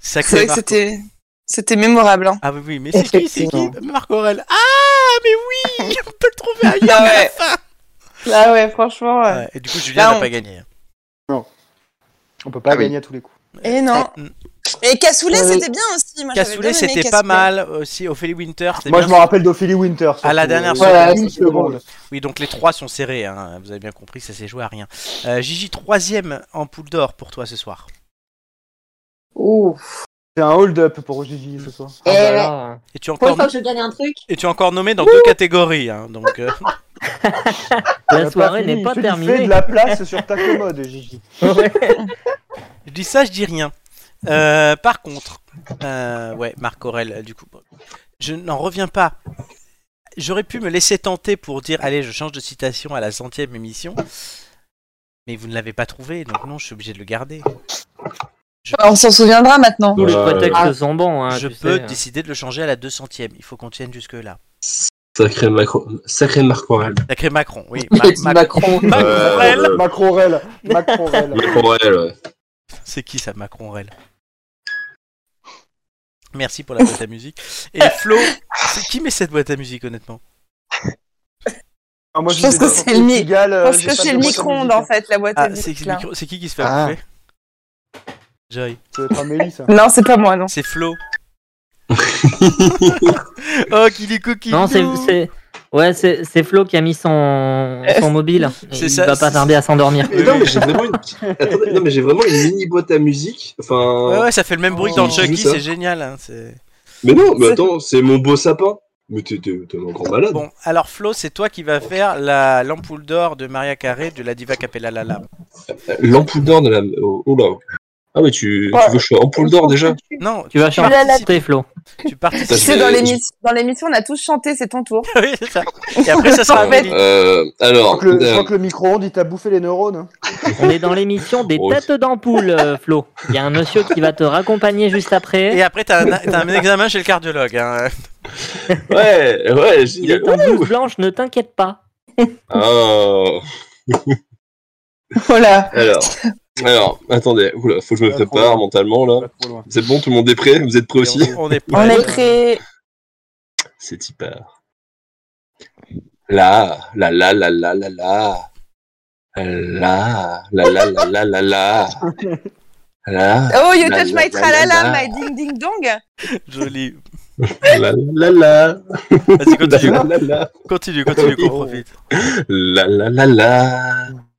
C'est Sacré vrai que Marc. c'était, c'était mémorable. Hein. Ah oui, oui, mais c'est qui C'est qui Marc Aurel. Ah, mais oui On peut le trouver ailleurs Ah à la ouais. fin Ah ouais, franchement. ouais. Ouais, Et du coup, Julien Là, n'a on- pas gagné. On peut pas Ah oui. gagner à tous les coups. Et non. Mm. Et Cassoulet, Oui. c'était bien aussi. Moi, Ah, j'avais Cassoulet, bien aimé c'était pas Cassoulet. mal aussi. Ophélie Winter, c'était Moi, bien. je me rappelle d'Ophélie Winter. À la surtout. dernière Voilà, seconde. une seconde. Oui, donc les trois sont serrés. hein. Vous avez bien compris, ça s'est joué à rien. Euh, Gigi, troisième en poule d'or pour toi ce soir. Ouf. C'est un hold-up pour Gigi ce soir. Ah Eh bah ouais. là, Et tu es Pour une encore, fois que je gagne un truc, et tu es encore nommé dans deux catégories. hein, Donc, euh, On la a soirée fini. n'est pas Tu fais terminée. de la place sur ta commode, Gigi. je dis ça, je dis rien. Euh, par contre, euh, ouais, Marc Aurel, du coup, je n'en reviens pas. J'aurais pu me laisser tenter pour dire, allez, je change de citation à la centième émission. Mais vous ne l'avez pas trouvé, donc non, je suis obligé de le garder. Bah, On s'en souviendra maintenant. Tous les Euh, prétextes sont bons. hein, je tu peux sais. décider de le changer à la 200ème. Il faut qu'on tienne jusque-là. Sacré, Macron... Sacré Marc Aurel. Sacré Macron, oui. il Ma- a dit Mac- Macron. Macron Euh, Rel. euh, Macrorel. Macrorel. Marc Aurel, ouais. C'est qui ça, Macron Rel Merci pour la boîte à musique. Et Flo, c'est qui met cette boîte à musique, honnêtement Ah, moi, Je pense sais que pas, c'est pour le mi- Portugal, euh, Parce j'ai que pas c'est de le boîte à micro-ondes musique. en fait, la boîte à Ah, musique, c'est c'est le là. micro- c'est qui qui se fait Ah. bouffer Joy. hein. Ça doit être Amélie, Oh, ça. Non, c'est pas moi, non. C'est Flo. oh, qu'il est coquille. Non, c'est, c'est- ouais, c'est, c'est Flo qui a mis son, son mobile. C'est il ça, va pas c'est- tarder à s'endormir. Mais non, mais j'ai vraiment une petite- Attendez, non, mais j'ai vraiment une mini boîte à musique. Enfin. Ouais, ouais, ça fait le même bruit que dans Oh, Chucky, c'est ça. c'est génial. hein, c'est- Mais non, mais attends, c'est mon beau sapin. Mais t'es t'es- t'es un grand malade. Bon, alors Flo, c'est toi qui vas faire la l'ampoule d'or de Maria Carré de la diva Capella Lala. L'ampoule d'or de la. Oh, oh là. Ah oui, tu, tu veux que je sois ampoule d'or déjà Non, Tu vas Tu l'as la- chanter, Flo. Tu participes. Tu sais, dans l'émission, dans l'émission, on a tous chanté, c'est ton tour. oui, c'est ça. Et après, ça sera En fait, Amélie. Euh, Je alors, crois que le, je euh, crois que le micro-ondes, il t'a bouffé les neurones. hein. On est dans l'émission des Oh, têtes d'ampoule, euh, Flo. Il y a un monsieur qui va te raccompagner juste après. Et après, t'as un, t'as un examen chez le cardiologue. hein. ouais, ouais, Il est génial. en blouse blanche, ne t'inquiète pas. Oh. Voilà. Alors, alors, attendez, Oula, faut que je me Pas trop prépare loin. mentalement Oh. là. Trop loin. C'est bon, tout le monde est prêt Vous êtes prêts aussi On, on est prêts. on est prêt. C'est hyper. Là, là, là, là, là, là, là. Là, là, là, là, là, là, là. Là, Oh, you là, touch là, my là, là, tralala, là. my ding ding dong. Joli. Là, là, là. Vas-y, continue. Là, là, là. Continue, continue, qu'on profite. La la la la.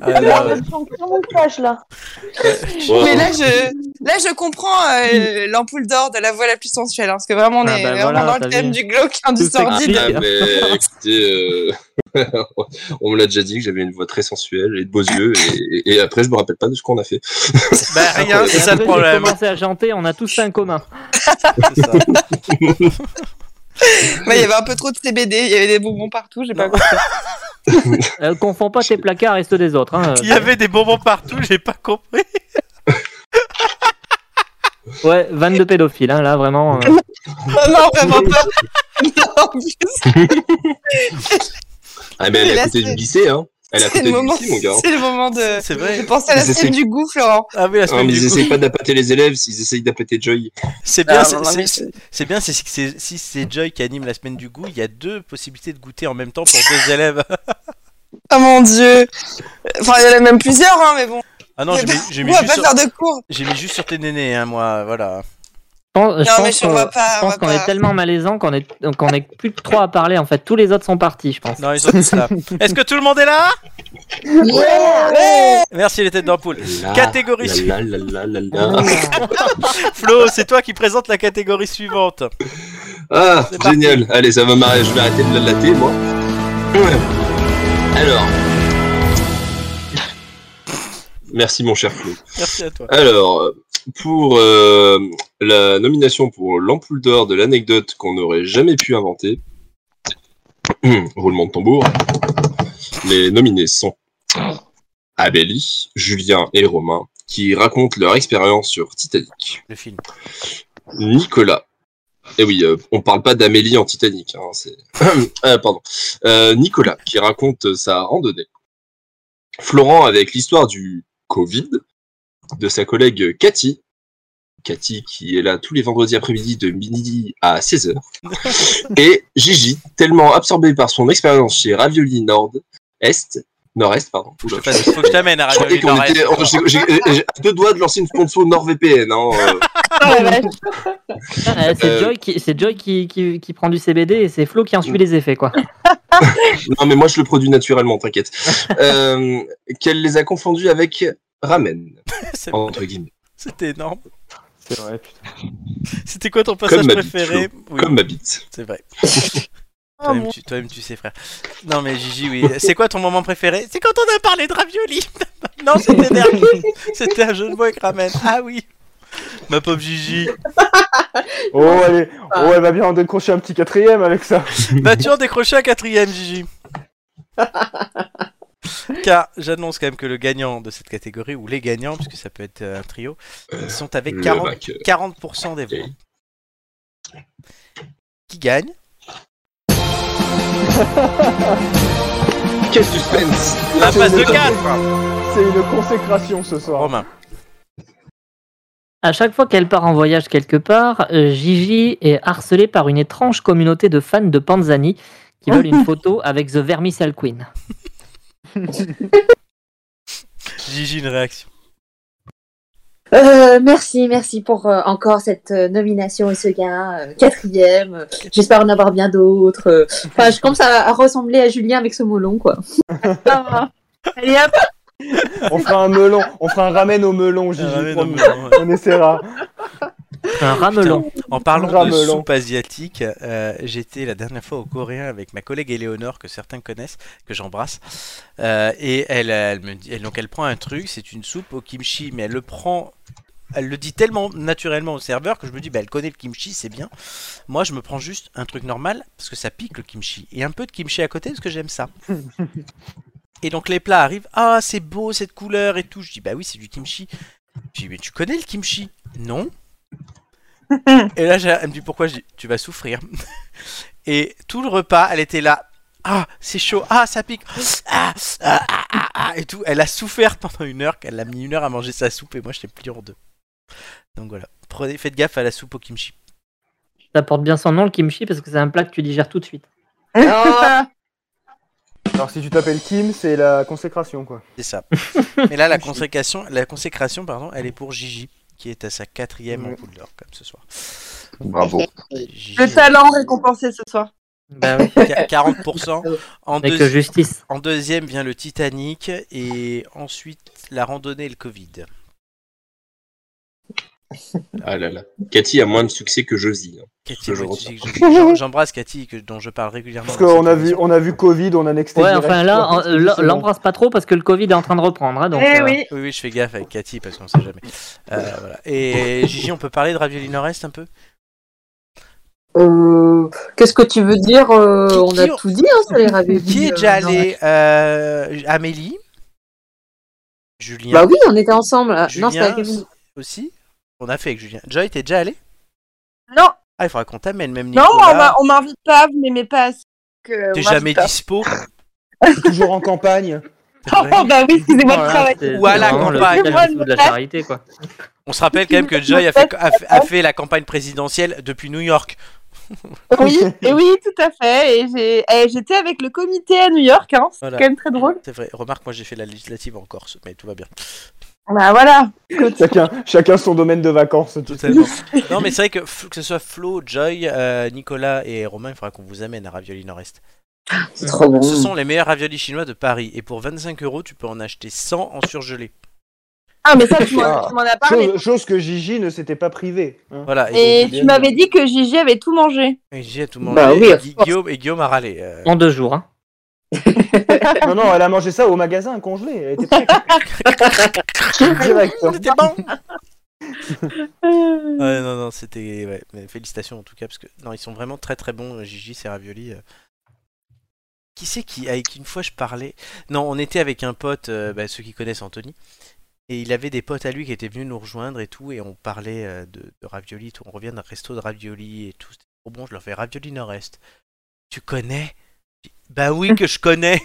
Ah, là, ouais. là. Mais Oh. là, je, là, je comprends euh, l'ampoule d'or de la voix la plus sensuelle. hein, parce que vraiment, on Ah est bah vraiment voilà, dans t'as le thème vu. du glauque, hein, du Tout sordide. s'explique. Ah, mais écoutez, euh, on me l'a déjà dit que j'avais une voix très sensuelle et de beaux yeux, et, et- et après je me rappelle pas de ce qu'on a fait. Bah, rien, c'est Et ça le après, j'ai problème. hein. commencé à chanter, on a tous ça en commun. C'est ça. Ouais, Bah, il y avait un peu trop de CBD, il y avait des bonbons partout, j'ai pas compris. Euh, confonds pas tes placards et ceux des autres. hein. Il y avait des bonbons partout, j'ai pas compris. Ouais, vanne de pédophile, hein, là, vraiment. euh. Non, non, vraiment pas. Non, en plus, Ah, mais elle Mais est là, à côté c'est- du lycée, hein. Elle est à c'est côté le du moment, lycée, mon gars. hein. c'est le moment de, C'est vrai. de penser à la Mais c'est- scène du goût, Florent. Ah oui, la Ah, semaine mais ils du essayent coup. pas d'appâter les élèves, ils essayent d'appâter Joy. C'est bien, Ah, c'est- non, c'est- mais c'est- c'est bien, c'est que c'est- si c'est Joy qui anime la semaine du goût, il y a deux possibilités de goûter en même temps pour deux élèves. Oh mon dieu. Enfin, il y en a même plusieurs, hein, mais bon. Ah non, j'ai mis, j'ai mis on va juste pas sur, faire de cours. j'ai mis juste sur tes nénés, hein, moi, voilà. Je pense- Non, je mais pense je qu'on- vois pas, je on pense va qu'on pas. est tellement malaisant qu'on est, qu'on est plus que trois à parler. En fait, tous les autres sont partis, je pense. Non, ils sont tous là. Est-ce que tout le monde est là Merci les têtes d'ampoule. Là, Catégorie suivante. Ah, là, là, là, là, Ah, là, là. Flo, c'est toi qui présente la catégorie suivante. Ah, C'est génial. Allez, ça va marrer, je vais arrêter de la latter, moi. Ouais. Alors. Merci, mon cher Flo. Merci à toi. Alors, euh, pour euh, la nomination pour l'ampoule d'or de l'anecdote qu'on n'aurait jamais pu inventer, roulement de tambour, les nominés sont Amélie, Julien et Romain, qui racontent leur expérience sur Titanic. Le film. Nicolas. Eh oui, euh, on parle pas d'Amélie en Titanic. hein, c'est- Ah, pardon. Euh, Nicolas, qui raconte sa randonnée. Florent avec l'histoire du Covid de sa collègue Cathy. Cathy qui est là tous les vendredis après-midi de midi à 16h. Et Gigi, tellement absorbée par son expérience chez Ravioli Nord Est, Nord-Est, pardon. Faut que je Oula, te fasse- faut que je t'amène à je Radio croyais qu'on Nord-Est. était. on- j'ai- j'ai- J'ai à deux doigts de lancer une sponsor NordVPN. Hein, euh. Ah, Euh, c'est Euh, Joy, qui, c'est Joy qui, qui, qui prend du CBD et c'est Flo qui en suit les effets, quoi. Non, mais moi je le produis naturellement, t'inquiète. Euh, Qu'elle les a confondus avec ramen, C'est- entre guillemets. C'était énorme. C'est vrai, putain. C'était quoi ton passage ma bite, préféré Oui, Comme ma bite. c'est vrai. Oh, Toi-même mon- tu, toi-même, tu sais, frère. Non, mais Gigi, oui. C'est quoi ton moment préféré C'est quand on a parlé de ravioli. non, c'était dernier. C'était un jeu de mots avec ramen. Ah oui. Ma pauvre Gigi. Oh, allez. oh, elle va bien en décrocher un petit quatrième avec ça. Bah, tu en décrochais un quatrième, Gigi. Car j'annonce quand même que le gagnant de cette catégorie, ou les gagnants, puisque ça peut être euh, un trio, ils sont avec le 40, bac, euh, 40% des voix. Qui gagne Quel suspense La passe de 4 C'est une consécration ce soir. Romain. À chaque fois qu'elle part en voyage quelque part, euh, Gigi est harcelée par une étrange communauté de fans de Panzani qui veulent une photo avec The Vermicelle Queen. Gigi, une réaction. Euh, merci, merci pour euh, encore cette euh, nomination et ce gain. euh, quatrième. euh, J'espère en avoir bien d'autres. euh. Enfin, je commence à, à ressembler à Julien avec ce melon, quoi. Allez hop On fera un melon, on fera un ramen au melon, Gigi. ramen au on, melon, on essaiera. Un ramelon. Oh, Putain, En parlant Un de ramelon. soupe asiatique, euh, j'étais la dernière fois au Coréen avec ma collègue Éléonore, que certains connaissent, que j'embrasse. Euh, et elle, elle me dit, elle- donc elle prend un truc, c'est une soupe au kimchi, mais elle le prend, elle le dit tellement naturellement au serveur que je me dis, bah, elle connaît le kimchi, c'est bien. Moi, je me prends juste un truc normal parce que ça pique le kimchi et un peu de kimchi à côté parce que j'aime ça. Et donc les plats arrivent, ah c'est beau cette couleur et tout. Je dis bah oui c'est du kimchi. Je dis mais tu connais le kimchi Non. et là j'ai- elle me dit pourquoi Je dis tu vas souffrir. et tout le repas elle était là, ah c'est chaud, ah ça pique, ah, ah, ah, ah, ah, et tout. Elle a souffert pendant une heure, elle a mis une heure à manger sa soupe et moi j'étais plié en deux. Donc voilà, prenez, faites gaffe à la soupe au kimchi. Ça porte bien son nom, le kimchi, parce que c'est un plat que tu digères tout de suite. Alors si tu t'appelles Kim, c'est la consécration quoi. C'est ça. Mais là, la consécration, la consécration pardon, elle est pour Gigi, qui est à sa quatrième en poule d'or, comme ce soir. Bravo. Le talent récompensé ce soir. Qu- 40%. Bah En, Avec deuxi- justice. en deuxième vient le Titanic, et ensuite la randonnée et le Covid. Ah là là. Cathy a moins de succès que Josie. hein. Cathy, Que je moi, retiens. tu sais que je- j'em- J'embrasse Cathy, que, dont je parle régulièrement. Parce dans qu'on cette a vu, émission. on a vu Covid, on a nexté. Ouais, direct, enfin je là, pense en- que l- c'est bon. l'embrasse pas trop parce que le Covid est en train de reprendre. hein, donc, Eh Eh euh, oui, oui, je fais gaffe avec Cathy parce qu'on sait jamais. Euh, voilà. Et Gigi, on peut parler de Ravioli Nord-Est un peu Euh, Qu'est-ce que tu veux dire euh, On qui- a tout dit hein, sur les raviolis. Qui est euh, déjà non. allé euh, Amélie Julien Bah oui, on était ensemble. là. Julien non, c'était avec Émilie. aussi On a fait avec Julien. Joy, t'es déjà allé Non, Ah, il faudra qu'on t'amène, même non, Nicolas. on m'a- on m'invite pas, vous m'aimez pas assez. donc, euh, T'es on m'invite jamais pas. dispo Toujours en campagne. Oh bah oui, excusez-moi de Voilà, travail. c'est- Ou à c'est la vraiment le campagne. hôpital du fou de la charité, quoi. On se rappelle quand même que Joy a fait, a fait- a fait la campagne présidentielle depuis New York. Oui, et oui, tout à fait. Et j'ai- eh, j'étais avec le comité à New York, hein. c'est Voilà. quand même très drôle. C'est vrai. Remarque, moi j'ai fait la législative en Corse, mais tout va bien. Bah voilà. Chacun, chacun son domaine de vacances. tout Totalement. non, mais c'est vrai que f- que ce soit Flo, Joy, euh, Nicolas et Romain, il faudra qu'on vous amène à Ravioli Nord-Est. C'est trop bon. Ce sont les meilleurs raviolis chinois de Paris. Et pour 25 euros, tu peux en acheter 100 en surgelé. Ah, mais ça, tu Ah. m'en tu m'en as parlé. Chose, chose que Gigi ne s'était pas privée. hein. Voilà. Et, Et tu m'avais dit que Gigi avait tout mangé. et j'ai tout le monde. Bah oui, et, of Gui- course. Guillaume, et Guillaume a râlé. euh, En deux jours. hein. Non, non, elle a mangé ça au magasin congelé. Elle était prête. Direct. C'était bon Euh, Ouais, non, non, c'était. Ouais. mais Félicitations en tout cas, parce que. Non, ils sont vraiment très très bons, euh, Gigi, ces raviolis. euh. Qui c'est qui. Avec qui une fois je parlais. Non, on était avec un pote, euh, bah, ceux qui connaissent Anthony. Et il avait des potes à lui qui étaient venus nous rejoindre et tout, et on parlait euh, de, de ravioli, et tout. On revient d'un resto de ravioli et tout. C'était trop bon, je leur fais ravioli nord-est. Tu connais Je dis, Bah oui, que je connais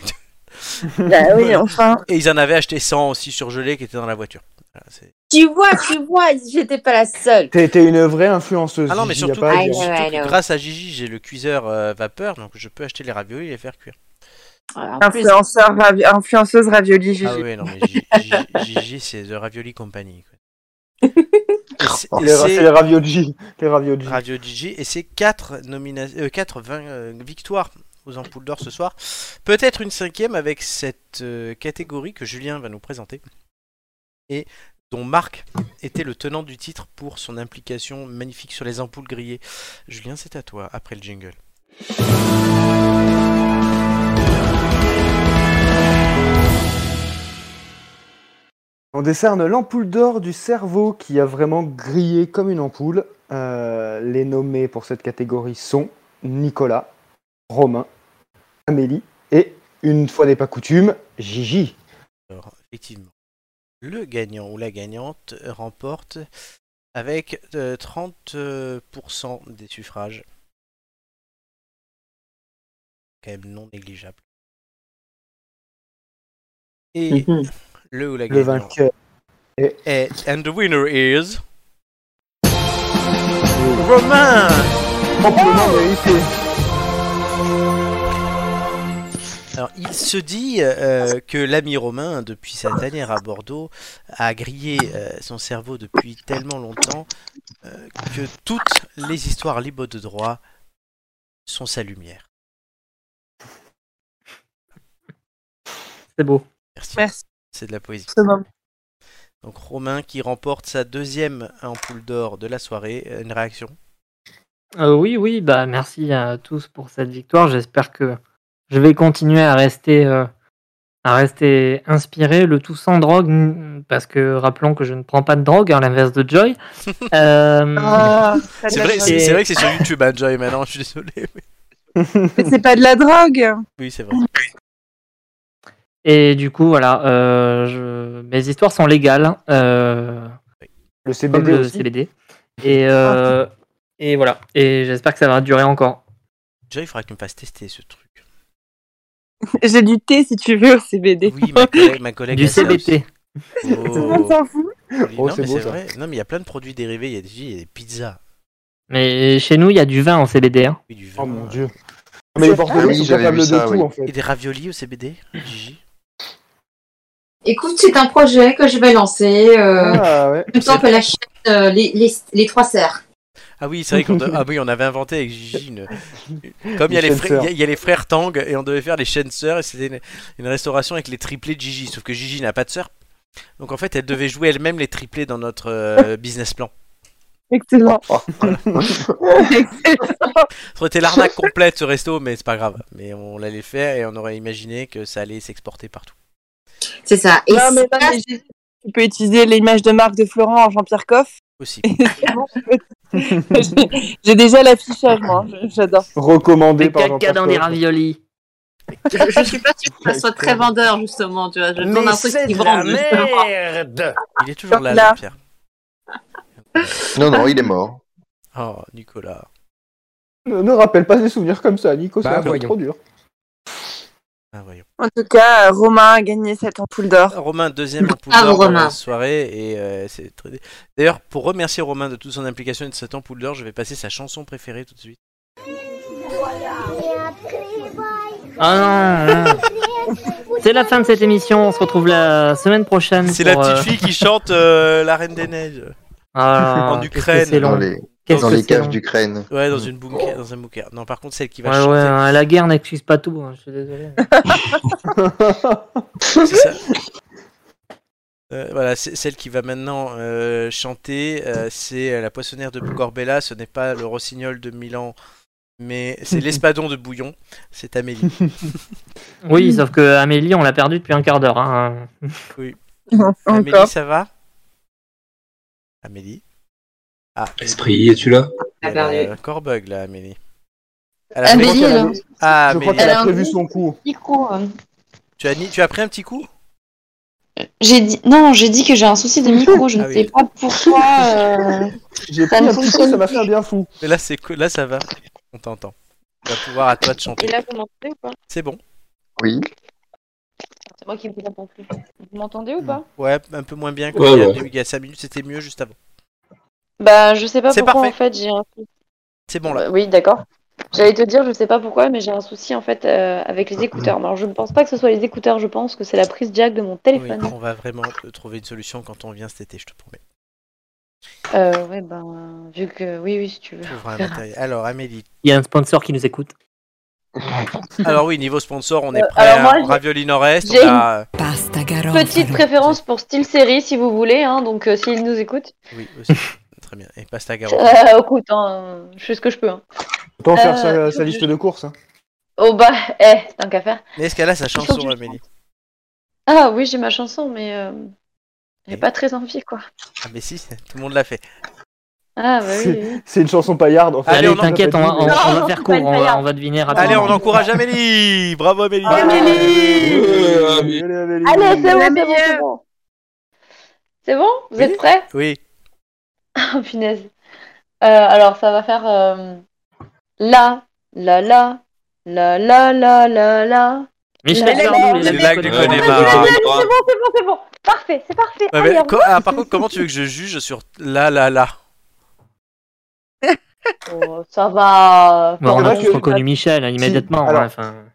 Bah oui, enfin. Et ils en avaient acheté 100 aussi surgelés qui étaient dans la voiture. Voilà, c'est- Tu vois, tu vois, j'étais pas la seule. T'es t'es une vraie influenceuse. Ah non, mais Gigi, y a surtout, pas à que- dire. I know, surtout I que know. grâce à Gigi, j'ai le cuiseur euh, vapeur, donc je peux acheter les raviolis et les faire cuire. En plus, Influenceur, ravi- influenceuse ravioli, Gigi. Ah oui, non, mais Gigi- Gigi, Gigi, c'est The Ravioli Company. quoi. Et c'est- Les, ra- c'est les raviolis. Les raviolis. Radio Gigi, et c'est 4, nomina... euh, quatre vin- euh, victoires aux ampoules d'or ce soir. Peut-être une cinquième avec cette euh, catégorie que Julien va nous présenter, et dont Marc était le tenant du titre pour son implication magnifique sur les ampoules grillées. Julien, c'est à toi, après le jingle. On décerne l'ampoule d'or du cerveau qui a vraiment grillé comme une ampoule. Euh, les nommés pour cette catégorie sont Nicolas, Romain, Amélie et une fois n'est pas coutume, Gigi. Alors, effectivement, le gagnant ou la gagnante remporte avec euh, 30% des suffrages. Quand même non négligeable. Et Mhm. le ou la Le gagnante. vainqueur. Et Et- and the winner is. Romain Alors, il se dit euh, que l'ami Romain, depuis sa tanière à Bordeaux, a grillé euh, son cerveau depuis tellement longtemps euh, que toutes les histoires libres de droit sont sa lumière. C'est beau. Merci. C'est de la poésie. C'est bon. Donc Romain qui remporte sa deuxième ampoule d'or de la soirée. Une réaction Euh, oui, oui, bah merci à tous pour cette victoire. J'espère que je vais continuer à rester, euh, à rester inspiré, le tout sans drogue, n- parce que rappelons que je ne prends pas de drogue, à l'inverse de Joy. Euh, C'est vrai, c'est- c'est vrai que c'est sur YouTube, hein, Joy, maintenant, je suis désolé. mais- Mais c'est pas de la drogue. Oui, c'est vrai. Et du coup, voilà, euh, je- mes histoires sont légales. euh, comme Le CBD le aussi. CBD. Et, euh, et voilà. Et j'espère que ça va durer encore. Joy, il faudra que tu me fasses tester ce truc. J'ai du thé si tu veux au CBD. Oui, ma collègue, ma collègue Du a ça aussi. CBT. Oh. Tout le monde s'en fout. Joli. Oh, non, c'est mais beau, c'est ça. vrai. Non, mais il y a plein de produits dérivés. Il y a des, il y a des pizzas. Ah Mais chez nous, il y a du vin en CBD. hein. Oui, du vin. Oh mon dieu. Mais les Ah Bordelais oui, sont j'avais capables vu de ça, tout oui. en fait. Et des raviolis au CBD Gigi Écoute, c'est un projet que je vais lancer. Euh, Ah ouais. en même temps que la chaîne euh, les, les- les trois cerfs. Ah oui, c'est vrai qu'on ah oui, on avait inventé avec Gigi une... Comme il y, a Les les chaînes frères- il y a- sœurs. il y a les frères Tang et on devait faire les chaînes sœurs et c'était une... une restauration avec les triplés de Gigi. Sauf que Gigi n'a pas de sœur. Donc en fait, elle devait jouer elle-même les triplés dans notre euh, business plan. Excellent. Ça aurait été l'arnaque complète ce resto, mais c'est pas grave. Mais on l'allait faire et on aurait imaginé que ça allait s'exporter partout. C'est ça. Et Non, mais non, ça, mais j'ai- tu peux utiliser l'image de marque de Florent en Jean-Pierre Coff. Aussi. C'est bon, en fait. J'ai- J'ai déjà l'affichage, moi. hein. J'adore. Recommandé Des par caca Jean-Pierre dans des Coff. raviolis. je, je suis pas sûre que ça soit très vendeur, justement. Tu vois, je tourne un truc qui vend. justement. merde Il est toujours là, Là. Jean-Pierre. Non, non, il est mort. Oh, Nicolas. Ne, ne rappelle pas des souvenirs comme ça, Nico, Bah, ça va voyons. être trop dur. Ah, voyons. En tout cas, euh, Romain a gagné cette ampoule d'or. Romain, deuxième ampoule Bravo, d'or de la Romain. soirée. Et, euh, c'est très... D'ailleurs, pour remercier Romain de toute son implication et de cette ampoule d'or, je vais passer sa chanson préférée tout de suite. Ah non, non. C'est la fin de cette émission. On se retrouve la semaine prochaine. C'est la pour, petite euh, fille qui chante euh, La Reine des Neiges. ah, en qu'est-ce que Ukraine. c'est long. Dans les, Qu'est-ce dans que les c'est caves long. d'Ukraine. Ouais, dans, une bunker, dans un bunker. Non, par contre, celle qui va Mm. Ouais, ouais, chanter. hein, la guerre n'excuse pas tout. hein, je suis désolé. C'est ça. Euh, voilà, c'est- celle qui va maintenant euh, chanter, euh, c'est euh, la poissonnière de Corbella. Ce n'est pas le rossignol de Milan, mais c'est l'espadon de Bouillon. C'est Amélie. Oui, sauf que Amélie, on l'a perdue depuis un quart d'heure. hein. Oui. Amélie, Encore. ça va Amélie Ah, Esprit, es-tu là elle a un corps bug là, Amélie. Elle a Je pris- crois Amélie, qu'elle a- alors Ah, Je crois Amélie. qu'elle Elle a a un prévu petit- son coup. Micro, euh. Tu as, ni- tu as pris un petit coup J'ai dit non, j'ai dit que j'ai un souci de micro. Je Ah ne oui. sais pas pourquoi. euh, J'ai Ça pris un ne petit coup, fonctionne ça m'a fait un bien fou. Mais là, c'est co- là, ça va. On t'entend. Tu vas pouvoir à toi de Et chanter. là, vous m'entendez ou pas C'est bon. Oui. C'est moi qui vous entends plus. Vous m'entendez ou pas Ouais, un peu moins bien que Ouais, il, y a, ouais. deux- il y a 5 minutes, c'était mieux juste avant. Bah, je sais pas C'est pourquoi parfait. en fait j'ai un souci. C'est bon là. Bah, oui, d'accord. J'allais te dire, je sais pas pourquoi, mais j'ai un souci en fait euh, avec les écouteurs. Mais Alors, je ne pense pas que ce soit les écouteurs. Je pense que c'est la prise jack de mon Oui, téléphone. on va vraiment te trouver une solution quand on vient cet été, je te promets. Euh, ouais, ben, vu que. Oui, oui, si tu veux. On trouvera un matériel. Alors, Amélie. Il y a un sponsor qui nous écoute. Alors, oui, niveau sponsor, on est Euh, prêt. alors moi, hein. j'ai- Ravioli Nord-Est. j'ai on a- euh, Petite préférence pour style série si vous voulez, hein, donc euh, s'ils nous écoutent. Oui, aussi. Très bien. Et Pasta Garo. Euh, écoute, hein, je fais ce que je peux. hein. Autant faire Euh, sa, sa liste de courses. hein. Oh bah, eh, tant qu'à faire. Mais est-ce qu'elle a sa que chanson, je Amélie Ah oui, j'ai ma chanson, mais euh, j'ai Et- pas très envie quoi. Ah, mais si, tout le monde l'a fait. Ah, bah oui, oui. C'est une chanson paillarde. en fait. Allez, t'inquiète, on, va- on- on va Non, faire court, on va, on va deviner rapidement. Allez, on encourage Amélie Bravo Amélie Ah, Euh, Allez, Mmh. c'est bon, c'est bon, c'est bon. C'est bon Vous êtes prêts Oui. Oh punaise. Euh, alors, ça va faire euh, la, la, la, la, la, la, la, la. Michel La, la, Sardou, la, les la, amis la, connais la, pas. la, la, la, la, Ah, C'est bon, c'est bon, c'est bon. Parfait, c'est parfait. Ouais, Allez, mais au co- revoir. ah, par contre, comment tu veux que je juge sur là, là, là Oh, ça va. Bon, on Enfin, a bon, tous reconnu Michel hein, immédiatement. Alors- hein, enfin,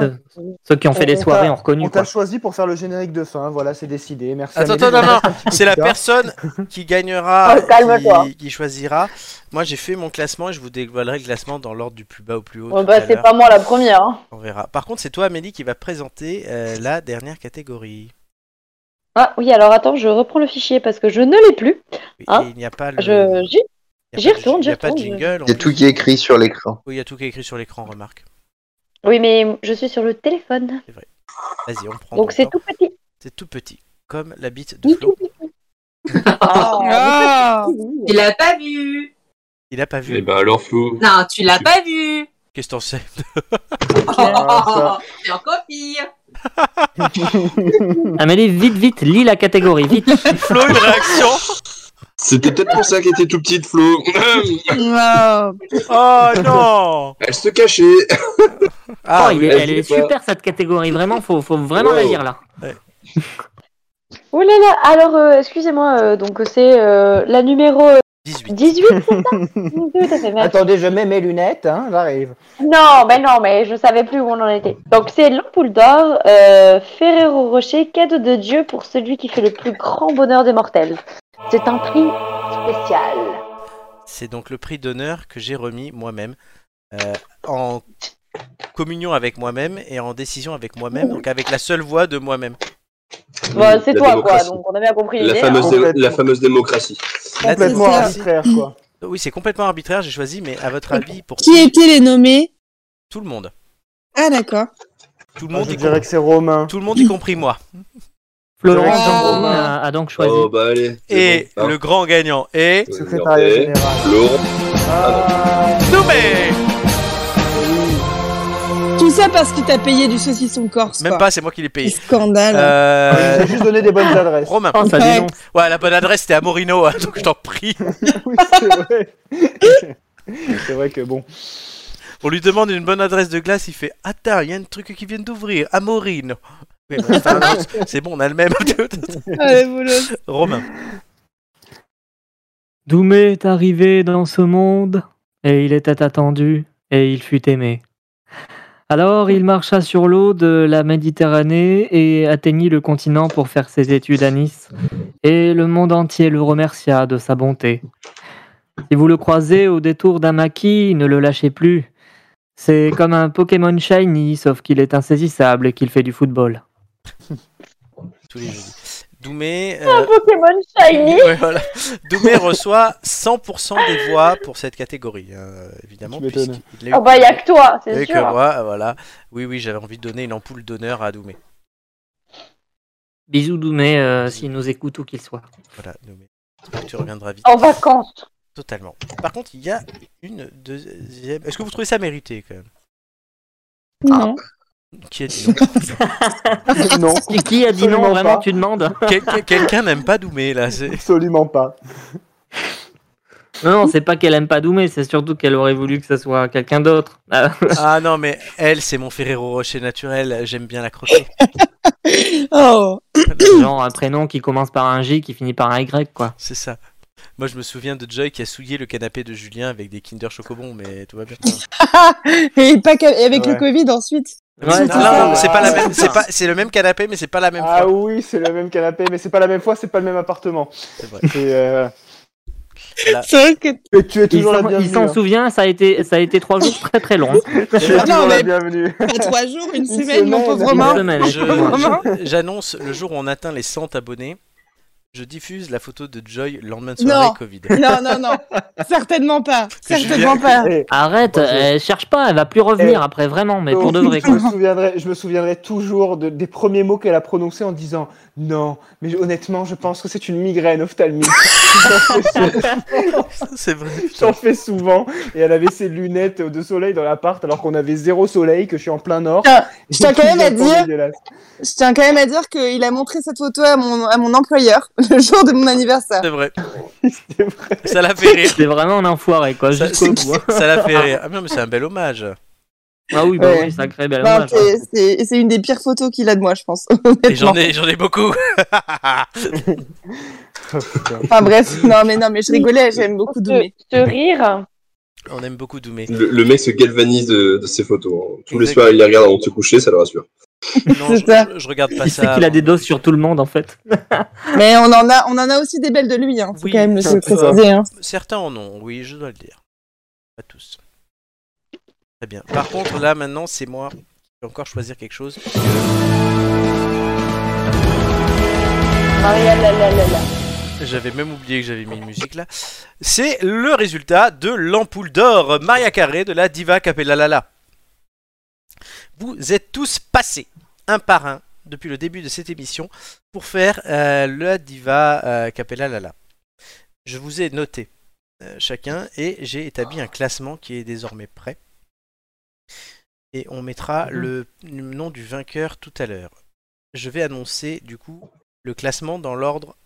ceux- ceux qui ont fait les soirées ont reconnu. On t'a Quoi. choisi pour faire le générique de fin, voilà, c'est décidé. Merci. Attends, Amélie. attends, non, non, Merci, c'est la Lucas. personne qui Ah, gagnera, Oh, calme-toi. qui, qui choisira. Moi, j'ai fait mon classement et je vous dévoilerai le classement dans l'ordre du plus bas au plus haut. Ouais, tout bah, à c'est l'heure. pas moi la première, hein. On verra. Par contre, c'est toi, Amélie, qui va présenter euh, la dernière catégorie. Ah oui, alors attends, je reprends le fichier parce que je ne l'ai plus. Et Hein il n'y a pas le. Je, j'y, il y a j'y pas de- retourne, Il n'y j'y a pas de retourne. je- jingle. en Il y a tout plus. qui est écrit sur l'écran. Oui, il y a tout qui est écrit sur l'écran, remarque. Oui, mais je suis sur le téléphone. Vas-y, on prend. Donc ton c'est temps. tout petit. C'est tout petit, comme la bite de Flo. Ah. Ah. Tu l'as pas vu Il a pas vu. Eh ben alors, Flo. Non, tu l'as pas vu Qu'est-ce que t'en sais Oh, C'est encore pire Amélie, vite, vite, lis la catégorie, vite. Flo, une réaction C'était peut-être pour ça qu'elle était tout petite, Flo. Ah, Oh non Elle se cachait. Ah Ah, Oh, il est- elle est super cette catégorie, vraiment, faut, faut vraiment la bah. Wow. lire là. Oh là là, alors euh, excusez-moi, euh, donc c'est euh, la numéro euh, 18. 18 c'est ça Mon Dieu, t'as fait mal. Attendez, je mets mes lunettes, hein, j'arrive. Non, mais non, mais je savais plus où on en était. Donc c'est l'ampoule d'or, euh, Ferrero Rocher, cadeau de Dieu pour celui qui fait le plus grand bonheur des mortels. C'est un prix spécial. C'est donc le prix d'honneur que j'ai remis moi-même euh, en communion avec moi-même et en décision avec moi-même, donc avec la seule voix de moi-même. Bon, c'est La toi, quoi, démocratie. donc on a bien compris La l'idée. fameuse, hein. la fameuse démocratie. La Complètement démocratie. arbitraire, quoi. Oui, c'est complètement arbitraire, j'ai choisi, mais à votre avis, pour Qui étaient les nommés tout le monde. Ah, d'accord. Tout le Moi, monde, Ah, je y, dirais que c'est Romain. tout le monde y compris moi. Florent Ah. Jean-Romain a, a donc choisi. Oh bah allez. c'est Et bon, hein. le grand gagnant est... Secrétariat Liberté, général. Laurent. Ah, Nommé Tout ça parce qu'il t'a payé du saucisson corse. Même quoi. pas, c'est moi qui l'ai Quel payé. Scandale. Il nous a Euh... juste donné des bonnes adresses. Romain. Oh, ça Ouais. dénonce. Ouais, la bonne adresse, c'était à Morino, hein, donc je t'en prie. Oui, c'est vrai. c'est vrai que bon. On lui demande une bonne adresse de glace, il fait Attends, il y a un truc qui vient d'ouvrir, à Morine. Oui, bon, c'est un autre. c'est bon, on a le même. Allez, boulot. Romain. Doumé est arrivé dans ce monde, et il était attendu, et il fut aimé. Alors il marcha sur l'eau de la Méditerranée et atteignit le continent pour faire ses études à Nice, et le monde entier le remercia de sa bonté. Si vous le croisez au détour d'un maquis, ne le lâchez plus. C'est comme un Pokémon Shiny, sauf qu'il est insaisissable et qu'il fait du football. Tous les jeudis. Doumé. euh, Ah, Pokémon Shiny ouais, voilà. Doumé reçoit 100% des voix pour cette catégorie, hein, évidemment. Tu m'étonnes. puisqu'il l'a eu. Ah bah, il y a que toi, Il l'a c'est eu que sûr. moi, voilà. Oui, oui, j'avais envie de donner une ampoule d'honneur à Doumé. Bisous Doumé, euh, s'il nous écoute où qu'il soit. Voilà, Doumé. J'espère que Tu reviendras vite. En vacances. Totalement. Par contre, il y a une deuxième. Est-ce que vous trouvez ça mérité quand même Ah. Non. Qui a dit non Non, Qui, Ah, qui a dit non Absolument Vraiment, pas. tu demandes Quel- quel- Quelqu'un n'aime pas Doumé là. c'est- absolument pas. Non, non, c'est pas qu'elle aime pas Doumé, c'est surtout qu'elle aurait voulu que ça soit quelqu'un d'autre. Ah, Ah non, mais elle, c'est mon Ferrero Rocher naturel. J'aime bien la croquer. Oh. Genre un prénom qui commence par un J qui finit par un Y, quoi. C'est ça. Moi, je me souviens de Joy qui a souillé le canapé de Julien avec des Kinder Chocobon, mais tout va bien. Et pas qu'avec avec le Ouais. Covid ensuite. non, c'est Ah, non, ça. c'est pas la même. C'est pas. C'est le même canapé, mais c'est pas la même Ah fois. oui, c'est le même canapé, mais c'est pas la même fois, c'est pas le même appartement. C'est vrai. C'est, euh, Ah. C'est vrai que. Mais tu es Il toujours la s'en- il bienvenue. s'en hein. souvient, ça a, été, ça a été trois jours très très hein, longs. Tu es Ah non, toujours la mais- bienvenue. À trois jours, une, semaine, semaine. mon pauvre Une Romain. semaine. Je- Vraiment je- J'annonce le jour où on atteint les 100 abonnés. Je diffuse la photo de Joy le lendemain de Non. soirée Covid. Non, non, non. Certainement pas. Certainement Julien- pas. Eh, Arrête, elle cherche pas, elle va plus revenir après, vraiment, mais pour de vrai, je, quoi. me souviendrai, je me souviendrai toujours de- des premiers mots qu'elle a prononcés en disant Non, mais honnêtement, je pense que c'est une migraine ophtalmique. C'est vrai. J'en fais souvent. Et elle avait ses lunettes de soleil dans l'appart alors qu'on avait zéro soleil, que je suis en plein nord. Tiens, je tiens Et quand qu'il même à est encore dire- dégueulasse. Je tiens quand même à dire qu'il a montré cette photo à mon, à mon employeur le jour de mon anniversaire. C'est vrai. Ça l'a fait rire. C'est vraiment un enfoiré, quoi. Ça, jusqu'au bout, hein. ça l'a fait rire. Ah, mais non, mais c'est un bel hommage. Ah oui, bah Ouais. oui, sacré hein. bel Non, hommage. c'est- c'est c'est une des pires photos qu'il a de moi, je pense. Et j'en ai, j'en ai beaucoup. Oh, Enfin bref, non mais non mais je rigolais, j'aime beaucoup Doumé. Ce rire. On aime beaucoup Doumé. Le, le mec se galvanise de, de ses photos. hein. Tous les Exact. soirs, il les regarde avant de se coucher, ça le rassure. Non, je, je- je regarde pas Il sait ça. qu'il a des doses sur tout le monde, en fait. Mais on en a on en a aussi des belles de lui, hein. faut quand même le préciser. Hein. Certains en ont, oui, je dois le dire. Pas tous. Très bien. Par contre, là, maintenant, c'est moi qui vais encore choisir quelque chose. Ah, là, là, là, là, là. J'avais même oublié que j'avais mis une musique là. C'est le résultat de l'ampoule d'or Maria Carré de la Diva Capella Lala. Vous êtes tous passés, un par un, depuis le début de cette émission, pour faire euh, la Diva euh, Capella Lala. Je vous ai noté euh, chacun et j'ai établi un classement qui est désormais prêt. Et on mettra le nom du vainqueur tout à l'heure. Je vais annoncer du coup le classement dans l'ordre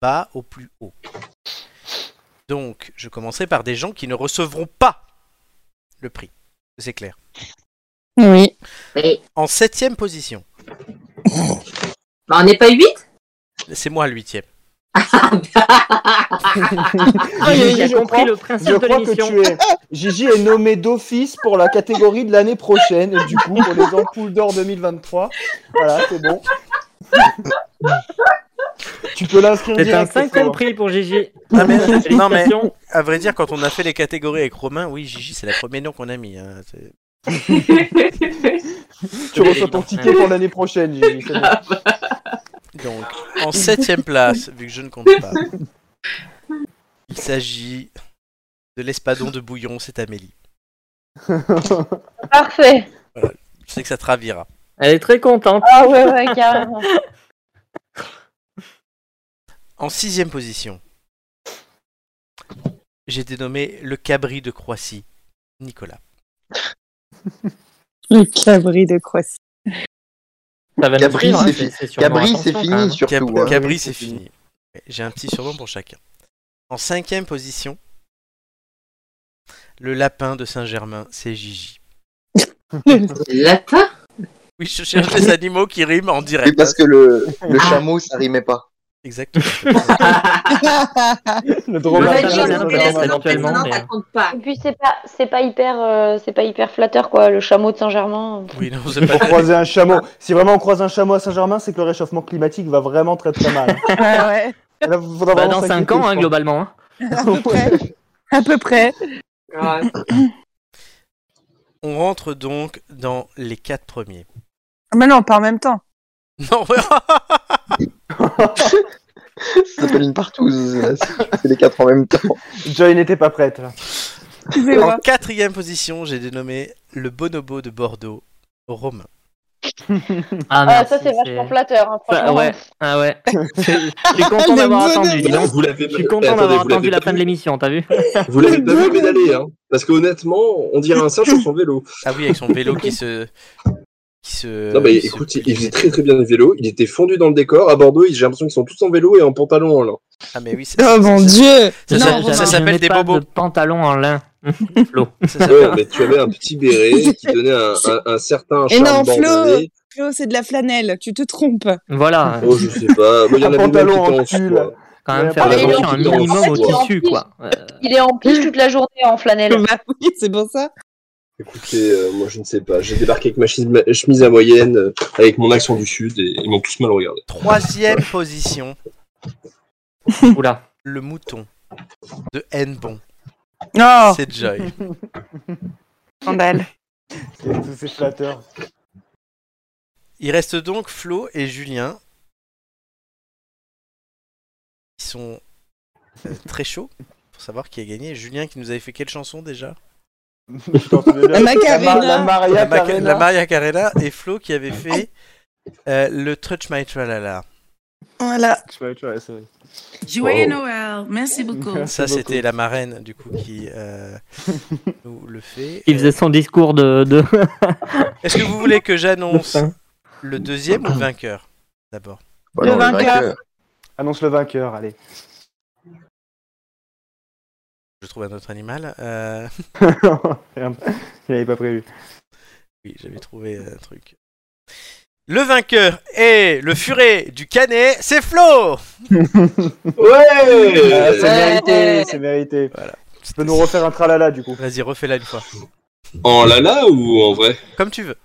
bas au plus haut. Donc, je commencerai par des gens qui ne recevront pas le prix. C'est clair. Oui. En septième position, Bah, on n'est pas 8 c'est moi le huitième. Gigi, je comprends. Je crois que tu es. Gigi est nommé d'office pour la catégorie de l'année prochaine, et du coup pour les ampoules d'or 2023. Voilà, c'est bon. tu peux l'inscrire C'est un direct. c'est cinquième fort. prix pour Gigi. Ah, mais- non mais, Félicitations. à vrai dire, quand on a fait les catégories avec Romain, oui, Gigi, c'est la premier nom qu'on a mis. hein. C'est- Tu reçois ton ticket pour l'année prochaine, Gigi. c'est bon. Donc, en septième place, vu que je ne compte pas, il s'agit de l'espadon de Bouillon, c'est Amélie. Parfait. Voilà. Je sais que ça te ravira. Elle est très contente. Ah ouais, ouais, carrément. En sixième position, j'ai dénommé le cabri de Croatie, Nicolas. Le cabri de Croissy. Ça va nous Cabri, suivre, hein, c'est c'est- fi- c'est sûrement Cabri, attention, c'est quand fini, même. surtout, Cab- hein. Cabri, c'est fini. J'ai un petit surnom pour chacun. En cinquième position, le lapin de Saint-Germain, c'est Gigi. Lapin Oui, je cherche les animaux qui riment en direct. Eh Mais ben, parce que le, le chameau, ça rimait pas. Exactement. Le On va dromadaire. dire le que dromadaire. la saison ça compte pas. Et puis c'est pas, c'est pas hyper, euh, c'est pas hyper flatteur quoi, le chameau de Saint-Germain. Oui, non, c'est Il faut pas... croiser un chameau. Si vraiment on croise un chameau à Saint-Germain, c'est que le réchauffement climatique va vraiment très très mal. Ouais ouais, Là, faudra Bah, dans vraiment 5 s'inquiéter, ans, je hein, pense. globalement. hein. à peu près. À peu près. Ah, On rentre donc dans les quatre premiers. Mais non, pas en même temps. Non, mais- Ça s'appelle une partouze. là. C'est les quatre en même temps. Joy n'était pas prête. là. Excusez-moi. en quatrième position, j'ai dénommé le bonobo de Bordeaux, Romain. Ah, Ah, merci, ça c'est vachement flatteur, hein, Ah franchement. ouais, ah ouais. Je je suis content d'avoir Le attendu, dis donc. Vous l'avez Eh, Je suis content attendez, d'avoir vous l'avez attendu la pas fin de vu l'émission, t'as vu Vous l'avez pas vu pédaler, hein. Parce que honnêtement, on dirait un singe sur son vélo. Ah oui, avec son vélo qui se. Qui se... non, mais qui se- écoute, il faisait très très bien le vélo. Il était fondu dans le décor. À Bordeaux, j'ai l'impression qu'ils sont tous en vélo et en pantalon. hein, Là. Ah, mais oui, ça, Oh mon dieu. non, Ça, ça- ça Romain. s'appelle des bobos. De pantalon en lin. Flo. ça s'appelle- Ouais, mais tu avais un petit béret qui donnait un, un- un certain Et charme non, Flo. bordelais. Flo, c'est de la flanelle, tu te trompes. Voilà, Oh, je sais pas. Moi, Il y en Un avait même pantalon qui en était en tulle. soie. quand même Ouais, faire bah, attention en un fait, il est minimum en au fait, tissu, quoi. Euh, Il est en pige toute la journée en flanelle. Bah oui, c'est pour ça. Écoutez, euh, moi je ne sais pas. J'ai débarqué avec ma chemise, ma chemise à moyenne, euh, avec mon accent du sud, et ils m'ont tous mal regardé. Troisième position, Oula. le mouton de N-Bon. Oh. Non, C'est Joy. scandale. C'est- c'est- C'est flatteur. Il reste donc Flo et Julien. Ils sont euh, très chauds pour savoir qui a gagné. Julien qui nous avait fait quelle chanson déjà Je t'en souviens bien. La Macarena. Ma- La Maria la, Mac- Carena. la Maria Carrera et Flo qui avait fait euh, le Touch My Tralala. Voilà. Tu vois, tu vois, c'est vrai. Joyeux Wow. Noël. Merci beaucoup. Ça, c'était la marraine, du coup, qui euh, nous le fait. Euh, Il faisait son discours de. de- Est-ce que vous voulez que j'annonce le deuxième ou le vainqueur D'abord. Bah Le vainqueur. Annonce le vainqueur, allez. Je trouve un autre animal. euh, Merde, Je l'avais pas prévu. Oui, j'avais trouvé euh, un truc. Le vainqueur est le furet du canet, c'est Flo Euh, Ouais Ah, Ouais. Ah, C'est mérité, c'est mérité. Tu peux nous refaire un tralala du coup. Vas-y, refais-la une fois. En là là ou en vrai Comme tu veux.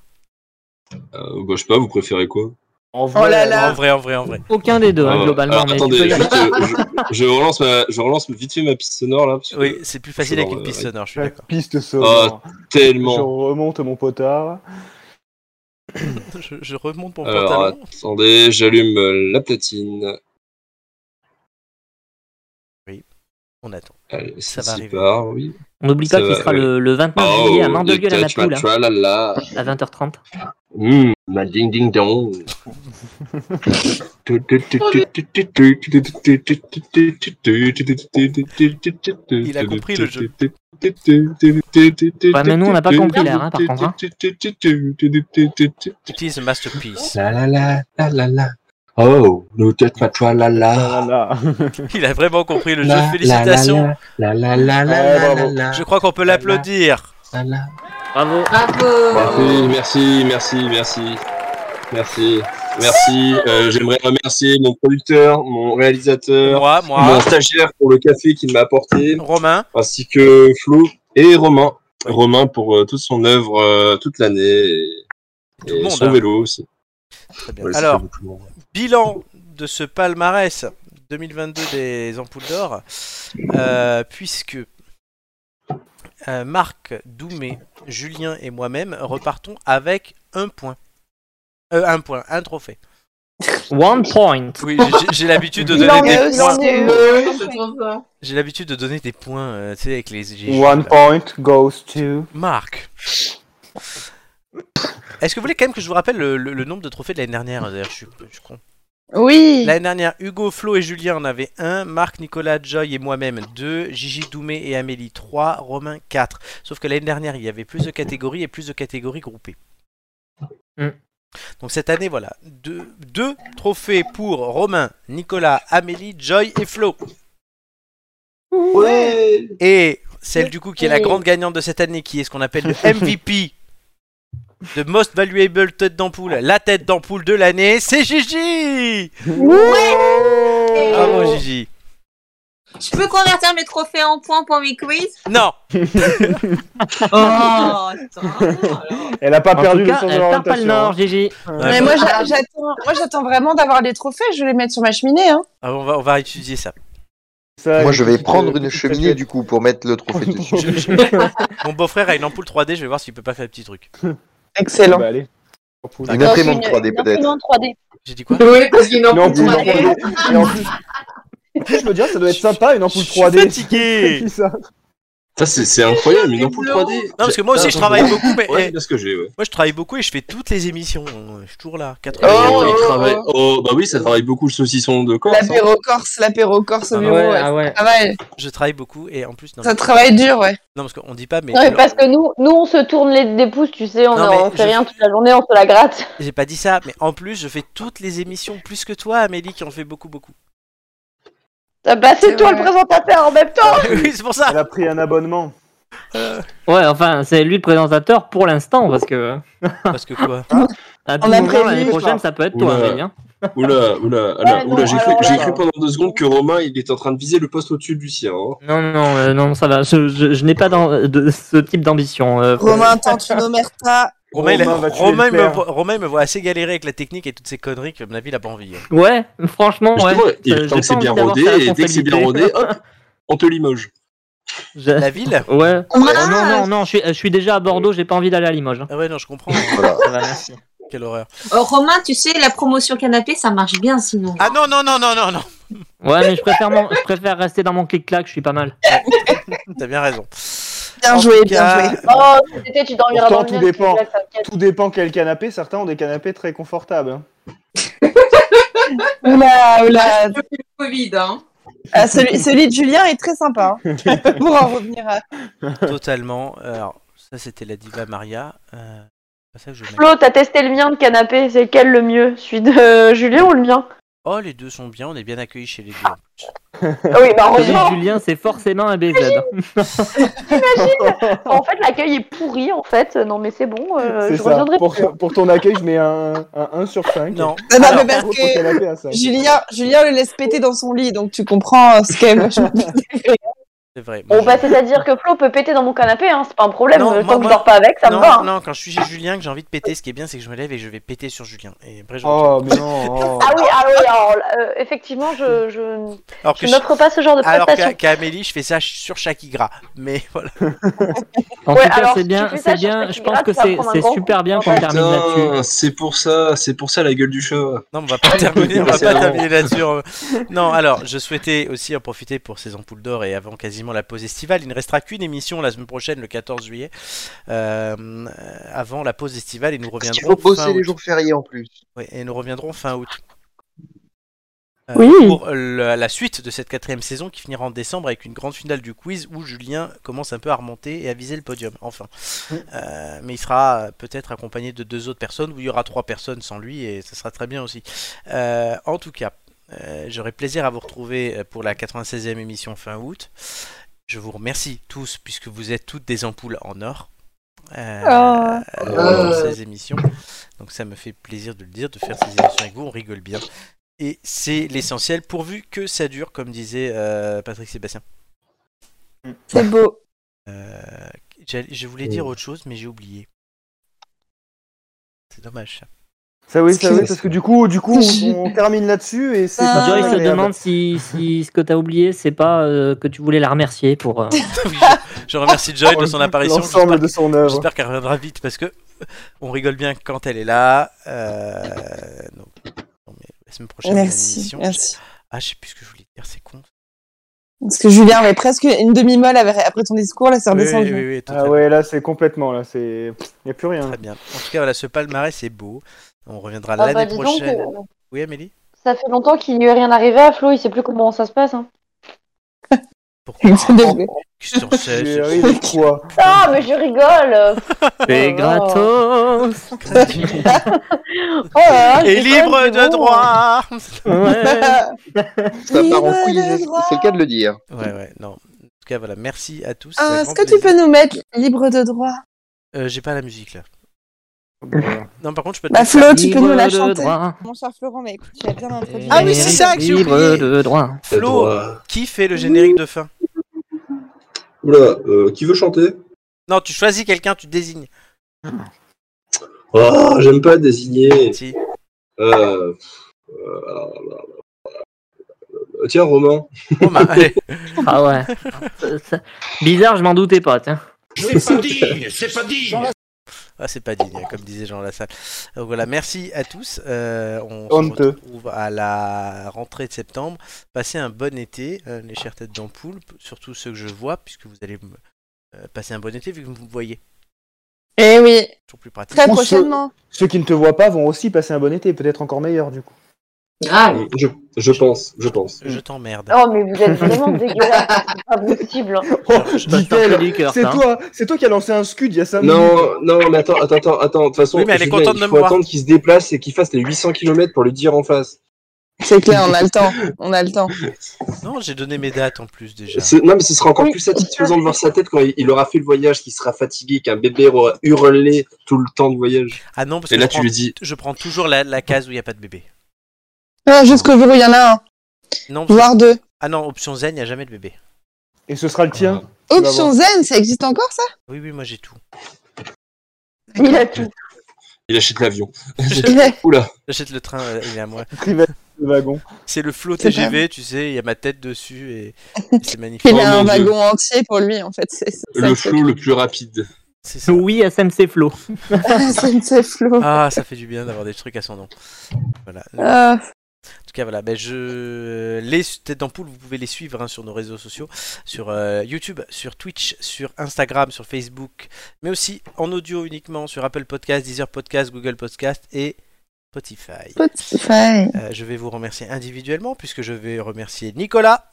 Euh, bah, je sais pas, vous préférez quoi Oh En vrai, en vrai, en vrai, en vrai. Aucun des deux, hein, Ah, globalement. alors, mais attendez, tu peux y aller. juste, euh, je, je relance ma, je relance vite fait ma piste sonore là. oui, c'est plus facile avec une piste sonore, je suis d'accord. Piste sonore. Ah, tellement. Je remonte mon potard. Je, je remonte mon Alors pantalon. attendez, j'allume euh, la platine. On attend. Allez, Ça va ça, arriver. part, oui. On n'oublie pas Ça qu'il va, sera oui. le, le 29 Oh, juillet à mandelieu le Ah, la hein. touch, ma Mapoule tralala. à 20h30. Hum, ma ding ding dong. Il a compris le jeu. Ouais, mais nous, on n'a pas compris l'air, hein, par contre, hein. It is a masterpiece. La la la la la la. Oh, nous tête ma toi la la. Il a vraiment compris le La, jeu. Félicitations. La la la la la la la la. Je crois qu'on peut l'applaudir. Bravo. Merci, merci, merci, merci. Merci, merci. Euh, J'aimerais remercier mon producteur, mon réalisateur, Moi, moi. mon stagiaire pour le café qu'il m'a apporté, Romain, ainsi que Flo et Romain. Romain pour euh, toute son œuvre euh, toute l'année et, le et monde, son hein. vélo aussi. bien. ça Alors, fait beaucoup de monde. bilan de ce palmarès 2022 des ampoules d'or, euh, puisque euh, Marc, Doumé, Julien et moi-même repartons avec un point. Euh, un point, un trophée. One point. Oui, j'ai- j'ai l'habitude de donner des points. euh, points. J'ai l'habitude de donner des points, euh, tu sais, avec les. j'ai- One point goes to. Marc. Est-ce que vous voulez quand même que je vous rappelle le, le- le nombre de trophées de l'année dernière D'ailleurs, je suis, je suis con. Oui. L'année dernière, Hugo, Flo et Julien en avaient un, Marc, Nicolas, Joy et moi-même deux, Gigi, Doumé et Amélie trois, Romain quatre. Sauf que l'année dernière, il y avait plus de catégories et plus de catégories groupées. Mm. Donc cette année, voilà, deux, deux trophées pour Romain, Nicolas, Amélie, Joy et Flo. Ouais. Et celle du coup qui est la Ouais. grande gagnante de cette année, qui est ce qu'on appelle le MVP, de Most Valuable Tête d'Ampoule, la tête d'ampoule de l'année, c'est Gigi Bravo Gigi Je peux convertir mes trophées en points pour mes quiz Non Oh, Elle a pas En perdu tout cas, le sens de elle perd pas le l'orientation. nord, hein. Gigi. Ouais, Mais moi, bon. j'a- j'attends, moi, j'attends vraiment d'avoir les trophées. Je vais les mettre sur ma cheminée. Hein. Ah, on, va, on va étudier ça. Moi, je vais prendre une cheminée du coup pour mettre le trophée dessus. Bah, Mon beau-frère a une ampoule 3D, je vais voir s'il peut pas faire le petit truc. Excellent. Bah, allez. Une imprimante 3D peut-être. Imprimante 3D. J'ai dit quoi Oui, parce qu'il Une ampoule 3D. Et en plus, en plus, je me dis, ça doit être sympa une ampoule 3D. fatigué. C'est ça. Ça, c'est c'est incroyable, une ampoule 3D. Non, parce que moi aussi je travaille beaucoup, mais Ouais, eh, c'est ce que j'ai, ouais. moi je travaille beaucoup et je fais toutes les émissions. Je suis toujours là. 80 Oh, il travaille. Oh, bah oui, ça travaille beaucoup le saucisson de hein. corps. L'apéro corse, l'apéro corse au hein. Ah bureau. ouais, ouais, ah ça ouais. travaille. Je travaille beaucoup et en plus. Non, Ça mais- travaille dur, ouais. Non, parce qu'on dit pas, mais. Non, mais parce que nous, nous, on se tourne les, des pouces, tu sais, on, Non, en- mais on fait je- rien toute la journée, on se la gratte. J'ai pas dit ça, mais en plus, je fais toutes les émissions plus que toi, Amélie, qui en fait beaucoup, beaucoup. Ah bah, c'est toi le présentateur en même temps Oui, c'est pour ça. Elle a pris un abonnement. Ouais, enfin, c'est lui le présentateur pour l'instant, parce que. euh, Parce que quoi À tout On a moment, prévu, l'année je prochaine, pense. ça peut être toi, Oula. Amélie. hein. Oula, oula, oula, Ouais, non, oula, j'ai cru, alors euh, là- j'ai cru pendant deux secondes que Romain il était en train de viser le poste au-dessus du sien. hein. Non, non, euh, non, ça va. Je, je- je n'ai pas dans- de ce type d'ambition. euh, Romain tente une omerta. Romain, il a- Romain va tuer Romain le me père. voit, Romain me voit assez galérer avec la technique et toutes ces conneries que, à mon avis, il a pas envie. hein. Ouais, franchement, ouais. Justement, il- Euh, j'ai tant pas que c'est envie bien d'avoir rodé, sa et dès que c'est bien rodé, responsabilité. hop, on te limoge. Je- La ville Ouais. Oh, non, non, non, je suis, je suis déjà à Bordeaux, j'ai pas envie d'aller à Limoges. hein. Ah ouais, non, je comprends. Ça va, merci. Quelle horreur. Oh, Romain, tu sais, la promotion canapé, ça marche bien sinon. Ah non, non, non, non, non, non. Ouais, mais je préfère, mon- je préfère rester dans mon clic-clac, je suis pas mal. T'as bien raison. Bien En joué, tout bien cas, joué. Oh, cet été, tu dormiras Pourtant, dans le tout mien, dépend. tu te la claques, t'inquiète. Tout dépend quel canapé. Certains ont des canapés très confortables. hein. Oula, oula. Covid, hein. Ah, celui, celui de Julien est très sympa. hein. Pour en revenir à. Totalement. Alors, ça, c'était la diva Maria. Euh, ça, je vais mettre- Flo, t'as testé le mien de canapé, c'est lequel le mieux Celui de euh, Julien ou le mien Oh, les deux sont bien, on est bien accueillis chez les deux. en plus. oui, bah heureusement. Celui de Julien, c'est forcément un BZ. Imagine En fait, l'accueil est pourri, en fait. Non, mais c'est bon, euh, C'est je ça. reviendrai. Pour, pour ton accueil, je mets un, un 1 sur 5. Non. Non, non, Ah, mais parce que Julien, Julien le laisse péter dans son lit, donc tu comprends euh, ce qu'est vachement C'est vrai. Bon, bah, c'est-à-dire que Flo peut péter dans mon canapé, hein, c'est pas un problème. Non, euh, moi- Tant que moi- je dors pas avec, ça non, me va. hein. Non, quand je suis chez Julien, que j'ai envie de péter, ce qui est bien, c'est que je me lève et je vais péter sur Julien. Et après, je Oh, mais non. Ah oui, ah oui, alors, euh, effectivement, je, je, Alors je n'offre pas ce genre de Alors prestation. qu'à- qu'à Amélie, je fais ça ch- sur Shakira. Mais voilà. En Ouais, tout cas, alors, c'est si bien, tu fais ça, c'est je bien. sais que Je tu pense verras, que tu vas c'est prendre un c'est grand super bien qu'on termine là-dessus. euh, Putain, c'est pour ça, c'est pour ça la gueule du chat. Non, on va pas terminer, on va C'est pas bon. terminer là-dessus. Non, alors, je souhaitais aussi en profiter pour ces ampoules d'or et avant quasiment la pause estivale. Il ne restera qu'une émission la semaine prochaine, le 14 juillet, euh, euh, avant la pause estivale et nous Parce qu'il reviendrons. faut fin bosser les août. jours fériés en plus. Ouais, et nous reviendrons fin août. Euh, Oui. Pour la, la suite de cette quatrième saison qui finira en décembre avec une grande finale du quiz où Julien commence un peu à remonter et à viser le podium, enfin. Euh, mais il sera euh, peut-être accompagné de deux autres personnes où il y aura trois personnes sans lui et ce sera très bien aussi. Euh, en tout cas, euh, j'aurai plaisir à vous retrouver euh, pour la 96e émission fin août. Je vous remercie tous puisque vous êtes toutes des ampoules en or. Euh, Ah. euh, Ah. dans ces émissions. Donc ça me fait plaisir de le dire, de faire ces émissions avec vous, on rigole bien. Et c'est l'essentiel pourvu que ça dure, comme disait euh, Patrick Sébastien. C'est beau. Euh, j'allais- je voulais dire autre chose, mais j'ai oublié. C'est dommage. ça. Ça oui, ça oui, parce que du coup, du coup, on, on termine là-dessus et c'est. pas Joy se agréable. demande si, si ce que t'as oublié, c'est pas euh, que tu voulais la remercier pour. euh, Je remercie Joy de son apparition. J'espère- L'ensemble de son œuvre. J'espère qu'elle reviendra vite parce que on rigole bien quand elle est là. Euh, donc, non, mais la semaine prochaine, il y a une Merci, émission. merci. Ah, je sais plus ce que je voulais dire, c'est con. Parce que Julien avait presque une demi-molle après après ton discours, là, c'est Oui, redescendu. oui, oui, ah ouais, là c'est complètement, là c'est. Il n'y a plus rien. Très bien. En tout cas, voilà, ce palmarès c'est beau. On reviendra Ah bah, l'année dis donc, prochaine. euh, Oui, Amélie Ça fait longtemps qu'il n'y est rien arrivé à Flo, il sait plus comment ça se passe. Hein. Qu'est-ce que t'en sais, c'est- Ah, mais je rigole C'est Oh. gratos. Oh là hein, là, Et j'ai libre quand même de du bon. droit Euh, Bah, Ça part en couille, c'est le cas de le dire. Ouais, ouais, non. En tout cas, voilà, merci à tous. Ah, c'est un Est-ce grand que tu plaisir. peux nous mettre libre de droit Euh, J'ai pas la musique là. non, par contre, je peux te Bah mettre Flo, ça. tu peux nous la chanter. Mon cher Florent, mais écoute, tu as bien introduit. Ah oui, c'est ça que j'ai Libre oublié. de droit. Flo, euh, qui fait le générique de fin Oula, euh, qui veut chanter Non, tu choisis quelqu'un, tu désignes. Oh, j'aime pas désigner. Si. Euh, euh, Tiens, Romain. Romain, bah, allez. Ah ouais. Ça- ça- Bizarre, je m'en doutais pas, tiens. c'est pas digne. Ah, c'est pas digne, comme disait Jean Lassalle. Donc voilà, merci à tous. Euh, on se Honteux. retrouve à la rentrée de septembre. Passez un bon été, euh, les chères têtes d'ampoule, p- surtout ceux que je vois, puisque vous allez me- euh, passer un bon été vu que vous me voyez. Eh oui. Toujours plus pratique. Très prochainement. Ceux qui ne te voient pas vont aussi passer un bon été, peut-être encore meilleur du coup. Ah, je, je pense, je pense. Je t'emmerde. Oh, mais vous êtes vraiment dégueulasse, c'est pas possible. hein. Dit-elle, hein. c'est hein. toi, c'est toi qui as lancé un scud il y a 5 minutes. Non, non, mais attends, attends, attends, attends. De toute façon, Oui, mais elle est Julien, contente il de me faut voir. attendre qu'il se déplace et qu'il fasse les 800 km pour lui dire en face. C'est clair, on a le temps. On a le temps. Non, j'ai donné mes dates en plus déjà. Ce- Non, mais ce sera encore plus satisfaisant de voir sa tête quand il, il aura fait le voyage, qu'il sera fatigué, qu'un bébé aura hurlé tout le temps de voyage. Ah non, parce Et que là, je, tu prends, lui dis. je prends toujours la, la case où il n'y a pas de bébé. Ah, jusqu'au jour où il y en a un. Non, parce- Voire deux. Ah non, option zen, il n'y a jamais de bébé. Et ce sera le tien. Option zen, ça existe encore, ça Oui, oui, moi j'ai tout. Il a tout. Il achète l'avion. Ouais. Oula. J'achète le train, euh, il est à moi. Le wagon. C'est le flot C'est TGV, tu sais, il y a ma tête dessus et, et c'est magnifique. Il a un wagon entier pour lui, en fait. C'est c'est ça. Le flot le plus rapide. Oui, SMC Flo. SMC Flo. Ah, ça fait du bien d'avoir des trucs à son nom. Voilà. Ah. En tout cas, voilà, ben je... les têtes d'ampoule, vous pouvez les suivre hein, sur nos réseaux sociaux, sur euh, YouTube, sur Twitch, sur Instagram, sur Facebook, mais aussi en audio uniquement sur Apple Podcast, Deezer Podcast, Google Podcast et Spotify. Spotify. Euh, je vais vous remercier individuellement puisque je vais remercier Nicolas,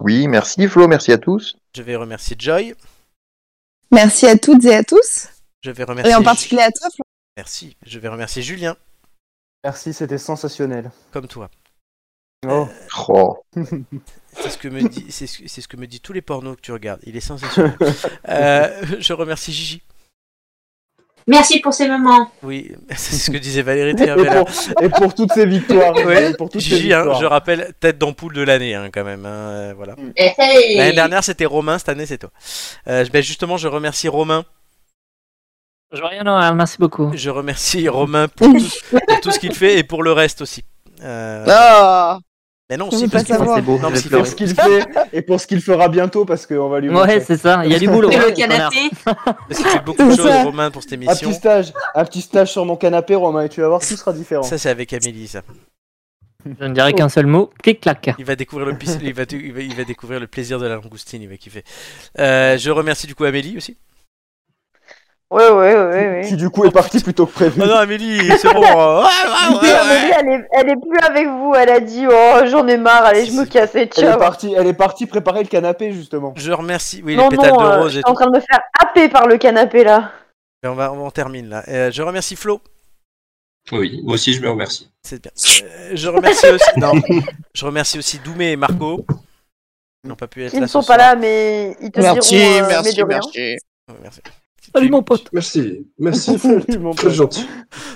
Oui, merci Flo, merci à tous. je vais remercier Joy, Merci à toutes et à tous. je vais remercier et en Ju- particulier à toi, Florent. Merci. Je vais remercier Julien Merci, c'était sensationnel. comme toi. Oh. C'est ce que me dit c'est ce, c'est ce que me dit tous les pornos que tu regardes. Il est sensationnel. Euh, je remercie Gigi. Merci pour ces moments. Oui, c'est ce que disait Valérie et, Trierweiler. pour, et pour toutes ces victoires. Ouais, pour toutes ces Gigi, hein, victoires. je rappelle, tête d'ampoule de l'année hein, quand même. hein, euh, voilà. Eh, hey L'année dernière c'était Romain, cette année c'est toi. Euh, ben justement, je remercie Romain. Je vois rien, non, merci beaucoup. Je remercie Romain pour tout, pour tout ce qu'il fait et pour le reste aussi. Euh, Ah, Oh mais non, Je si, veux parce pas Ah, savoir. qu'il- non, Et mais s'il pour fait- ce qu'il fait et pour ce qu'il fera bientôt parce qu'on va lui Ouais, c'est ça, il y a du boulot. Et le hein, canapé. parce qu'il fait beaucoup de C'est choses, ça. Romain, pour cette un émission. petit stage un petit stage sur mon canapé Romain et tu vas voir tout sera différent Ça, c'est avec Amélie, ça. Je ne dirais qu'un seul mot, clic-clac. Il va découvrir le, pis- il va, il va- il va découvrir le plaisir de la langoustine, il va kiffer. Euh, je remercie du coup Amélie aussi. Ouais, ouais, ouais, ouais. qui du coup est parti plutôt que prévu Oh non, Amélie, c'est bon. euh, ouais, ouais, ouais, Mais ouais. Amélie, elle est, elle est plus avec vous. Elle a dit Oh, j'en ai marre, allez, je me casse et elle est ciao. partie elle est partie préparer le canapé justement Je remercie. Oui, non, les pétales non, de euh, rose je et suis en tout. train de me faire happer par le canapé là. Mais on, va, on termine là. Euh, je remercie Flo. Oui, moi aussi je me remercie. C'est bien. Euh, je remercie aussi. non. Je remercie aussi Doumé et Marco. Ils n'ont pas pu être Ils là. ne ce sont soir. pas là, mais ils te Merci, diront. euh, mais merci, de rien. merci. Ouais, merci. Salut mon pote. Merci, merci. Absolument Très gentil.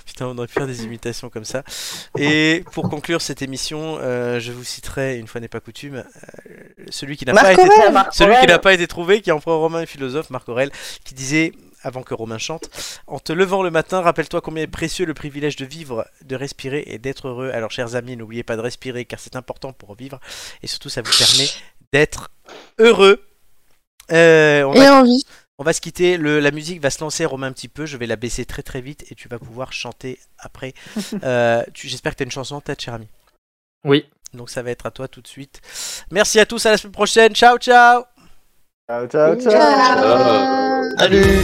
Putain, on aurait pu faire des imitations comme ça. Et pour conclure cette émission, euh, je vous citerai, une fois n'est pas coutume, euh, celui qui n'a pas Marc été Aurèle. Marc Celui qui Aurèle. n'a pas été trouvé, qui est empereur romain et philosophe, Marc Aurèle, qui disait, avant que Romain chante, En te levant le matin, rappelle-toi combien est précieux le privilège de vivre, de respirer et d'être heureux. Alors, chers amis, n'oubliez pas de respirer, car c'est important pour vivre. Et surtout, ça vous permet d'être heureux. Euh, on, Et va, envie. on va se quitter. Le- la musique va se lancer, Romain, un petit peu. Je vais la baisser très très vite et tu vas pouvoir chanter après. Euh, tu- J'espère que tu as une chanson en tête, cher ami. Oui. Donc, ça va être à toi tout de suite. Merci à tous, à la semaine prochaine. Ciao, ciao ciao ciao, ciao. Salut